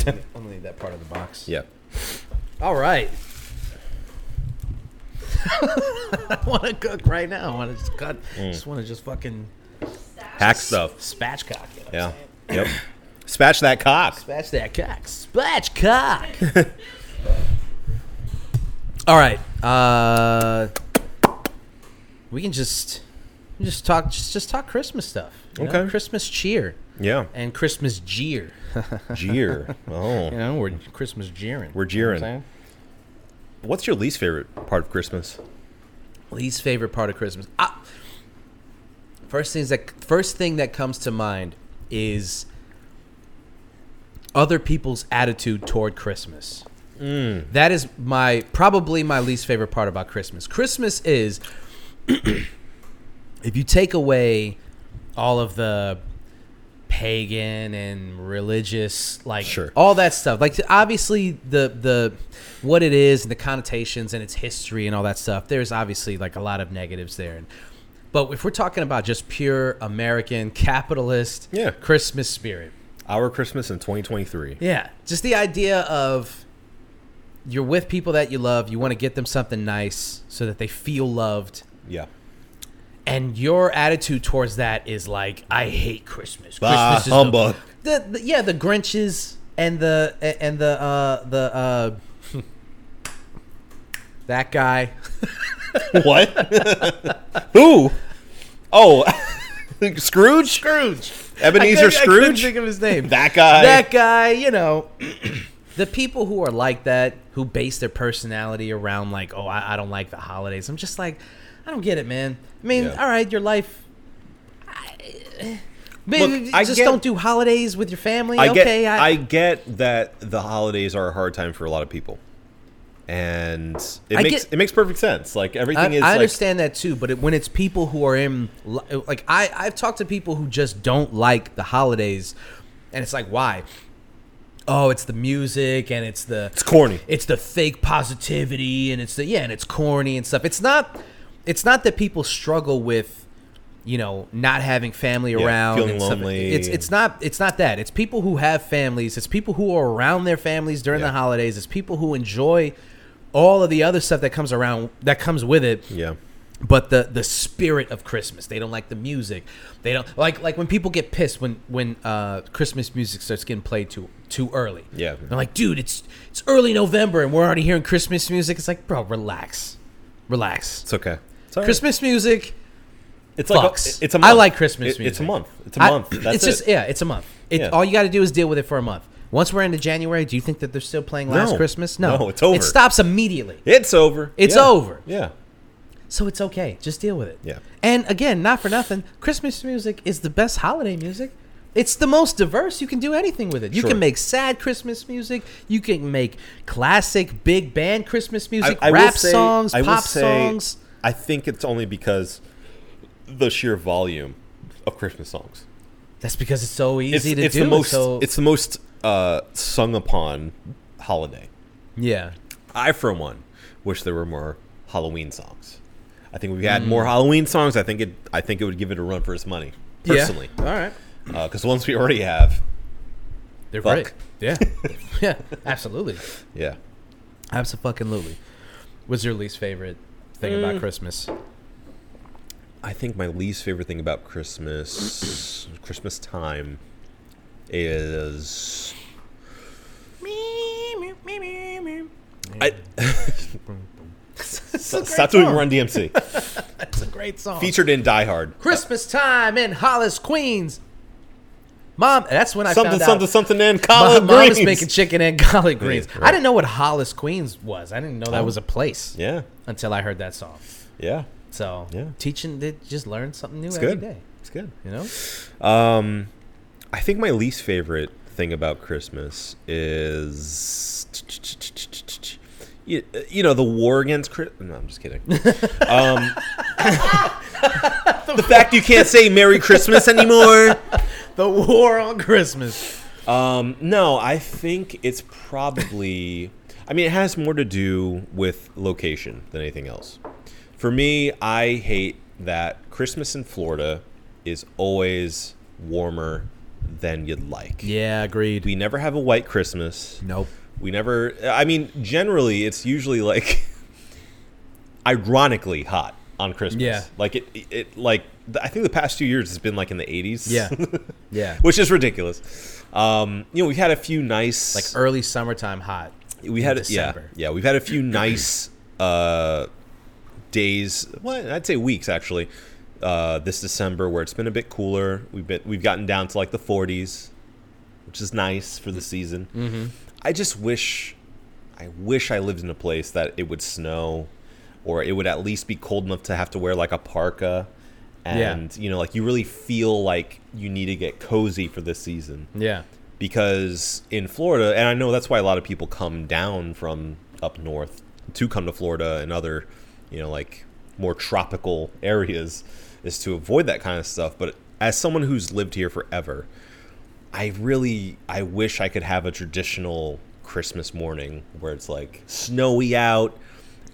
[SPEAKER 1] I only- only need that part of the box.
[SPEAKER 2] Yeah.
[SPEAKER 1] All right. [laughs] I want to cook right now. I want to just cut. Just want to just fucking
[SPEAKER 2] Hack stuff.
[SPEAKER 1] spatchcock. You know what [laughs]
[SPEAKER 2] Yeah.
[SPEAKER 1] I'm saying?
[SPEAKER 2] Yep. Spatch that cock.
[SPEAKER 1] Spatch that cock. Spatchcock. [laughs] All right. Uh, we can just just talk just just talk Christmas stuff. you know?
[SPEAKER 2] Okay.
[SPEAKER 1] Christmas cheer.
[SPEAKER 2] Yeah.
[SPEAKER 1] and Christmas jeer. [laughs]
[SPEAKER 2] Jeer. Oh.
[SPEAKER 1] you know, we're Christmas jeering.
[SPEAKER 2] We're
[SPEAKER 1] You know what I'm
[SPEAKER 2] jeering. What's your least favorite part of Christmas?
[SPEAKER 1] saying? Least favorite part of Christmas. Ah, first things that first thing that comes to mind is other people's attitude toward Christmas.
[SPEAKER 2] Mm.
[SPEAKER 1] That is my probably my least favorite part about Christmas. Christmas is [clears throat] if you take away all of the pagan and religious like
[SPEAKER 2] Sure.
[SPEAKER 1] all that stuff like obviously the the what it is and the connotations and its history and all that stuff there's obviously like a lot of negatives there and but if we're talking about just pure american capitalist
[SPEAKER 2] Yeah.
[SPEAKER 1] christmas spirit
[SPEAKER 2] Our Christmas in 2023.
[SPEAKER 1] yeah. Just the idea of you're with people that you love, you want to get them something nice so that they feel loved.
[SPEAKER 2] Yeah.
[SPEAKER 1] And your attitude towards that is like, I hate Christmas.
[SPEAKER 2] Bah,
[SPEAKER 1] Christmas the-
[SPEAKER 2] humbug.
[SPEAKER 1] The, the yeah, the Grinches and the and the uh the uh [laughs] that guy. [laughs]
[SPEAKER 2] What? Who? Oh, [laughs] Scrooge? Scrooge. Ebenezer
[SPEAKER 1] I couldn't- I couldn't
[SPEAKER 2] Scrooge?
[SPEAKER 1] think of his name.
[SPEAKER 2] That guy.
[SPEAKER 1] that guy, you know, [clears throat] the people who are like that, who base their personality around like, oh, I, I don't like the holidays. I'm just like, I don't get it, man. I mean,
[SPEAKER 2] Yeah.
[SPEAKER 1] all right, your life. I, eh, maybe
[SPEAKER 2] Look, I
[SPEAKER 1] just
[SPEAKER 2] get-
[SPEAKER 1] don't do holidays with your family.
[SPEAKER 2] I get,
[SPEAKER 1] okay,
[SPEAKER 2] I, get that the holidays are a hard time for a lot of people. and it
[SPEAKER 1] I
[SPEAKER 2] makes
[SPEAKER 1] get-
[SPEAKER 2] it makes perfect sense. Like everything
[SPEAKER 1] I,
[SPEAKER 2] is
[SPEAKER 1] I
[SPEAKER 2] like,
[SPEAKER 1] understand that too, but it, when it's people who are in, li- like I, I've talked to people who just don't like the holidays, and it's like why? Oh, it's the music and it's the
[SPEAKER 2] it's corny.
[SPEAKER 1] it's the fake positivity and it's the yeah and it's corny and stuff it's not it's not that people struggle with you know not having family around
[SPEAKER 2] feeling
[SPEAKER 1] and stuff.
[SPEAKER 2] lonely.
[SPEAKER 1] it's it's not it's not that it's people who have families it's people who are around their families during
[SPEAKER 2] Yeah.
[SPEAKER 1] the holidays it's people who enjoy all of the other stuff that comes around that comes with it
[SPEAKER 2] Yeah.
[SPEAKER 1] but the the spirit of Christmas. They don't like the music. They don't like like when people get pissed when when uh, Christmas music starts getting played too too early.
[SPEAKER 2] Yeah.
[SPEAKER 1] they're like, dude, it's it's early November and we're already hearing Christmas music. It's like, bro, relax, relax.
[SPEAKER 2] It's okay. It's all right.
[SPEAKER 1] Christmas music.
[SPEAKER 2] It's like a-
[SPEAKER 1] fucks.
[SPEAKER 2] it's a
[SPEAKER 1] I
[SPEAKER 2] month.
[SPEAKER 1] like Christmas
[SPEAKER 2] It- It's a
[SPEAKER 1] music.
[SPEAKER 2] month. It's a
[SPEAKER 1] I-
[SPEAKER 2] month. That's
[SPEAKER 1] it's
[SPEAKER 2] it.
[SPEAKER 1] just yeah, it's a month. It,
[SPEAKER 2] Yeah.
[SPEAKER 1] All you got to do is deal with it for a month. Once we're into January, do you think that they're still playing Last
[SPEAKER 2] No.
[SPEAKER 1] Christmas? No,
[SPEAKER 2] No, it's over.
[SPEAKER 1] It stops immediately.
[SPEAKER 2] It's over.
[SPEAKER 1] It's
[SPEAKER 2] Yeah.
[SPEAKER 1] over.
[SPEAKER 2] Yeah.
[SPEAKER 1] So it's okay. Just deal with it.
[SPEAKER 2] Yeah.
[SPEAKER 1] And again, not for nothing, Christmas music is the best holiday music. It's the most diverse. You can do anything with it. You
[SPEAKER 2] Sure.
[SPEAKER 1] can make sad Christmas music. You can make classic big band Christmas music,
[SPEAKER 2] I will
[SPEAKER 1] rap
[SPEAKER 2] say-
[SPEAKER 1] songs,
[SPEAKER 2] I will
[SPEAKER 1] pop
[SPEAKER 2] say,
[SPEAKER 1] songs.
[SPEAKER 2] I think it's only because the sheer volume of Christmas songs.
[SPEAKER 1] That's because it's so
[SPEAKER 2] It's,
[SPEAKER 1] easy to
[SPEAKER 2] it's
[SPEAKER 1] do.
[SPEAKER 2] the
[SPEAKER 1] and
[SPEAKER 2] most.
[SPEAKER 1] so-
[SPEAKER 2] It's the most uh, sung upon holiday.
[SPEAKER 1] yeah.
[SPEAKER 2] I, for one, wish there were more Halloween songs. I think if we had
[SPEAKER 1] Mm.
[SPEAKER 2] more Halloween songs. I think it. I think it would give it a run for its money. Personally,
[SPEAKER 1] Yeah. All right.
[SPEAKER 2] because ones we already have.
[SPEAKER 1] They're
[SPEAKER 2] Fuck.
[SPEAKER 1] great. Yeah. [laughs] yeah. Absolutely.
[SPEAKER 2] Yeah.
[SPEAKER 1] Absolutely. What's your least favorite thing about
[SPEAKER 2] Mm.
[SPEAKER 1] Christmas?
[SPEAKER 2] I think my least favorite thing about Christmas, [clears throat] Christmas time, is I [laughs]
[SPEAKER 1] a great
[SPEAKER 2] stop doing
[SPEAKER 1] song. [laughs]
[SPEAKER 2] Run DMC.
[SPEAKER 1] That's a great song.
[SPEAKER 2] Featured in Die Hard.
[SPEAKER 1] Christmas time in Hollis, Queens. Mom, that's when I
[SPEAKER 2] something,
[SPEAKER 1] found out
[SPEAKER 2] something, something in
[SPEAKER 1] my
[SPEAKER 2] [laughs] collard
[SPEAKER 1] mom
[SPEAKER 2] greens.
[SPEAKER 1] was making chicken and collard greens.
[SPEAKER 2] Yeah, right. Oh.
[SPEAKER 1] I didn't know what Hollis, Queens was. I didn't know that was a place
[SPEAKER 2] yeah,
[SPEAKER 1] until I heard that song.
[SPEAKER 2] yeah,
[SPEAKER 1] So
[SPEAKER 2] Yeah.
[SPEAKER 1] teaching, they just learn something new
[SPEAKER 2] it's
[SPEAKER 1] every day.
[SPEAKER 2] good. It's good.
[SPEAKER 1] You know,
[SPEAKER 2] [laughs] Um, I think my least favorite thing about Christmas is you, you know the war against Chris. No, I'm just kidding. Um, [laughs] the fact you can't say Merry Christmas anymore.
[SPEAKER 1] the war on Christmas.
[SPEAKER 2] Um, no, I think it's probably. I mean, it has more to do with location than anything else. For me, I hate that Christmas in Florida is always warmer than you'd like.
[SPEAKER 1] Yeah, agreed.
[SPEAKER 2] We never have a white Christmas.
[SPEAKER 1] nope.
[SPEAKER 2] We never. I mean, generally, it's usually like [laughs] ironically hot on Christmas.
[SPEAKER 1] Yeah.
[SPEAKER 2] Like it. It like I think the past two years has been like in the 80s. [laughs]
[SPEAKER 1] Yeah, yeah.
[SPEAKER 2] which is ridiculous. Um, you know, we've had a few nice,
[SPEAKER 1] like early summertime hot.
[SPEAKER 2] we had,
[SPEAKER 1] in December.
[SPEAKER 2] yeah, yeah, we've had
[SPEAKER 1] [clears throat]
[SPEAKER 2] a few nice uh, days. Well, I'd say weeks actually. Uh, this December, where it's been a bit cooler, we've been we've gotten down to like the 40s, which is nice for the season. Mm-hmm. I just wish, I wish I lived in a place that it would snow, or it would at least be cold enough to have to wear like a parka.
[SPEAKER 1] Yeah.
[SPEAKER 2] And you know, like you really feel like you need to get cozy for this season
[SPEAKER 1] Yeah,
[SPEAKER 2] because in Florida, and I know that's why a lot of people come down from up north to come to Florida and other, you know, like more tropical [laughs] areas, is to avoid that kind of stuff. But as someone who's lived here forever, I really I wish I could have a traditional Christmas morning where it's like snowy out,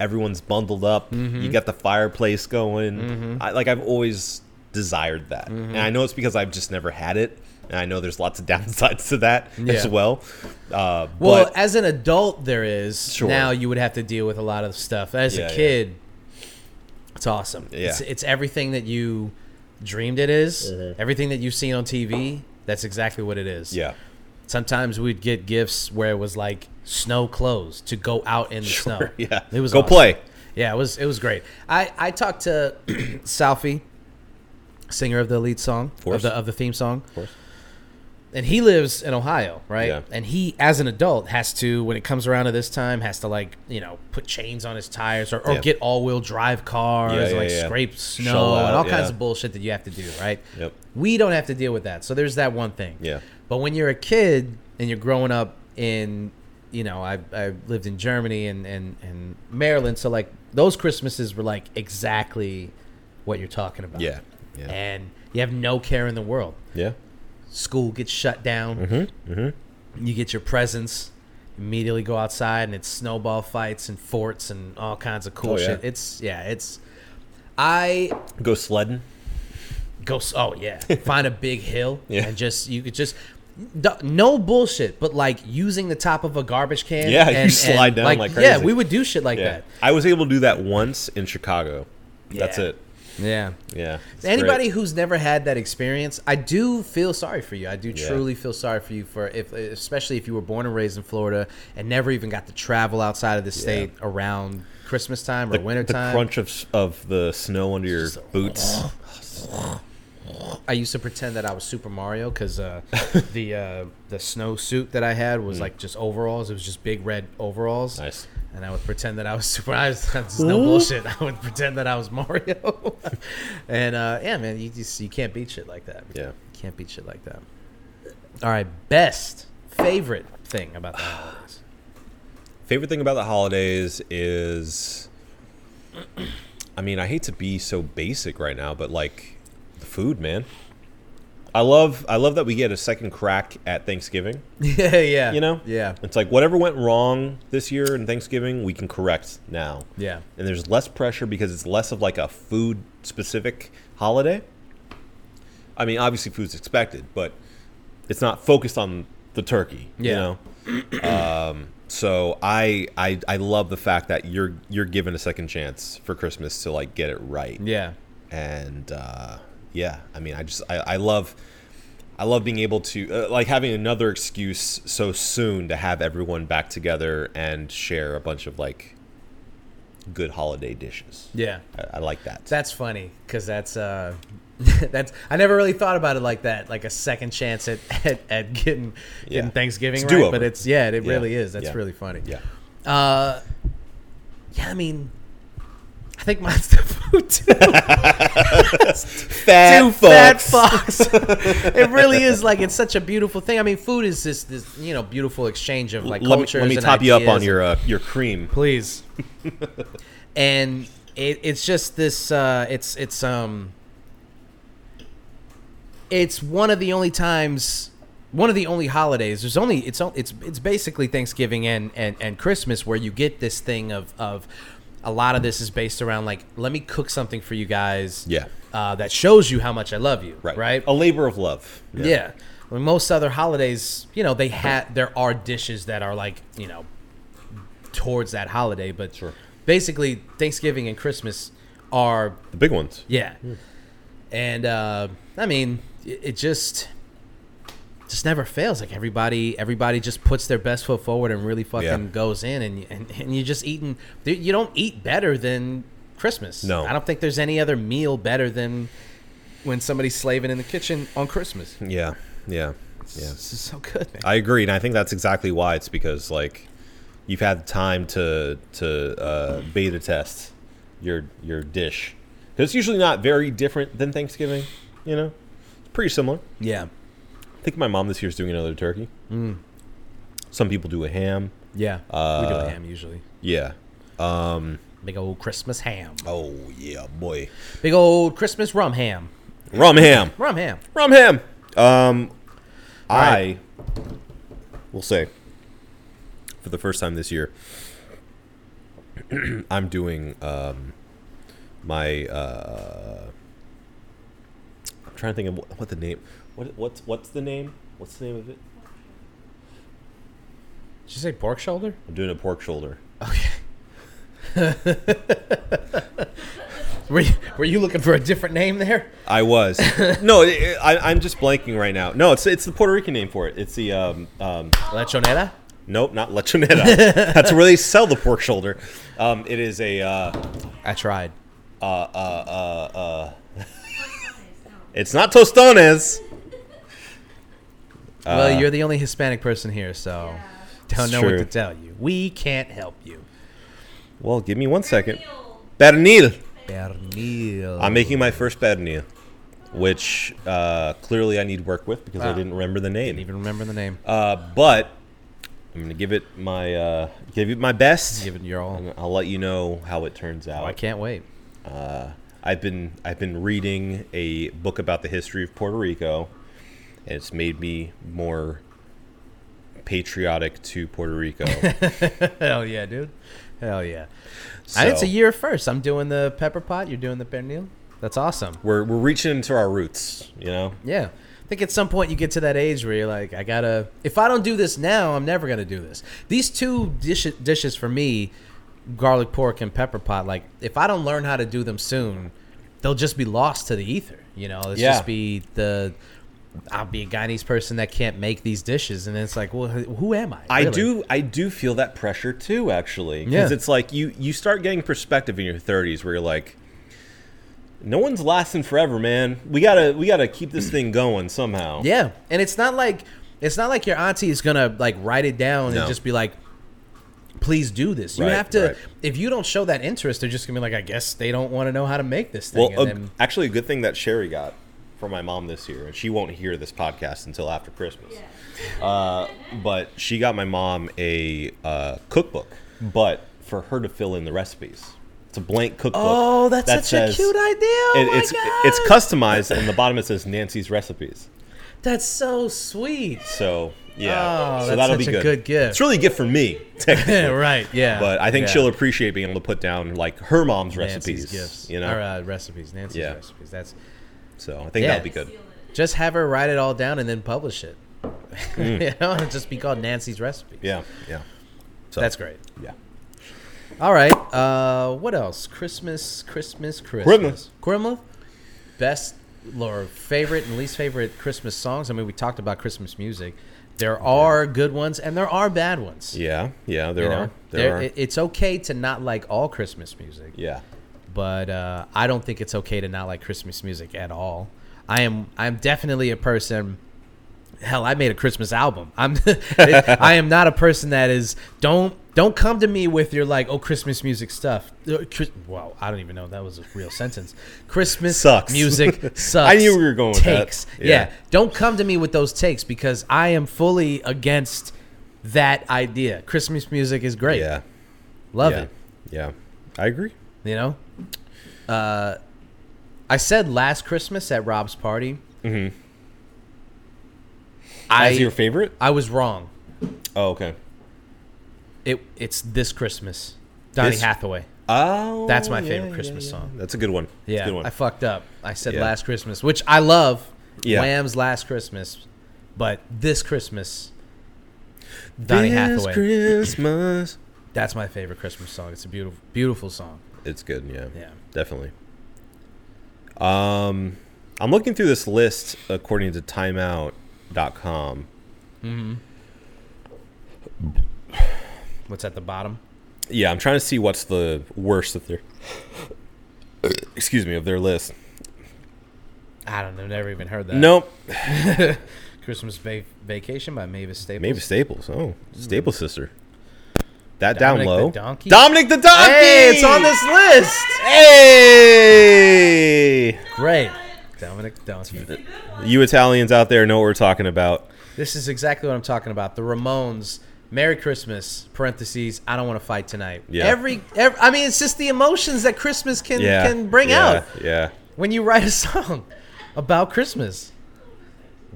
[SPEAKER 2] everyone's bundled up,
[SPEAKER 1] Mm-hmm.
[SPEAKER 2] you got the fireplace going. I, like I've always desired that,
[SPEAKER 1] Mm-hmm.
[SPEAKER 2] and I know it's because I've just never had it, and I know there's lots of [laughs] downsides to that as
[SPEAKER 1] Yeah.
[SPEAKER 2] well. Uh,
[SPEAKER 1] Well,
[SPEAKER 2] but
[SPEAKER 1] as an adult, there is.
[SPEAKER 2] Sure.
[SPEAKER 1] Now you would have to deal with a lot of stuff. As
[SPEAKER 2] Yeah,
[SPEAKER 1] a
[SPEAKER 2] yeah.
[SPEAKER 1] kid, it's awesome. It's,
[SPEAKER 2] Yeah.
[SPEAKER 1] it's everything that you dreamed it is. Everything that you've seen on TV, that's exactly what it is.
[SPEAKER 2] yeah,
[SPEAKER 1] Sometimes we'd get gifts where it was like snow clothes to go out in the snow.
[SPEAKER 2] [laughs] yeah,
[SPEAKER 1] It was
[SPEAKER 2] go
[SPEAKER 1] awesome.
[SPEAKER 2] play.
[SPEAKER 1] Yeah, it was it was great. I I talked to [clears throat] Salfi, singer of the lead song
[SPEAKER 2] course.
[SPEAKER 1] of the of the theme song. Of
[SPEAKER 2] course.
[SPEAKER 1] And he lives in Ohio, right?
[SPEAKER 2] Yeah.
[SPEAKER 1] And he, as an adult, has to when it comes around to this time, has to like you know put chains on his tires or, or
[SPEAKER 2] Yeah.
[SPEAKER 1] get all wheel drive cars,
[SPEAKER 2] Yeah, yeah,
[SPEAKER 1] like
[SPEAKER 2] yeah.
[SPEAKER 1] scrape snow
[SPEAKER 2] Shovel out,
[SPEAKER 1] and all
[SPEAKER 2] yeah.
[SPEAKER 1] kinds of bullshit that you have to do, right?
[SPEAKER 2] Yep.
[SPEAKER 1] We don't have to deal with that. So there's that one thing.
[SPEAKER 2] Yeah.
[SPEAKER 1] But when you're a kid and you're growing up in you know, I, I lived in Germany and, and, and Maryland. So, like, those Christmases were, like, exactly what you're talking about.
[SPEAKER 2] Yeah. Yeah.
[SPEAKER 1] And you have no care in the world.
[SPEAKER 2] Yeah.
[SPEAKER 1] School gets shut down. Mm-hmm. You get your presents. Immediately go outside and it's snowball fights and forts and all kinds of cool
[SPEAKER 2] Oh, yeah.
[SPEAKER 1] shit. It's yeah, it's. I
[SPEAKER 2] Go sledding.
[SPEAKER 1] go s- oh
[SPEAKER 2] [laughs]
[SPEAKER 1] yeah find a big hill
[SPEAKER 2] Yeah.
[SPEAKER 1] and just you could just d- no bullshit but like using the top of a garbage can
[SPEAKER 2] Yeah, you
[SPEAKER 1] and,
[SPEAKER 2] slide
[SPEAKER 1] and,
[SPEAKER 2] down like
[SPEAKER 1] yeah
[SPEAKER 2] crazy.
[SPEAKER 1] we would do shit like
[SPEAKER 2] Yeah.
[SPEAKER 1] that
[SPEAKER 2] I was able to do that once in Chicago. That's
[SPEAKER 1] Yeah.
[SPEAKER 2] it.
[SPEAKER 1] yeah
[SPEAKER 2] Yeah. It's
[SPEAKER 1] anybody
[SPEAKER 2] great.
[SPEAKER 1] who's never had that experience i do feel sorry for you i do
[SPEAKER 2] Yeah.
[SPEAKER 1] truly feel sorry for you for if especially if you were born and raised in florida and never even got to travel outside of the state around christmas time or
[SPEAKER 2] the,
[SPEAKER 1] winter
[SPEAKER 2] the
[SPEAKER 1] time
[SPEAKER 2] crunch of s- of the snow under your
[SPEAKER 1] Just a-
[SPEAKER 2] boots.
[SPEAKER 1] I used to pretend that I was Super Mario because
[SPEAKER 2] [laughs]
[SPEAKER 1] uh, the uh, the snow suit that I had was like just overalls. It was just big red overalls.
[SPEAKER 2] Hmm. Nice.
[SPEAKER 1] And I would pretend that I was [laughs] Super. I was, that's no bullshit. I would pretend that I was Mario. [laughs] and uh, yeah, man, you just you can't beat shit like that.
[SPEAKER 2] Yeah.
[SPEAKER 1] you can't beat shit like that. All right, best favorite thing
[SPEAKER 2] [sighs]
[SPEAKER 1] about the holidays. [laughs]
[SPEAKER 2] Favorite thing about the holidays is I mean, I hate to be so basic right now, but like the food, man. I love I love that we get a second crack at Thanksgiving.
[SPEAKER 1] yeah, yeah.
[SPEAKER 2] You know?
[SPEAKER 1] Yeah,
[SPEAKER 2] It's like whatever went wrong this year in Thanksgiving, we can correct now.
[SPEAKER 1] yeah,
[SPEAKER 2] And there's less pressure because it's less of like a food specific holiday. I mean, obviously food's expected, but it's not focused on the turkey, you
[SPEAKER 1] Yeah.
[SPEAKER 2] know. um, so I, I I love the fact that you're you're given a second chance for Christmas to like get it right
[SPEAKER 1] yeah.
[SPEAKER 2] and uh, yeah, I mean, I just I, I love I love being able to uh, like having another excuse so soon to have everyone back together and share a bunch of like good holiday dishes.
[SPEAKER 1] yeah.
[SPEAKER 2] I, I like that.
[SPEAKER 1] That's funny because that's uh, [laughs] that's I never really thought about it like that, like a second chance at [laughs] at, at getting
[SPEAKER 2] Yeah.
[SPEAKER 1] getting Thanksgiving
[SPEAKER 2] It's
[SPEAKER 1] right.
[SPEAKER 2] do-over.
[SPEAKER 1] But it's yeah, it
[SPEAKER 2] Yeah.
[SPEAKER 1] really is. That's
[SPEAKER 2] Yeah.
[SPEAKER 1] really funny.
[SPEAKER 2] yeah,
[SPEAKER 1] Uh, yeah. I mean, I think mine's the food too.
[SPEAKER 2] fat
[SPEAKER 1] Too fat fox.
[SPEAKER 2] [laughs]
[SPEAKER 1] it really is like it's such a beautiful thing. I mean, food is this this you know beautiful exchange of like
[SPEAKER 2] let me,
[SPEAKER 1] cultures.
[SPEAKER 2] let me
[SPEAKER 1] and
[SPEAKER 2] top you up on
[SPEAKER 1] ideas
[SPEAKER 2] your uh, your cream.
[SPEAKER 1] please. [laughs] and it, it's just this. Uh, it's it's um. It's one of the only times, one of the only holidays. There's only it's on- it's it's basically Thanksgiving and and and Christmas where you get this thing of of. A lot of this is based around like, let me cook something for you guys.
[SPEAKER 2] Yeah.
[SPEAKER 1] Uh, that shows you how much I love you.
[SPEAKER 2] Right, Oh,
[SPEAKER 1] Right.
[SPEAKER 2] A labor of love.
[SPEAKER 1] Yeah. Well, most other holidays, you know, they had there are dishes that are like, you know, towards that holiday, but
[SPEAKER 2] Sure.
[SPEAKER 1] basically Thanksgiving and Christmas are
[SPEAKER 2] the big ones.
[SPEAKER 1] yeah. And uh I mean, it, it just just never fails. Like everybody, everybody just puts their best foot forward and really fucking
[SPEAKER 2] Yeah.
[SPEAKER 1] goes in, and, and and you're just eating. You don't eat better than Christmas.
[SPEAKER 2] No.
[SPEAKER 1] I don't think there's any other meal better than when somebody's slaving in the kitchen on Christmas.
[SPEAKER 2] Yeah, yeah, yeah.
[SPEAKER 1] This is so good, man.
[SPEAKER 2] I agree, and I think that's exactly why it's because like you've had time to to uh, beta test your your dish because it's usually not very different than Thanksgiving. You know, it's pretty similar.
[SPEAKER 1] yeah.
[SPEAKER 2] I think my mom this year is doing another turkey. Mm. Some people do a ham.
[SPEAKER 1] Yeah. we do a ham usually.
[SPEAKER 2] Yeah.
[SPEAKER 1] Big old Christmas ham.
[SPEAKER 2] Oh yeah, boy.
[SPEAKER 1] Big old Christmas rum ham.
[SPEAKER 2] Rum ham.
[SPEAKER 1] Rum ham.
[SPEAKER 2] Rum ham. Um,
[SPEAKER 1] right.
[SPEAKER 2] I will say for the first time this year, [clears throat] I'm doing um, my. Uh, I'm trying to think of what, what the name. What what's what's the name? What's the name of it?
[SPEAKER 1] Did you say pork shoulder?
[SPEAKER 2] I'm doing a pork shoulder.
[SPEAKER 1] Okay. were, you, were you looking for a different name there?
[SPEAKER 2] I was no, it, it- I, I'm just blanking right now. No, it's it's the Puerto Rican name for it. It's the um, um,
[SPEAKER 1] Lechonera?
[SPEAKER 2] nope, not lechoneta. That's where they sell the pork shoulder. Um, it is a uh,
[SPEAKER 1] I tried.
[SPEAKER 2] uh, uh, uh, uh, [laughs]
[SPEAKER 4] No.
[SPEAKER 2] It's not tostones.
[SPEAKER 1] well, you're the only Hispanic person here, so don't
[SPEAKER 2] It's
[SPEAKER 1] know what
[SPEAKER 2] true.
[SPEAKER 1] to tell you. We can't help you.
[SPEAKER 2] Well, give me one second.
[SPEAKER 4] Feel
[SPEAKER 2] Pernil.
[SPEAKER 1] Pernil.
[SPEAKER 2] I'm making my first pernil, which uh, clearly I need work with because I
[SPEAKER 1] Wow.
[SPEAKER 2] didn't remember the
[SPEAKER 1] Ah. Didn't
[SPEAKER 2] name.
[SPEAKER 1] even remember the name.
[SPEAKER 2] Uh, but I'm gonna give it my uh, give it my best.
[SPEAKER 1] Give it your all.
[SPEAKER 2] And I'll let you know how it turns out.
[SPEAKER 1] I can't wait. [laughs]
[SPEAKER 2] Uh, I've been I've been reading a book about the history of Puerto Rico, and it's made me more patriotic to Puerto Rico.
[SPEAKER 1] [laughs] Hell yeah, dude. Hell yeah. And it's
[SPEAKER 2] So-
[SPEAKER 1] a year first. I'm doing the pepper pot. You're doing the pernil. That's awesome.
[SPEAKER 2] we're we're reaching into our roots, you know.
[SPEAKER 1] Yeah. I think at some point you get to that age where you're like, I gotta. If I don't do this now, I'm never gonna do this. These two dish, dishes for me, garlic pork and pepper pot. Like, if I don't learn how to do them soon, they'll just be lost to the ether. You know, it's
[SPEAKER 2] Yeah.
[SPEAKER 1] just be the. I'll be a Guyanese person that can't make these dishes, and then it's like, well, who who am I?
[SPEAKER 2] I
[SPEAKER 1] really?
[SPEAKER 2] do I do feel that pressure too, actually, because
[SPEAKER 1] Yeah.
[SPEAKER 2] it's like you you start getting perspective in your 30s where you're like. No one's lasting forever, man. We gotta, we gotta keep this thing going somehow.
[SPEAKER 1] Yeah, and it's not like it's not like your auntie is gonna like write it down
[SPEAKER 2] No.
[SPEAKER 1] and just be like, "Please do this." You
[SPEAKER 2] Right,
[SPEAKER 1] have to.
[SPEAKER 2] right.
[SPEAKER 1] If you don't show that interest, they're just gonna be like, "I guess they don't want to know how to make this thing."
[SPEAKER 2] Well,
[SPEAKER 1] and
[SPEAKER 2] a,
[SPEAKER 1] then,
[SPEAKER 2] actually, a good thing that Sherry got for my mom this year, and she won't hear this podcast until after Christmas. Uh, but she got my mom a uh, cookbook, but for her to fill in the recipes. It's a blank cookbook.
[SPEAKER 1] oh, that's
[SPEAKER 2] that
[SPEAKER 1] such
[SPEAKER 2] says-
[SPEAKER 1] a cute idea! Oh
[SPEAKER 2] it-
[SPEAKER 1] my
[SPEAKER 2] it's
[SPEAKER 1] God.
[SPEAKER 2] it's customized, and the bottom it says Nancy's recipes.
[SPEAKER 1] That's so
[SPEAKER 2] [laughs]
[SPEAKER 1] sweet.
[SPEAKER 2] So yeah,
[SPEAKER 1] Oh,
[SPEAKER 2] so
[SPEAKER 1] that's
[SPEAKER 2] that'll
[SPEAKER 1] such
[SPEAKER 2] be
[SPEAKER 1] a
[SPEAKER 2] good.
[SPEAKER 1] good gift.
[SPEAKER 2] It's really a gift for me, [laughs] technically.
[SPEAKER 1] Yeah, [laughs] right. Yeah.
[SPEAKER 2] But I think
[SPEAKER 1] yeah.
[SPEAKER 2] she'll appreciate being able to put down like her mom's
[SPEAKER 1] Nancy's
[SPEAKER 2] recipes.
[SPEAKER 1] gifts.
[SPEAKER 2] You know,
[SPEAKER 1] or, uh, recipes. Nancy's
[SPEAKER 2] Yeah.
[SPEAKER 1] recipes. That's
[SPEAKER 2] so I think
[SPEAKER 1] Yeah.
[SPEAKER 2] that'll be good.
[SPEAKER 1] just have her write it all down and then publish it. [laughs] you know, it'll just be called Nancy's recipes.
[SPEAKER 2] Hmm. Yeah, yeah. So
[SPEAKER 1] that's great.
[SPEAKER 2] Yeah.
[SPEAKER 1] All right. Uh, what else? Christmas, Christmas, Christmas. Christmas. Best or favorite and least favorite Christmas songs. I mean, we talked about Christmas music. There are good ones and there are bad ones.
[SPEAKER 2] Yeah, yeah, there
[SPEAKER 1] You know?
[SPEAKER 2] are. There,
[SPEAKER 1] There-
[SPEAKER 2] are.
[SPEAKER 1] it- It's okay to not like all Christmas music,
[SPEAKER 2] yeah.
[SPEAKER 1] but uh, I don't think it's okay to not like Christmas music at all. I am. I'm definitely a person. Hell, I made a Christmas album. I'm. [laughs] I am not a person that is. Don't don't come to me with your like oh Christmas music stuff. Uh, Chris- Wow, I don't even know that was a real sentence. Christmas
[SPEAKER 2] Sucks. [laughs]
[SPEAKER 1] music sucks.
[SPEAKER 2] I knew we were going with that.
[SPEAKER 1] takes.
[SPEAKER 2] Yeah.
[SPEAKER 1] yeah, don't come to me with those takes because I am fully against that idea. Christmas music is great.
[SPEAKER 2] Yeah.
[SPEAKER 1] Love
[SPEAKER 2] yeah.
[SPEAKER 1] it.
[SPEAKER 2] Yeah. I agree.
[SPEAKER 1] You know, uh, I said last Christmas at Rob's party. Mm-hmm. I
[SPEAKER 2] As your favorite?
[SPEAKER 1] I was wrong.
[SPEAKER 2] Oh, okay.
[SPEAKER 1] It it's this Christmas, Donny
[SPEAKER 2] This-
[SPEAKER 1] Hathaway.
[SPEAKER 2] Oh.
[SPEAKER 1] That's my favorite Christmas song.
[SPEAKER 2] That's a good one. That's
[SPEAKER 1] Yeah,
[SPEAKER 2] a good one.
[SPEAKER 1] I fucked up. I said
[SPEAKER 2] Yeah.
[SPEAKER 1] last Christmas, which I love.
[SPEAKER 2] Yeah.
[SPEAKER 1] Wham's Last Christmas, but this Christmas, Donny
[SPEAKER 2] This
[SPEAKER 1] Hathaway.
[SPEAKER 2] Christmas.
[SPEAKER 1] That's my favorite Christmas song. It's a beautiful, beautiful song.
[SPEAKER 2] It's good, yeah.
[SPEAKER 1] Yeah.
[SPEAKER 2] Definitely. Um I'm looking through this list according to timeout.com.
[SPEAKER 1] What's at the bottom?
[SPEAKER 2] Yeah, I'm trying to see what's the worst of their excuse me, of their list.
[SPEAKER 1] I don't know. Never even heard that.
[SPEAKER 2] Nope.
[SPEAKER 1] Christmas va- Vacation by Mavis Staples.
[SPEAKER 2] Maybe Staples. Oh, Staples sister. That
[SPEAKER 1] Dominic
[SPEAKER 2] down
[SPEAKER 1] the
[SPEAKER 2] low.
[SPEAKER 1] Donkey?
[SPEAKER 2] Dominic the donkey.
[SPEAKER 1] Hey, it's on this list.
[SPEAKER 2] Hey,
[SPEAKER 1] Great. Dominic Donkey.
[SPEAKER 2] you Italians out there know what we're talking about.
[SPEAKER 1] This is exactly what I'm talking about. The Ramones. Merry Christmas. Parentheses. I don't want to fight tonight.
[SPEAKER 2] Yeah.
[SPEAKER 1] Every, every. I mean, it's just the emotions that Christmas can
[SPEAKER 2] Yeah,
[SPEAKER 1] can bring
[SPEAKER 2] yeah,
[SPEAKER 1] out
[SPEAKER 2] Yeah,
[SPEAKER 1] when you write a song about Christmas.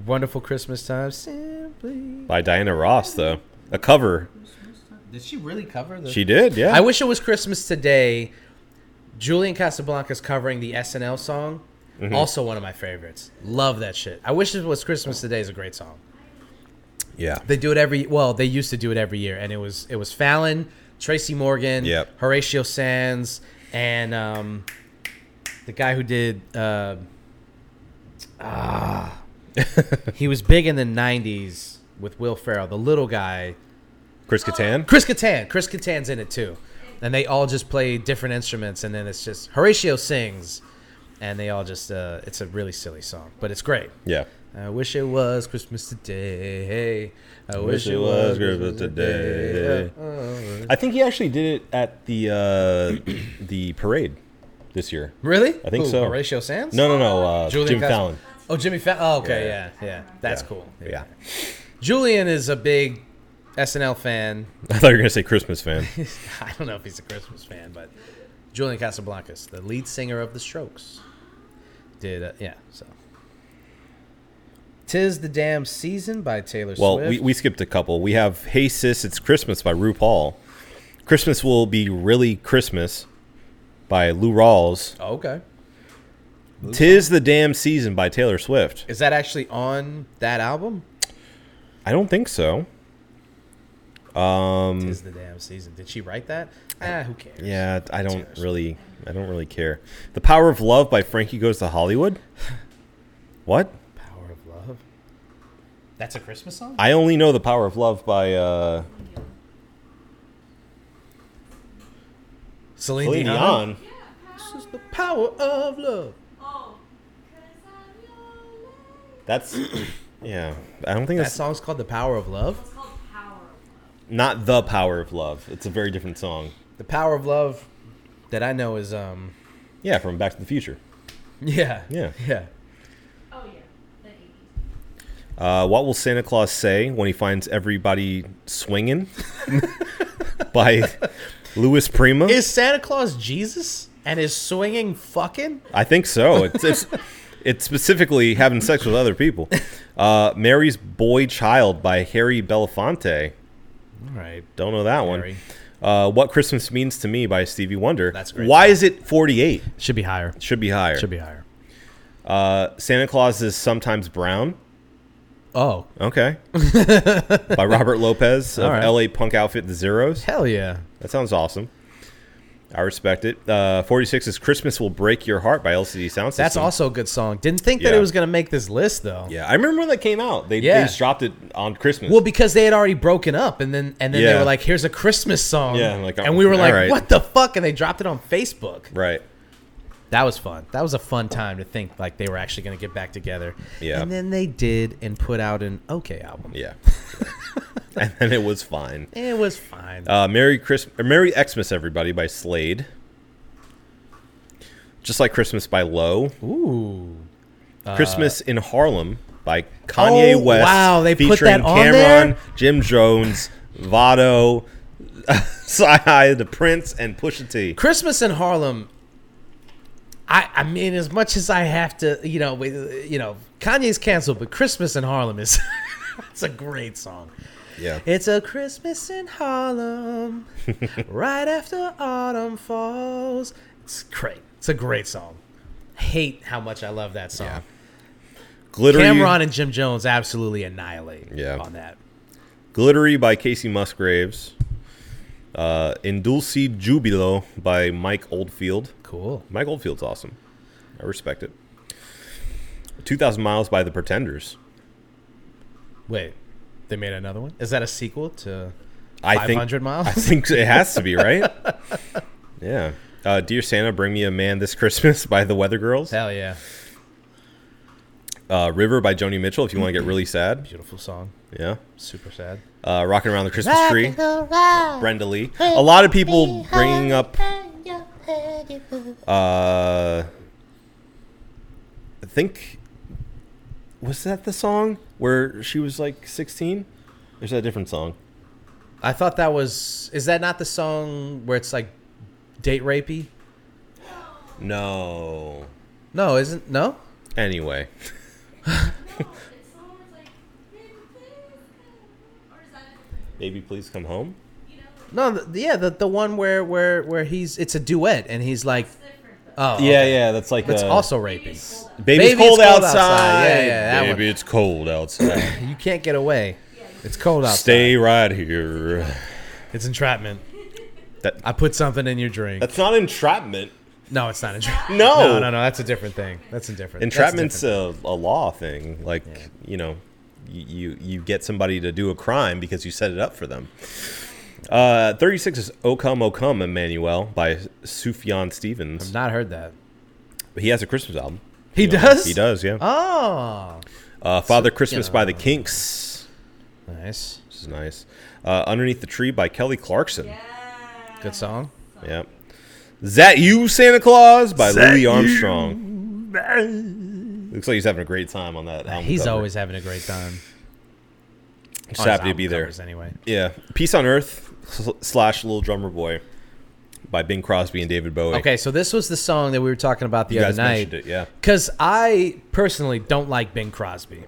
[SPEAKER 1] Wonderful Christmas time. Simply.
[SPEAKER 2] by Diana Ross though. A cover.
[SPEAKER 1] Did she really cover the?
[SPEAKER 2] She did. Yeah.
[SPEAKER 1] I wish it was Christmas today. Julian Casablancas covering the SNL song.
[SPEAKER 2] Mm-hmm.
[SPEAKER 1] Also one of my favorites. Love that shit. I wish it was Christmas today is a great song.
[SPEAKER 2] yeah.
[SPEAKER 1] They do it every well, they used to do it every year and it was it was Fallon, Tracy Morgan,
[SPEAKER 2] Yep.
[SPEAKER 1] Horatio Sands and um the guy who did uh, ah, he was big in the 90s with Will Ferrell, the little guy.
[SPEAKER 2] Chris Kattan.
[SPEAKER 1] Chris Kattan. Chris Kattan's in it too, and they all just play different instruments, and then it's just Horatio sings, and they all just. Uh, it's a really silly song, but it's great.
[SPEAKER 2] Yeah.
[SPEAKER 1] I wish it was Christmas today. I
[SPEAKER 2] Wish it was Christmas today.
[SPEAKER 1] Uh,
[SPEAKER 2] I think he actually did it at the uh, [clears throat] the parade this year.
[SPEAKER 1] Really?
[SPEAKER 2] I think
[SPEAKER 1] Who,
[SPEAKER 2] so.
[SPEAKER 1] Horatio Sands.
[SPEAKER 2] No, no, no. Uh,
[SPEAKER 1] Julian
[SPEAKER 2] Jim
[SPEAKER 1] Cas-
[SPEAKER 2] Fallon.
[SPEAKER 1] Oh, Jimmy Fallon. Oh, okay,
[SPEAKER 2] Yeah. [laughs]
[SPEAKER 1] yeah, yeah, that's
[SPEAKER 2] Yeah.
[SPEAKER 1] cool.
[SPEAKER 2] Yeah.
[SPEAKER 1] Julian is a big SNL fan. [laughs]
[SPEAKER 2] I thought you were gonna say Christmas fan.
[SPEAKER 1] I don't know if he's a Christmas fan, but Julian Casablancas, the lead singer of The Strokes, did uh, yeah. So, "Tis the Damn Season" by Taylor
[SPEAKER 2] Well,
[SPEAKER 1] Swift.
[SPEAKER 2] we, we skipped a couple. We have Hey Sis, It's Christmas by RuPaul. Christmas Will Be Really Christmas by Lou Rawls.
[SPEAKER 1] oh, okay.
[SPEAKER 2] Tis the Damn Season by Taylor Swift.
[SPEAKER 1] Is that actually on that album?
[SPEAKER 2] I don't think so.
[SPEAKER 1] "Tis the Damn Season." Did she write that? Ah, who cares?
[SPEAKER 2] Yeah, I don't really I don't really care. The Power of Love by Frankie Goes to Hollywood. What?
[SPEAKER 1] Power of Love. That's a Christmas song.
[SPEAKER 2] I only know The Power of Love by uh
[SPEAKER 1] Celine,
[SPEAKER 2] Celine
[SPEAKER 1] Dion.
[SPEAKER 2] Dion.
[SPEAKER 1] This is the power of love.
[SPEAKER 4] Oh, 'cause I'm your love.
[SPEAKER 2] That's yeah. I don't think
[SPEAKER 1] That
[SPEAKER 2] that's
[SPEAKER 1] song's called "The Power of Love."
[SPEAKER 4] It's called Power of Love.
[SPEAKER 2] not the Power of Love. It's a very different song.
[SPEAKER 1] The power of love that I know is um [laughs]
[SPEAKER 2] Yeah, from Back to the Future.
[SPEAKER 1] yeah
[SPEAKER 2] Yeah.
[SPEAKER 1] yeah.
[SPEAKER 4] Oh, yeah. The 80s.
[SPEAKER 2] Uh, what will Santa Claus say when he finds everybody swinging? [laughs] by Louis Prima.
[SPEAKER 1] Is Santa Claus Jesus and is swinging fucking?
[SPEAKER 2] I think so. It's, it's it's specifically having sex with other people. Uh, Mary's Boy Child by Harry Belafonte.
[SPEAKER 1] All right.
[SPEAKER 2] Don't know that
[SPEAKER 1] Harry.
[SPEAKER 2] one. Uh, what Christmas Means to Me by Stevie Wonder.
[SPEAKER 1] That's a great
[SPEAKER 2] Why is it 48?
[SPEAKER 1] Should be higher.
[SPEAKER 2] Should be higher.
[SPEAKER 1] Should be higher.
[SPEAKER 2] Uh, Santa Claus is sometimes brown.
[SPEAKER 1] Oh, [laughs]
[SPEAKER 2] Okay. by Robert Lopez of
[SPEAKER 1] All right.
[SPEAKER 2] LA punk outfit The Zeros.
[SPEAKER 1] hell yeah.
[SPEAKER 2] That sounds awesome. I respect it. Uh, 46 is Christmas Will Break Your Heart by LCD Sound System.
[SPEAKER 1] That's also a good song. Didn't think that
[SPEAKER 2] Yeah.
[SPEAKER 1] it was going to make this list though.
[SPEAKER 2] Yeah, I remember when that came out. They, they
[SPEAKER 1] Yeah.
[SPEAKER 2] just dropped it on Christmas.
[SPEAKER 1] Well, because they had already broken up and then and then
[SPEAKER 2] Yeah.
[SPEAKER 1] they were like here's a Christmas song.
[SPEAKER 2] Yeah, I'm like, oh,
[SPEAKER 1] and we were
[SPEAKER 2] all
[SPEAKER 1] like
[SPEAKER 2] right.
[SPEAKER 1] what the fuck and they dropped it on Facebook.
[SPEAKER 2] right.
[SPEAKER 1] That was fun. That was a fun time to think like they were actually going to get back together.
[SPEAKER 2] Yeah.
[SPEAKER 1] And then they did and put out an okay album.
[SPEAKER 2] Yeah. [laughs] and then it was fine.
[SPEAKER 1] It was fine.
[SPEAKER 2] Uh, Merry Christmas, Merry Xmas, everybody by Slade. Just like Christmas by Lowe.
[SPEAKER 1] Ooh.
[SPEAKER 2] Christmas in Harlem by Kanye
[SPEAKER 1] Uh, Oh,
[SPEAKER 2] West.
[SPEAKER 1] wow, they put that on
[SPEAKER 2] Cameron,
[SPEAKER 1] there?
[SPEAKER 2] Jim Jones, [laughs] Vado, Psy, The Prince, and Pusha T.
[SPEAKER 1] Christmas in Harlem. I, I mean, as much as I have to, you know, we- you know, Kanye's canceled, but Christmas in Harlem is, [laughs] it's a great song.
[SPEAKER 2] Yeah.
[SPEAKER 1] It's a Christmas in
[SPEAKER 2] [laughs]
[SPEAKER 1] Harlem, right after autumn falls. It's great. It's a great song. Hate how much I love that song.
[SPEAKER 2] Glittery,
[SPEAKER 1] Cameron and Jim Jones absolutely annihilate
[SPEAKER 2] Yeah.
[SPEAKER 1] on that.
[SPEAKER 2] Glittery by Casey Musgraves. Uh, In Dulce Jubilo by Mike Oldfield.
[SPEAKER 1] Cool.
[SPEAKER 2] Mike Oldfield's awesome. I respect it. 2,000 Miles by The Pretenders.
[SPEAKER 1] Wait, they made another one. Is that a sequel to
[SPEAKER 2] I think,
[SPEAKER 1] 500 Miles?
[SPEAKER 2] I think it has to be, right?
[SPEAKER 1] [laughs]
[SPEAKER 2] yeah. Uh, Dear Santa, Bring Me a Man This Christmas [laughs] by The Weather Girls.
[SPEAKER 1] Hell yeah.
[SPEAKER 2] Uh, River by Joni Mitchell if you want to get really sad.
[SPEAKER 1] Beautiful song.
[SPEAKER 2] Yeah.
[SPEAKER 1] Super sad.
[SPEAKER 2] Uh, Rocking Around the Christmas Tree. Brenda Lee. A lot of people bringing up uh I think was that the song where she was like 16? There's that a different song.
[SPEAKER 1] I thought that was. Is that not the song where it's like date rapey?
[SPEAKER 2] No.
[SPEAKER 1] No, isn't. No?
[SPEAKER 2] Anyway,
[SPEAKER 4] No, it's someone was like, baby, please come. Or is that a different,
[SPEAKER 2] baby please come home.
[SPEAKER 4] you know, it's
[SPEAKER 1] No, the, yeah, the, the one where, where, where he's. It's a duet and he's like.
[SPEAKER 4] different though.
[SPEAKER 1] Oh.
[SPEAKER 2] Yeah,
[SPEAKER 1] okay.
[SPEAKER 2] yeah, that's like
[SPEAKER 1] That's
[SPEAKER 2] uh,
[SPEAKER 1] also raping.
[SPEAKER 2] Baby, it's
[SPEAKER 1] Baby,
[SPEAKER 2] cold,
[SPEAKER 1] it's cold
[SPEAKER 2] outside.
[SPEAKER 1] outside. Yeah, yeah, that
[SPEAKER 2] baby,
[SPEAKER 1] one.
[SPEAKER 2] it's cold outside.
[SPEAKER 1] You can't get away. It's cold [laughs] outside.
[SPEAKER 2] Stay right here.
[SPEAKER 1] It's entrapment.
[SPEAKER 2] That-
[SPEAKER 1] I put something in your drink.
[SPEAKER 2] That's not entrapment.
[SPEAKER 1] no, it's not entrapment.
[SPEAKER 2] [laughs] No.
[SPEAKER 1] No, no, no. That's a different thing. That's a different. that's a
[SPEAKER 2] Entrapment's
[SPEAKER 1] different-
[SPEAKER 2] a, a law thing. Like, you know, you, you you get somebody to do a crime because you set it up for them. Uh, 36 is O Come, O Come, Emmanuel by Sufjan Stevens.
[SPEAKER 1] Not heard that.
[SPEAKER 2] he has a Christmas album.
[SPEAKER 1] He
[SPEAKER 2] You know,
[SPEAKER 1] does?
[SPEAKER 2] He does, yeah.
[SPEAKER 1] Oh.
[SPEAKER 2] Uh, Father Christmas
[SPEAKER 1] yeah.
[SPEAKER 2] by the Kinks.
[SPEAKER 1] Nice.
[SPEAKER 2] This is nice. Uh, Underneath the Tree by Kelly Clarkson. Yeah.
[SPEAKER 1] Good song.
[SPEAKER 2] Yep. Is that you, Santa Claus? By Louis Armstrong. Looks like he's having a great time on that album.
[SPEAKER 1] He's
[SPEAKER 2] cover.
[SPEAKER 1] always having a great time.
[SPEAKER 2] Just happy to be there.
[SPEAKER 1] anyway.
[SPEAKER 2] Yeah, Peace on Earth sl- slash Little Drummer Boy by Bing Crosby and David Bowie.
[SPEAKER 1] Okay, so this was the song that we were talking about the
[SPEAKER 2] You
[SPEAKER 1] other
[SPEAKER 2] guys
[SPEAKER 1] night.
[SPEAKER 2] mentioned it, yeah.
[SPEAKER 1] Because I personally don't like Bing Crosby.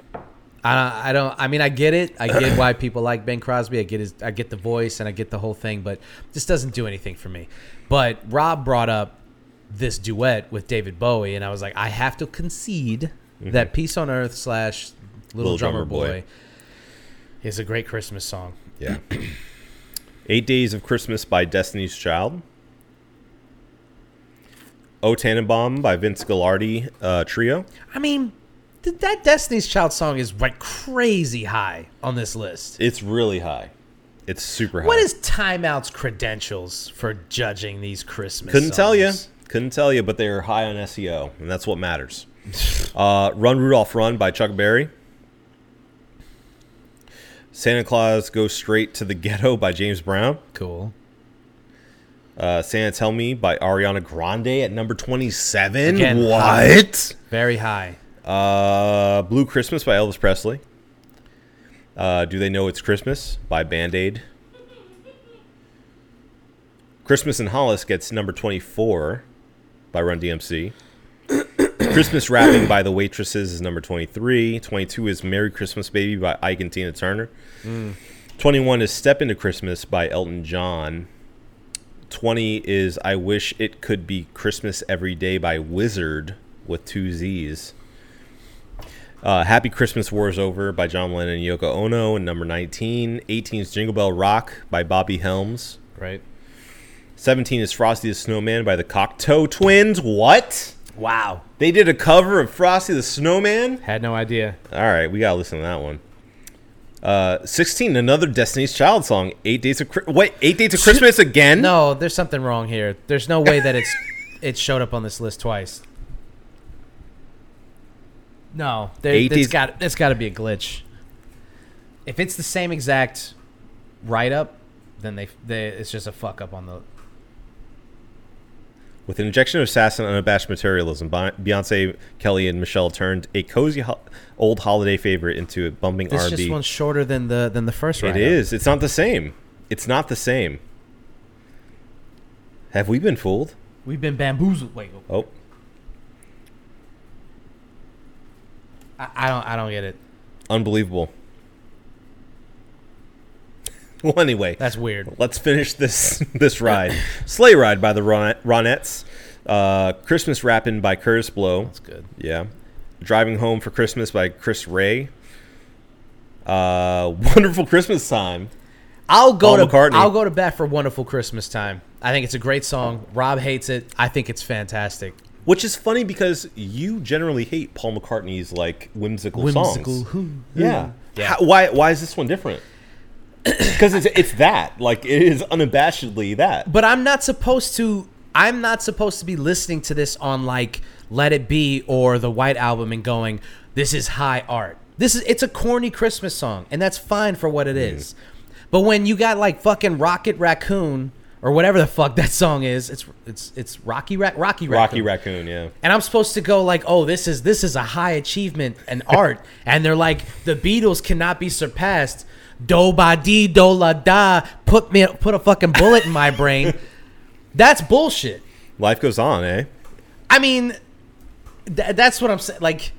[SPEAKER 1] I, I don't. I mean, I get it. I get [clears throat] why people like Bing Crosby. I get his. I get the voice and I get the whole thing, but this doesn't do anything for me. But Rob brought up this duet with David Bowie, and I was like, I have to concede that "Peace on Earth" slash Mm-hmm. "Little,
[SPEAKER 2] Little
[SPEAKER 1] Drummer,
[SPEAKER 2] Drummer Boy.
[SPEAKER 1] Boy" is a great Christmas song.
[SPEAKER 2] Yeah. [clears throat] Eight Days of Christmas by Destiny's Child. O Tannenbaum by Vince Gilardi uh, Trio.
[SPEAKER 1] I mean, th- that Destiny's Child song is like crazy high on this list.
[SPEAKER 2] It's really high. It's super high.
[SPEAKER 1] What is Timeout's credentials for judging these Christmas?
[SPEAKER 2] Couldn't tell you.
[SPEAKER 1] songs?
[SPEAKER 2] Couldn't tell you, but they are high on SEO, and that's what matters. [laughs] uh, Run Rudolph Run by Chuck Berry. Santa Claus Goes Straight to the Ghetto by James Brown.
[SPEAKER 1] Cool.
[SPEAKER 2] Uh, Santa Tell Me by Ariana Grande at number 27.
[SPEAKER 1] Again,
[SPEAKER 2] what?
[SPEAKER 1] Very high.
[SPEAKER 2] Uh, Blue Christmas by Elvis Presley. Uh, Do They Know It's Christmas by Band Aid. Christmas in Hollis gets number 24 by Run DMC. [coughs] Christmas Rapping by The Waitresses is number 23. 22 is Merry Christmas Baby by Ike and Tina Turner. 21 is Step Into Christmas by Elton John. 20 is I Wish It Could Be Christmas Every Day by Wizard with two Z's. Uh, Happy Christmas War is Over by John Lennon and Yoko Ono. And number 19, 18 is Jingle Bell Rock by Bobby Helms.
[SPEAKER 1] Right.
[SPEAKER 2] 17 is Frosty the Snowman by the Cocteau Twins. What?
[SPEAKER 1] Wow.
[SPEAKER 2] They did a cover of Frosty the Snowman?
[SPEAKER 1] Had no idea.
[SPEAKER 2] All right, we gotta listen to that one. Uh, 16, another Destiny's Child song. Eight Days of Chri- Wait, Eight Days of Christmas again?
[SPEAKER 1] No, there's something wrong here. There's no way that it's [laughs] it showed up on this list twice. No, there,
[SPEAKER 2] Eight
[SPEAKER 1] it's
[SPEAKER 2] is-
[SPEAKER 1] got it's got to be a glitch. If it's the same exact write up, then they, they it's just a fuck up on the.
[SPEAKER 2] With an injection of assassin and unabashed materialism, Bi- Beyonce, Kelly, and Michelle turned a cozy ho- old holiday favorite into a bumping
[SPEAKER 1] This
[SPEAKER 2] R&B.
[SPEAKER 1] just one's shorter than the than the first
[SPEAKER 2] It
[SPEAKER 1] write
[SPEAKER 2] is. It's not the same. It's not the same. Have we been fooled?
[SPEAKER 1] We've been bamboozled. Wait,
[SPEAKER 2] Oh,
[SPEAKER 1] I, I don't I don't get it.
[SPEAKER 2] unbelievable. [laughs] Well, anyway,
[SPEAKER 1] That's weird.
[SPEAKER 2] let's finish this [laughs] this ride. Sleigh Ride by the Ron- Ronettes. Uh, Christmas Rappin' by Curtis Blow.
[SPEAKER 1] That's good.
[SPEAKER 2] Yeah. Driving Home for Christmas by Chris Ray. Uh, [laughs] Wonderful Christmas Time.
[SPEAKER 1] I'll go to
[SPEAKER 2] Paul McCartney.
[SPEAKER 1] I'll go to bat for Wonderful Christmas Time. I think it's a great song. Rob hates it. I think it's fantastic.
[SPEAKER 2] Which is funny because you generally hate Paul McCartney's like whimsical,
[SPEAKER 1] Whimsical.
[SPEAKER 2] songs.
[SPEAKER 1] hoo-
[SPEAKER 2] Yeah.
[SPEAKER 1] Yeah.
[SPEAKER 2] How, why why is this
[SPEAKER 1] [coughs]
[SPEAKER 2] one different? Because it's it's that like it is unabashedly that.
[SPEAKER 1] But I'm not supposed to I'm not supposed to be listening to this on like Let It Be or the White Album and going, This is high art. This is it's a corny Christmas song, and that's fine for what it
[SPEAKER 2] Mm.
[SPEAKER 1] is. But when you got like fucking Rocket Raccoon or whatever the fuck that song is, it's it's it's Rocky Ra- Rocky Raccoon.
[SPEAKER 2] Rocky Raccoon, yeah.
[SPEAKER 1] and I'm supposed to go like, "Oh, this is this is a high achievement and art," and they're like, "The Beatles cannot be surpassed." Do ba dee do la da. Put me put a fucking bullet in my brain. That's bullshit.
[SPEAKER 2] Life goes on, eh? [laughs]
[SPEAKER 1] I mean, th- that's what I'm saying. Like,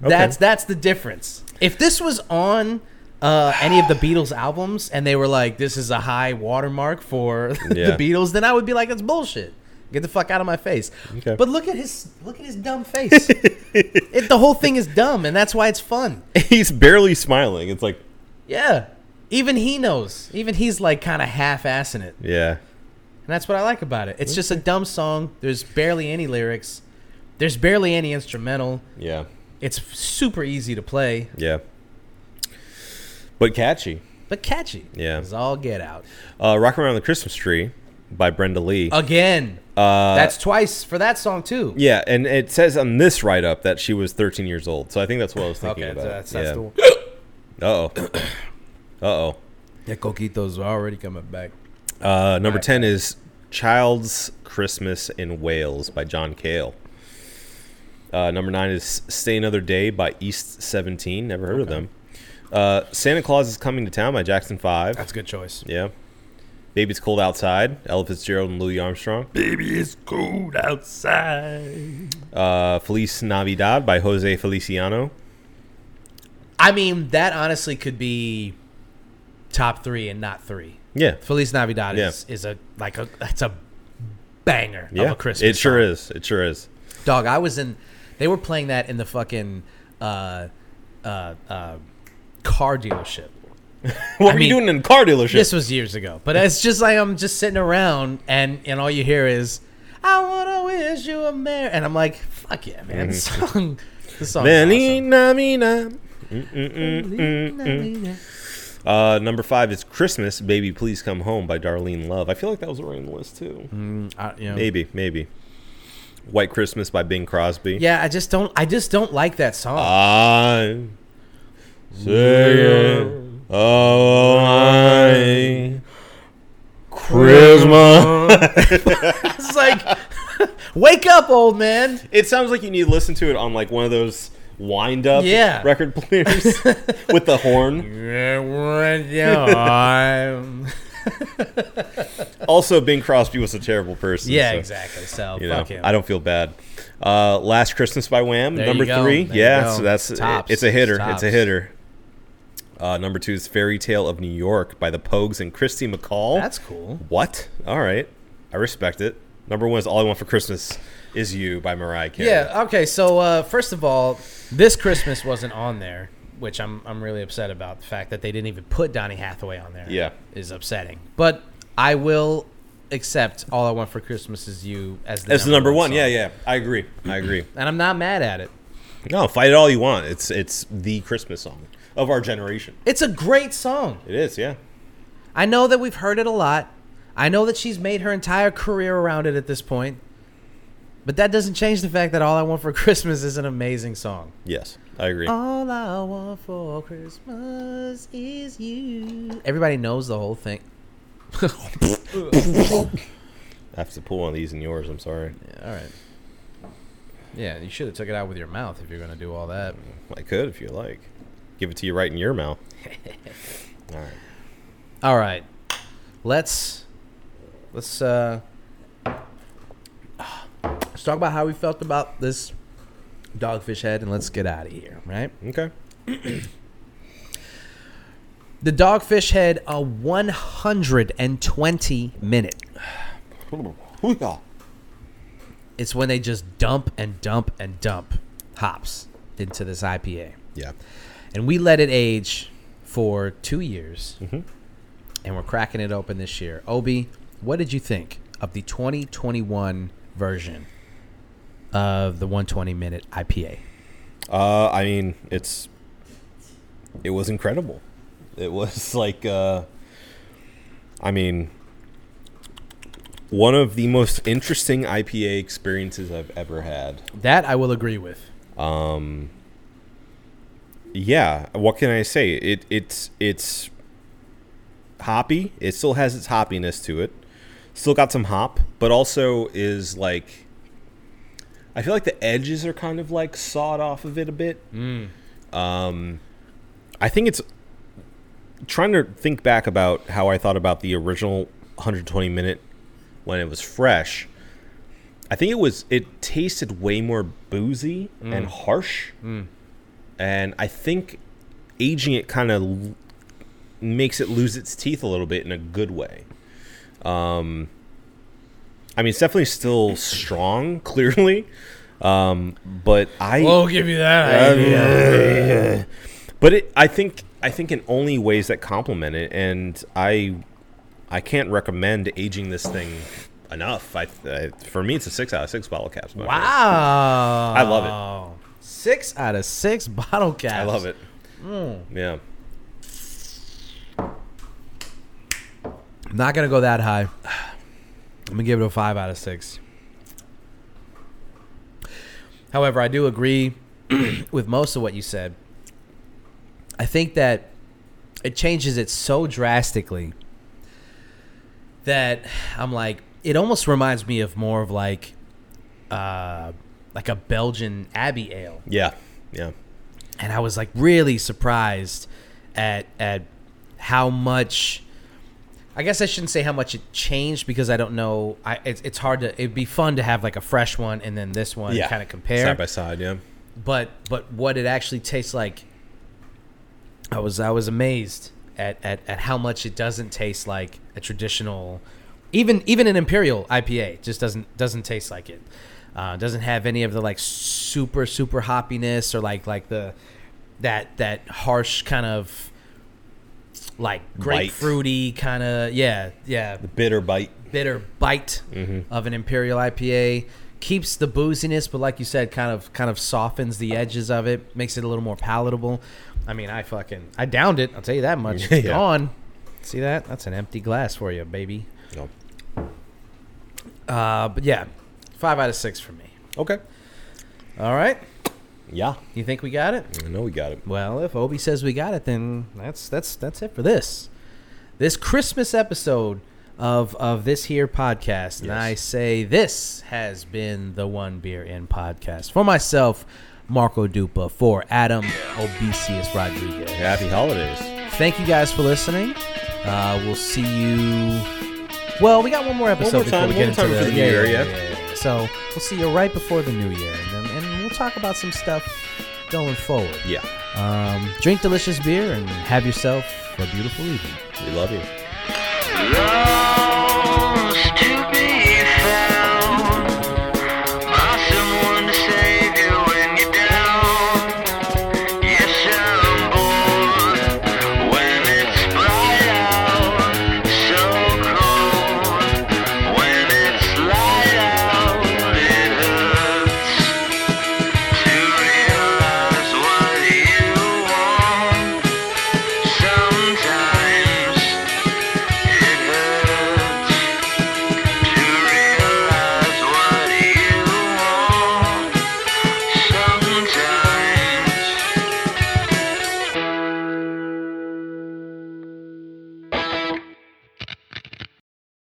[SPEAKER 1] that's that's the difference. If this was on uh, any of the Beatles albums and they were like, "This is a high watermark for [laughs]
[SPEAKER 2] Yeah.
[SPEAKER 1] the Beatles," then I would be like, "That's bullshit." Get the fuck out of my face.
[SPEAKER 2] Okay.
[SPEAKER 1] But look at his look at his dumb
[SPEAKER 2] [laughs]
[SPEAKER 1] face. it, the whole thing is dumb, and that's why it's fun.
[SPEAKER 2] He's barely smiling. It's like,
[SPEAKER 1] Yeah. Even he knows. Even he's like kind of half-assing it.
[SPEAKER 2] yeah.
[SPEAKER 1] And that's what I like about it. It's just a dumb song. There's barely any lyrics. There's barely any instrumental.
[SPEAKER 2] Yeah.
[SPEAKER 1] It's super easy to play,
[SPEAKER 2] Yeah. But catchy.
[SPEAKER 1] but catchy.
[SPEAKER 2] Yeah.
[SPEAKER 1] It's all get out.
[SPEAKER 2] Uh, Rock Around the Christmas Tree by Brenda Lee.
[SPEAKER 1] Again. Uh, that's twice for that song too.
[SPEAKER 2] yeah, and it says on this write up that she was 13 years old. So I think that's what I was thinking
[SPEAKER 1] Okay,
[SPEAKER 2] about.
[SPEAKER 1] that's, that's
[SPEAKER 2] [coughs]
[SPEAKER 1] the one.
[SPEAKER 2] Uh [coughs] oh. Uh oh.
[SPEAKER 1] The coquitos are already coming back.
[SPEAKER 2] Uh, number 10 is Child's Christmas in Wales by John Cale. Uh, number 9 is Stay Another Day by East 17. Never heard of them. Uh, Santa Claus is Coming to Town by Jackson 5.
[SPEAKER 1] That's a good choice.
[SPEAKER 2] Yeah. Baby It's Cold Outside, Ella Fitzgerald and Louis Armstrong.
[SPEAKER 5] Baby, it's cold outside.
[SPEAKER 2] Uh, Feliz Navidad by Jose Feliciano.
[SPEAKER 1] I mean, that honestly could be top three and not three.
[SPEAKER 2] Yeah.
[SPEAKER 1] Feliz Navidad
[SPEAKER 2] Yeah.
[SPEAKER 1] is, is a like a that's a banger
[SPEAKER 2] Yeah.
[SPEAKER 1] of a Christmas.
[SPEAKER 2] it sure
[SPEAKER 1] song.
[SPEAKER 2] is. It sure is. [laughs]
[SPEAKER 1] Dog, I was in. They were playing that in the fucking uh, uh, uh, car dealership.
[SPEAKER 2] What were
[SPEAKER 1] mean-
[SPEAKER 2] you doing in a car dealership?
[SPEAKER 1] This was years ago, but it's just like I'm just sitting around and and all you hear is, "I wanna wish you a merry," and I'm like, "Fuck yeah, man!" This
[SPEAKER 2] Mm-hmm.
[SPEAKER 1] song, this song.
[SPEAKER 2] Then
[SPEAKER 1] Is
[SPEAKER 2] he
[SPEAKER 1] awesome.
[SPEAKER 2] na me na. Mm-hmm. Uh, number five is Christmas, Baby Please Come Home by Darlene Love. I feel like that was already on the list too.
[SPEAKER 1] Mm, I- you know.
[SPEAKER 2] Maybe, maybe. White Christmas by Bing Crosby.
[SPEAKER 1] Yeah, I just don't. I just don't like that song.
[SPEAKER 2] I sing oh I Christmas. Ah.
[SPEAKER 1] it's like, [laughs] wake up, old man.
[SPEAKER 2] It sounds like you need to listen to it on like one of those wind up
[SPEAKER 1] Yeah.
[SPEAKER 2] record players
[SPEAKER 1] [laughs]
[SPEAKER 2] with the horn.
[SPEAKER 1] yeah,
[SPEAKER 2] Also, Bing Crosby was a terrible person. [laughs] so,
[SPEAKER 1] exactly. So
[SPEAKER 2] You know,
[SPEAKER 1] Oh, fuck him.
[SPEAKER 2] I don't feel bad. Uh, Last Christmas by Wham,
[SPEAKER 1] There you
[SPEAKER 2] number
[SPEAKER 1] go.
[SPEAKER 2] three.
[SPEAKER 1] There you
[SPEAKER 2] yeah,
[SPEAKER 1] go.
[SPEAKER 2] so that's
[SPEAKER 1] Tops.
[SPEAKER 2] it's a hitter. It's a
[SPEAKER 1] Tops.
[SPEAKER 2] hitter. Uh, number two is Fairy Tale of New York by the Pogues and Christy McCall.
[SPEAKER 1] That's cool.
[SPEAKER 2] What? All right. I respect it. Number one is All I Want for Christmas Is You by Mariah Carey.
[SPEAKER 1] Yeah. Okay. So uh, first of all, this Christmas wasn't on there, which I'm I'm really upset about. The fact that they didn't even put Donny Hathaway on there.
[SPEAKER 2] Yeah.
[SPEAKER 1] is upsetting. But I will accept "All I Want for Christmas Is You" as the
[SPEAKER 2] That's the number one.
[SPEAKER 1] song.
[SPEAKER 2] Yeah, yeah. I agree.
[SPEAKER 1] [clears throat]
[SPEAKER 2] I agree.
[SPEAKER 1] and I'm not mad at it.
[SPEAKER 2] No, fight it all you want. It's it's the Christmas song of our generation.
[SPEAKER 1] It's a great song.
[SPEAKER 2] It is, yeah.
[SPEAKER 1] I know that we've heard it a lot. I know that she's made her entire career around it at this point. But that doesn't change the fact that All I Want for Christmas is an amazing song.
[SPEAKER 2] Yes, I agree.
[SPEAKER 1] All I want for Christmas is you. Everybody knows the whole [laughs] thing.
[SPEAKER 2] I have to pull one of these in yours. I'm sorry.
[SPEAKER 1] Yeah, all right. Yeah, you should have took it out with your mouth if you're going to do all that.
[SPEAKER 2] I could if you like. Give it to you right in your mouth. all right.
[SPEAKER 1] All right. Let's let's uh let's talk about how we felt about this dogfish head and let's get out of here, right?
[SPEAKER 2] Okay.
[SPEAKER 1] The dogfish head a 120 minute. It's when they just dump and dump and dump hops into this IPA.
[SPEAKER 2] Yeah.
[SPEAKER 1] And we let it age for 2 years. And we're cracking it open this year. Obi, what did you think of the 2021 version of the 120 minute IPA?
[SPEAKER 2] Uh, I mean, it's it was incredible. It was [laughs] like, uh, I mean, one of the most interesting IPA experiences I've ever had.
[SPEAKER 1] That I will agree with.
[SPEAKER 2] Yeah, what can I say? It it's it's hoppy. It still has its hoppiness to it. Still got some hop, but also is like I feel like the edges are kind of like sawed off of it a bit. Um I think it's trying to think back about how I thought about the original 120 minute when it was fresh. I think it was it tasted way more boozy and harsh and I think aging it kind of l- makes it lose its teeth a little bit in a good way. Um, I mean, it's definitely still strong, [laughs] clearly, um, but I.
[SPEAKER 1] give you that.
[SPEAKER 2] uh, But it, I think I think in only ways that complement it, and I I can't recommend aging this thing enough. I, I for me, it's a six out of six bottle caps. my friend.
[SPEAKER 1] Wow.
[SPEAKER 2] I love
[SPEAKER 1] it. Six out of six [laughs] bottle caps.
[SPEAKER 2] I love it. Yeah,
[SPEAKER 1] I'm not going to go that high. I'm going to give it a five out of six. However, I do agree [clears throat] with most of what you said. I think that it changes it so drastically that I'm like, it almost reminds me of more of like, uh, like a Belgian Abbey ale.
[SPEAKER 2] yeah, yeah.
[SPEAKER 1] and I was like really surprised at at how much. I guess I shouldn't say how much it changed because I don't know. I it's, it's hard to. It'd be fun to have like a fresh one and then this one
[SPEAKER 2] Yeah.
[SPEAKER 1] kind of compare
[SPEAKER 2] Side by side, yeah.
[SPEAKER 1] but but what it actually tastes like i was i was amazed at, at at how much it doesn't taste like a traditional even even an imperial ipa just doesn't doesn't taste like it uh, doesn't have any of the like super super hoppiness or like like the that that harsh kind of like
[SPEAKER 2] Bite.
[SPEAKER 1] grapefruity kind of yeah yeah
[SPEAKER 2] Bitter bite.
[SPEAKER 1] bitter bite of an imperial IPA. Keeps the booziness, but like you said, kind of kind of softens the edges of it, makes it a little more palatable. I mean, I fucking I downed it. I'll tell you that much. It's
[SPEAKER 2] Yeah.
[SPEAKER 1] Gone. See that? That's an empty glass for you, baby.
[SPEAKER 2] No.
[SPEAKER 1] Uh, but yeah, five out of six for me.
[SPEAKER 2] Okay.
[SPEAKER 1] All right,
[SPEAKER 2] Yeah.
[SPEAKER 1] you think we got it?
[SPEAKER 2] I know we got it.
[SPEAKER 1] Well, if Obi says we got it, then that's that's that's it for this this Christmas episode of of this here podcast. And
[SPEAKER 2] Yes.
[SPEAKER 1] I say this has been the One Beer In podcast for myself, Marco Dupa, for Adam Obesius Rodriguez.
[SPEAKER 2] Happy holidays.
[SPEAKER 1] Thank you guys for listening. Uh, we'll see you. Well, we got one more episode
[SPEAKER 2] more
[SPEAKER 1] before
[SPEAKER 2] time-
[SPEAKER 1] we
[SPEAKER 2] one
[SPEAKER 1] get into
[SPEAKER 2] more time
[SPEAKER 1] the
[SPEAKER 2] for the new year, yeah.
[SPEAKER 1] yeah. So we'll see you right before the new year, and, then, and we'll talk about some stuff going forward.
[SPEAKER 2] Yeah.
[SPEAKER 1] Um, drink delicious beer and have yourself a beautiful evening.
[SPEAKER 2] We love you.
[SPEAKER 6] Yeah.